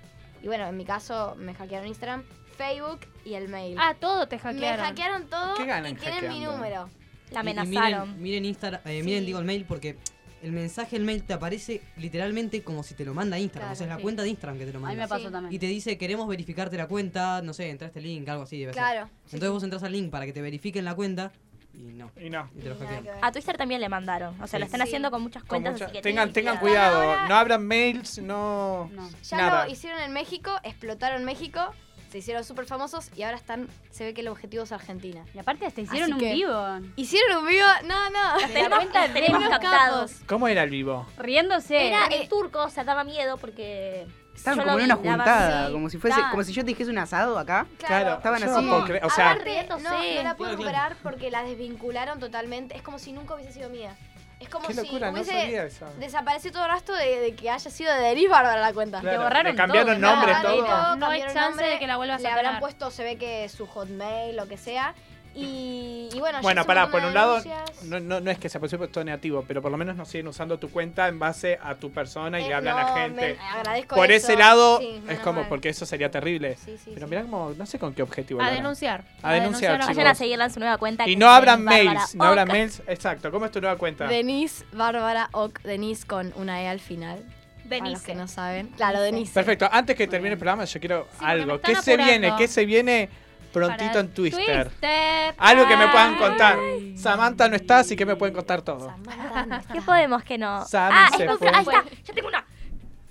Speaker 7: y bueno, en mi caso me hackearon Instagram, Facebook y el mail.
Speaker 2: Ah, todo te
Speaker 7: me
Speaker 2: hackearon.
Speaker 7: hackearon todo
Speaker 1: ¿Qué ganan
Speaker 7: y tienen mi
Speaker 1: hackeando?
Speaker 7: número.
Speaker 3: La
Speaker 6: Y- y
Speaker 3: amenazaron.
Speaker 6: miren, miren Instagram, eh, miren digo el mail porque el mensaje del mail te aparece literalmente como si te lo manda Instagram,
Speaker 7: Claro,
Speaker 6: o sea, es la
Speaker 7: sí.
Speaker 6: cuenta de Instagram que te lo
Speaker 5: A mí
Speaker 6: manda.
Speaker 5: me pasó
Speaker 7: Sí.
Speaker 5: también.
Speaker 6: Y te dice, queremos verificarte la cuenta, no sé, entraste el link, algo así debe ser.
Speaker 7: Claro.
Speaker 6: Entonces vos entras al link para que te verifiquen la cuenta y no,
Speaker 1: Y no.
Speaker 6: y te lo
Speaker 7: Nada que
Speaker 6: hackean.
Speaker 7: ver.
Speaker 3: A Twitter también le mandaron. O sea, lo
Speaker 6: Sí.
Speaker 3: están
Speaker 7: Sí.
Speaker 3: haciendo con muchas
Speaker 1: Con
Speaker 3: cuentas.
Speaker 1: mucha-
Speaker 3: así que
Speaker 1: tengan
Speaker 3: tienen
Speaker 1: tengan
Speaker 3: cuidado.
Speaker 1: cuidado. No abran mails, no.
Speaker 5: No.
Speaker 7: Ya
Speaker 1: Nada.
Speaker 7: lo hicieron en México, explotaron México, se hicieron súper famosos y ahora están, se ve que el objetivo es Argentina.
Speaker 5: Y aparte hasta hicieron
Speaker 7: Así
Speaker 5: un
Speaker 7: que-
Speaker 5: vivo.
Speaker 7: Hicieron un vivo, no, no.
Speaker 5: De la cuenta de
Speaker 3: Tenemos
Speaker 5: unos
Speaker 3: captados.
Speaker 1: ¿Cómo era el vivo?
Speaker 5: Riéndose.
Speaker 3: Era
Speaker 7: Eh,
Speaker 3: el turco, o sea, daba miedo porque.
Speaker 4: Estaban
Speaker 3: yo
Speaker 4: como
Speaker 3: lo
Speaker 4: en una
Speaker 3: vi, la
Speaker 4: juntada,
Speaker 3: sí.
Speaker 4: como si fuese,
Speaker 5: estaban.
Speaker 4: como si yo te dijese un asado acá.
Speaker 1: Claro.
Speaker 4: Estaban
Speaker 1: yo
Speaker 4: así.
Speaker 1: no puedo creer, O sea,
Speaker 7: Aparte, no, no
Speaker 3: riéndose.
Speaker 7: la
Speaker 6: Claro,
Speaker 7: pude
Speaker 6: claro.
Speaker 7: recuperar porque la desvincularon totalmente. Es como si nunca hubiese sido mía. Es como
Speaker 1: qué
Speaker 7: si
Speaker 1: locura, no sabía
Speaker 7: hubiese
Speaker 1: eso.
Speaker 7: desaparecido todo rastro de, de que haya sido de Denis Bárbara la cuenta.
Speaker 1: Claro,
Speaker 5: borraron
Speaker 1: le cambiaron
Speaker 7: todo,
Speaker 1: nombres,
Speaker 7: le
Speaker 1: todo.
Speaker 7: borraron todo.
Speaker 2: No hay
Speaker 7: cambiaron
Speaker 2: chance
Speaker 7: nombre,
Speaker 2: de que la vuelvas
Speaker 7: Le
Speaker 2: a
Speaker 7: habrán
Speaker 2: pegar.
Speaker 7: puesto, se ve que su hotmail, lo que sea. Y, y bueno, ya
Speaker 1: Bueno,
Speaker 7: hice
Speaker 1: pará,
Speaker 7: montón
Speaker 1: por
Speaker 7: de
Speaker 1: un lado,
Speaker 7: denuncias.
Speaker 1: no, no, no es que se apreció todo negativo, pero por lo menos nos siguen usando tu cuenta en base a tu persona y
Speaker 7: Eh,
Speaker 1: le hablan
Speaker 7: no,
Speaker 1: a gente.
Speaker 7: me- agradezco
Speaker 1: Por
Speaker 7: eso.
Speaker 1: ese lado,
Speaker 7: Sí,
Speaker 1: es
Speaker 7: menos
Speaker 1: como
Speaker 7: mal.
Speaker 1: porque eso sería terrible.
Speaker 7: Sí, sí,
Speaker 1: pero
Speaker 7: sí.
Speaker 1: mirá como, no sé con qué objetivo.
Speaker 2: A
Speaker 1: lo harán.
Speaker 2: denunciar.
Speaker 1: A denunciar,
Speaker 2: a-
Speaker 1: chicos.
Speaker 3: Vayan a seguirla en su nueva cuenta.
Speaker 1: Y
Speaker 3: que
Speaker 1: no
Speaker 3: es
Speaker 1: abran
Speaker 3: Bárbara
Speaker 1: mails, no
Speaker 3: Oca.
Speaker 1: abran mails. Exacto, ¿cómo es tu nueva cuenta?
Speaker 7: Denise Bárbara Oc, Denise con una E al final. Para los
Speaker 3: Denise.
Speaker 7: que no saben. Claro, Denise.
Speaker 1: Perfecto, antes que termine el programa yo quiero
Speaker 2: porque me
Speaker 1: algo.
Speaker 2: están
Speaker 1: ¿Qué se viene?
Speaker 2: apurando.
Speaker 1: ¿Qué se viene
Speaker 2: para
Speaker 1: prontito en Twister?
Speaker 2: Twister.
Speaker 1: Algo que me puedan
Speaker 2: Ay.
Speaker 1: contar. Samantha no está, así que me pueden contar todo.
Speaker 3: ¿Qué podemos que no?
Speaker 1: Sammy
Speaker 3: ah,
Speaker 1: se
Speaker 3: es muy,
Speaker 1: fue.
Speaker 3: ahí está, ya tengo una.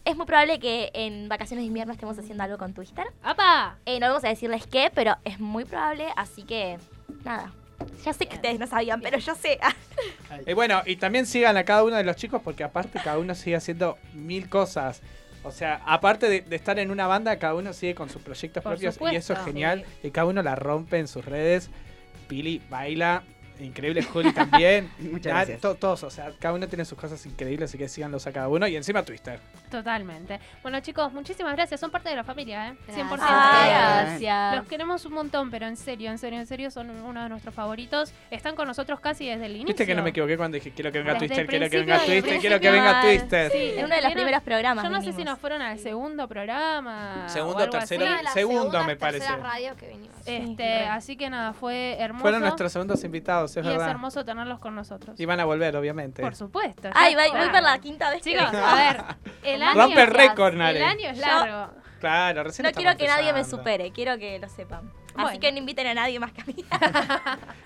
Speaker 3: Es muy probable que en vacaciones de invierno estemos haciendo algo con Twitter.
Speaker 2: ¡Apa!
Speaker 3: Eh, no vamos a decirles qué, pero es muy probable, así que nada. Ya sé que ustedes no sabían, pero yo sé.
Speaker 1: Y bueno, y también sigan a cada uno de los chicos porque aparte cada uno sigue haciendo mil cosas. O sea, aparte de, de estar en una banda, cada uno sigue con sus proyectos
Speaker 2: Por
Speaker 1: propios y eso es
Speaker 2: supuesto.
Speaker 1: genial. Y cada uno la rompe en sus redes. Pili baila, increíble Juli también.
Speaker 4: Muchas
Speaker 1: Ya,
Speaker 4: gracias.
Speaker 1: to- todos, o sea, cada uno tiene sus cosas increíbles, así que síganlos a cada uno. Y encima Twister.
Speaker 2: Totalmente. Bueno, chicos, muchísimas gracias. Son parte de la familia, ¿eh? 100%.
Speaker 3: Ah,
Speaker 7: Ay,
Speaker 5: Gracias.
Speaker 2: Los queremos un montón, pero en serio, en serio, en serio, son uno de nuestros favoritos. Están con nosotros casi desde el inicio.
Speaker 1: Viste que no me equivoqué cuando dije quiero que venga
Speaker 2: Desde el
Speaker 1: Twister, quiero que
Speaker 2: principio
Speaker 1: venga
Speaker 2: del
Speaker 1: Twister, quiero que
Speaker 2: principio.
Speaker 1: venga
Speaker 2: Mal.
Speaker 1: Twister.
Speaker 2: Sí,
Speaker 3: En uno de los
Speaker 2: ¿vieron?
Speaker 3: primeros programas.
Speaker 2: Yo no sé si
Speaker 3: vinimos.
Speaker 2: nos fueron al segundo programa.
Speaker 1: Segundo,
Speaker 2: o algo
Speaker 1: tercero.
Speaker 2: así.
Speaker 7: Una de las
Speaker 1: Segundo,
Speaker 7: segundas,
Speaker 1: me parece.
Speaker 7: terceras radios que vinimos.
Speaker 2: Este, así que nada, fue hermoso.
Speaker 1: Fueron nuestros segundos invitados, es
Speaker 2: y es
Speaker 1: verdad.
Speaker 2: hermoso tenerlos con nosotros.
Speaker 1: Y van a volver, obviamente.
Speaker 2: Por supuesto.
Speaker 3: Ay,
Speaker 2: ya
Speaker 3: voy,
Speaker 2: está.
Speaker 3: voy por la quinta vez. que
Speaker 2: Chicos,
Speaker 3: vengo.
Speaker 2: a ver, el año,
Speaker 1: Rompe el récord, Nare.
Speaker 2: el año es
Speaker 3: Yo-
Speaker 2: largo.
Speaker 1: Claro, recién
Speaker 3: No
Speaker 1: estamos
Speaker 3: quiero que nadie me
Speaker 1: empezando.
Speaker 3: supere, quiero que lo sepan. Así
Speaker 2: Bueno.
Speaker 3: que no inviten a nadie más que a mí.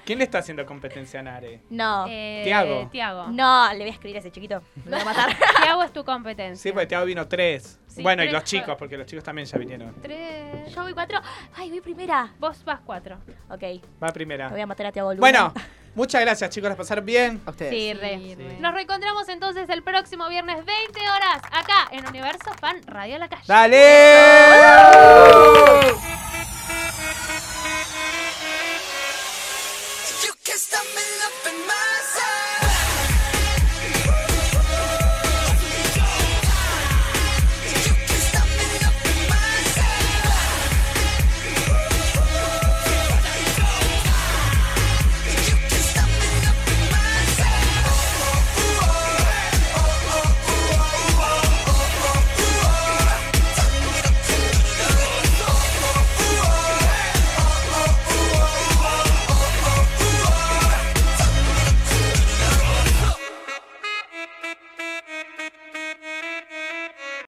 Speaker 1: ¿Quién le está haciendo competencia a Nare?
Speaker 3: No.
Speaker 2: Eh,
Speaker 1: Tiago.
Speaker 2: Tiago.
Speaker 3: No, le voy a escribir a ese chiquito. Me va a matar.
Speaker 2: Tiago es tu competencia.
Speaker 1: Sí, pues, porque Tiago vino tres.
Speaker 2: Sí,
Speaker 1: bueno, y
Speaker 2: tres
Speaker 1: los
Speaker 2: fue-
Speaker 1: chicos, porque los chicos también ya vinieron.
Speaker 2: Tres.
Speaker 3: Yo voy cuatro. Ay, voy primera.
Speaker 2: Vos vas cuatro.
Speaker 3: Ok, me
Speaker 1: Va primera.
Speaker 3: voy a matar a Tiago Luna.
Speaker 1: Bueno, muchas gracias, chicos. ¿Las pasaron bien?
Speaker 4: A ustedes.
Speaker 5: Sí, re.
Speaker 2: Nos reencontramos entonces el próximo viernes 20 horas acá en Universo Fan Radio La Calle.
Speaker 1: ¡Dale!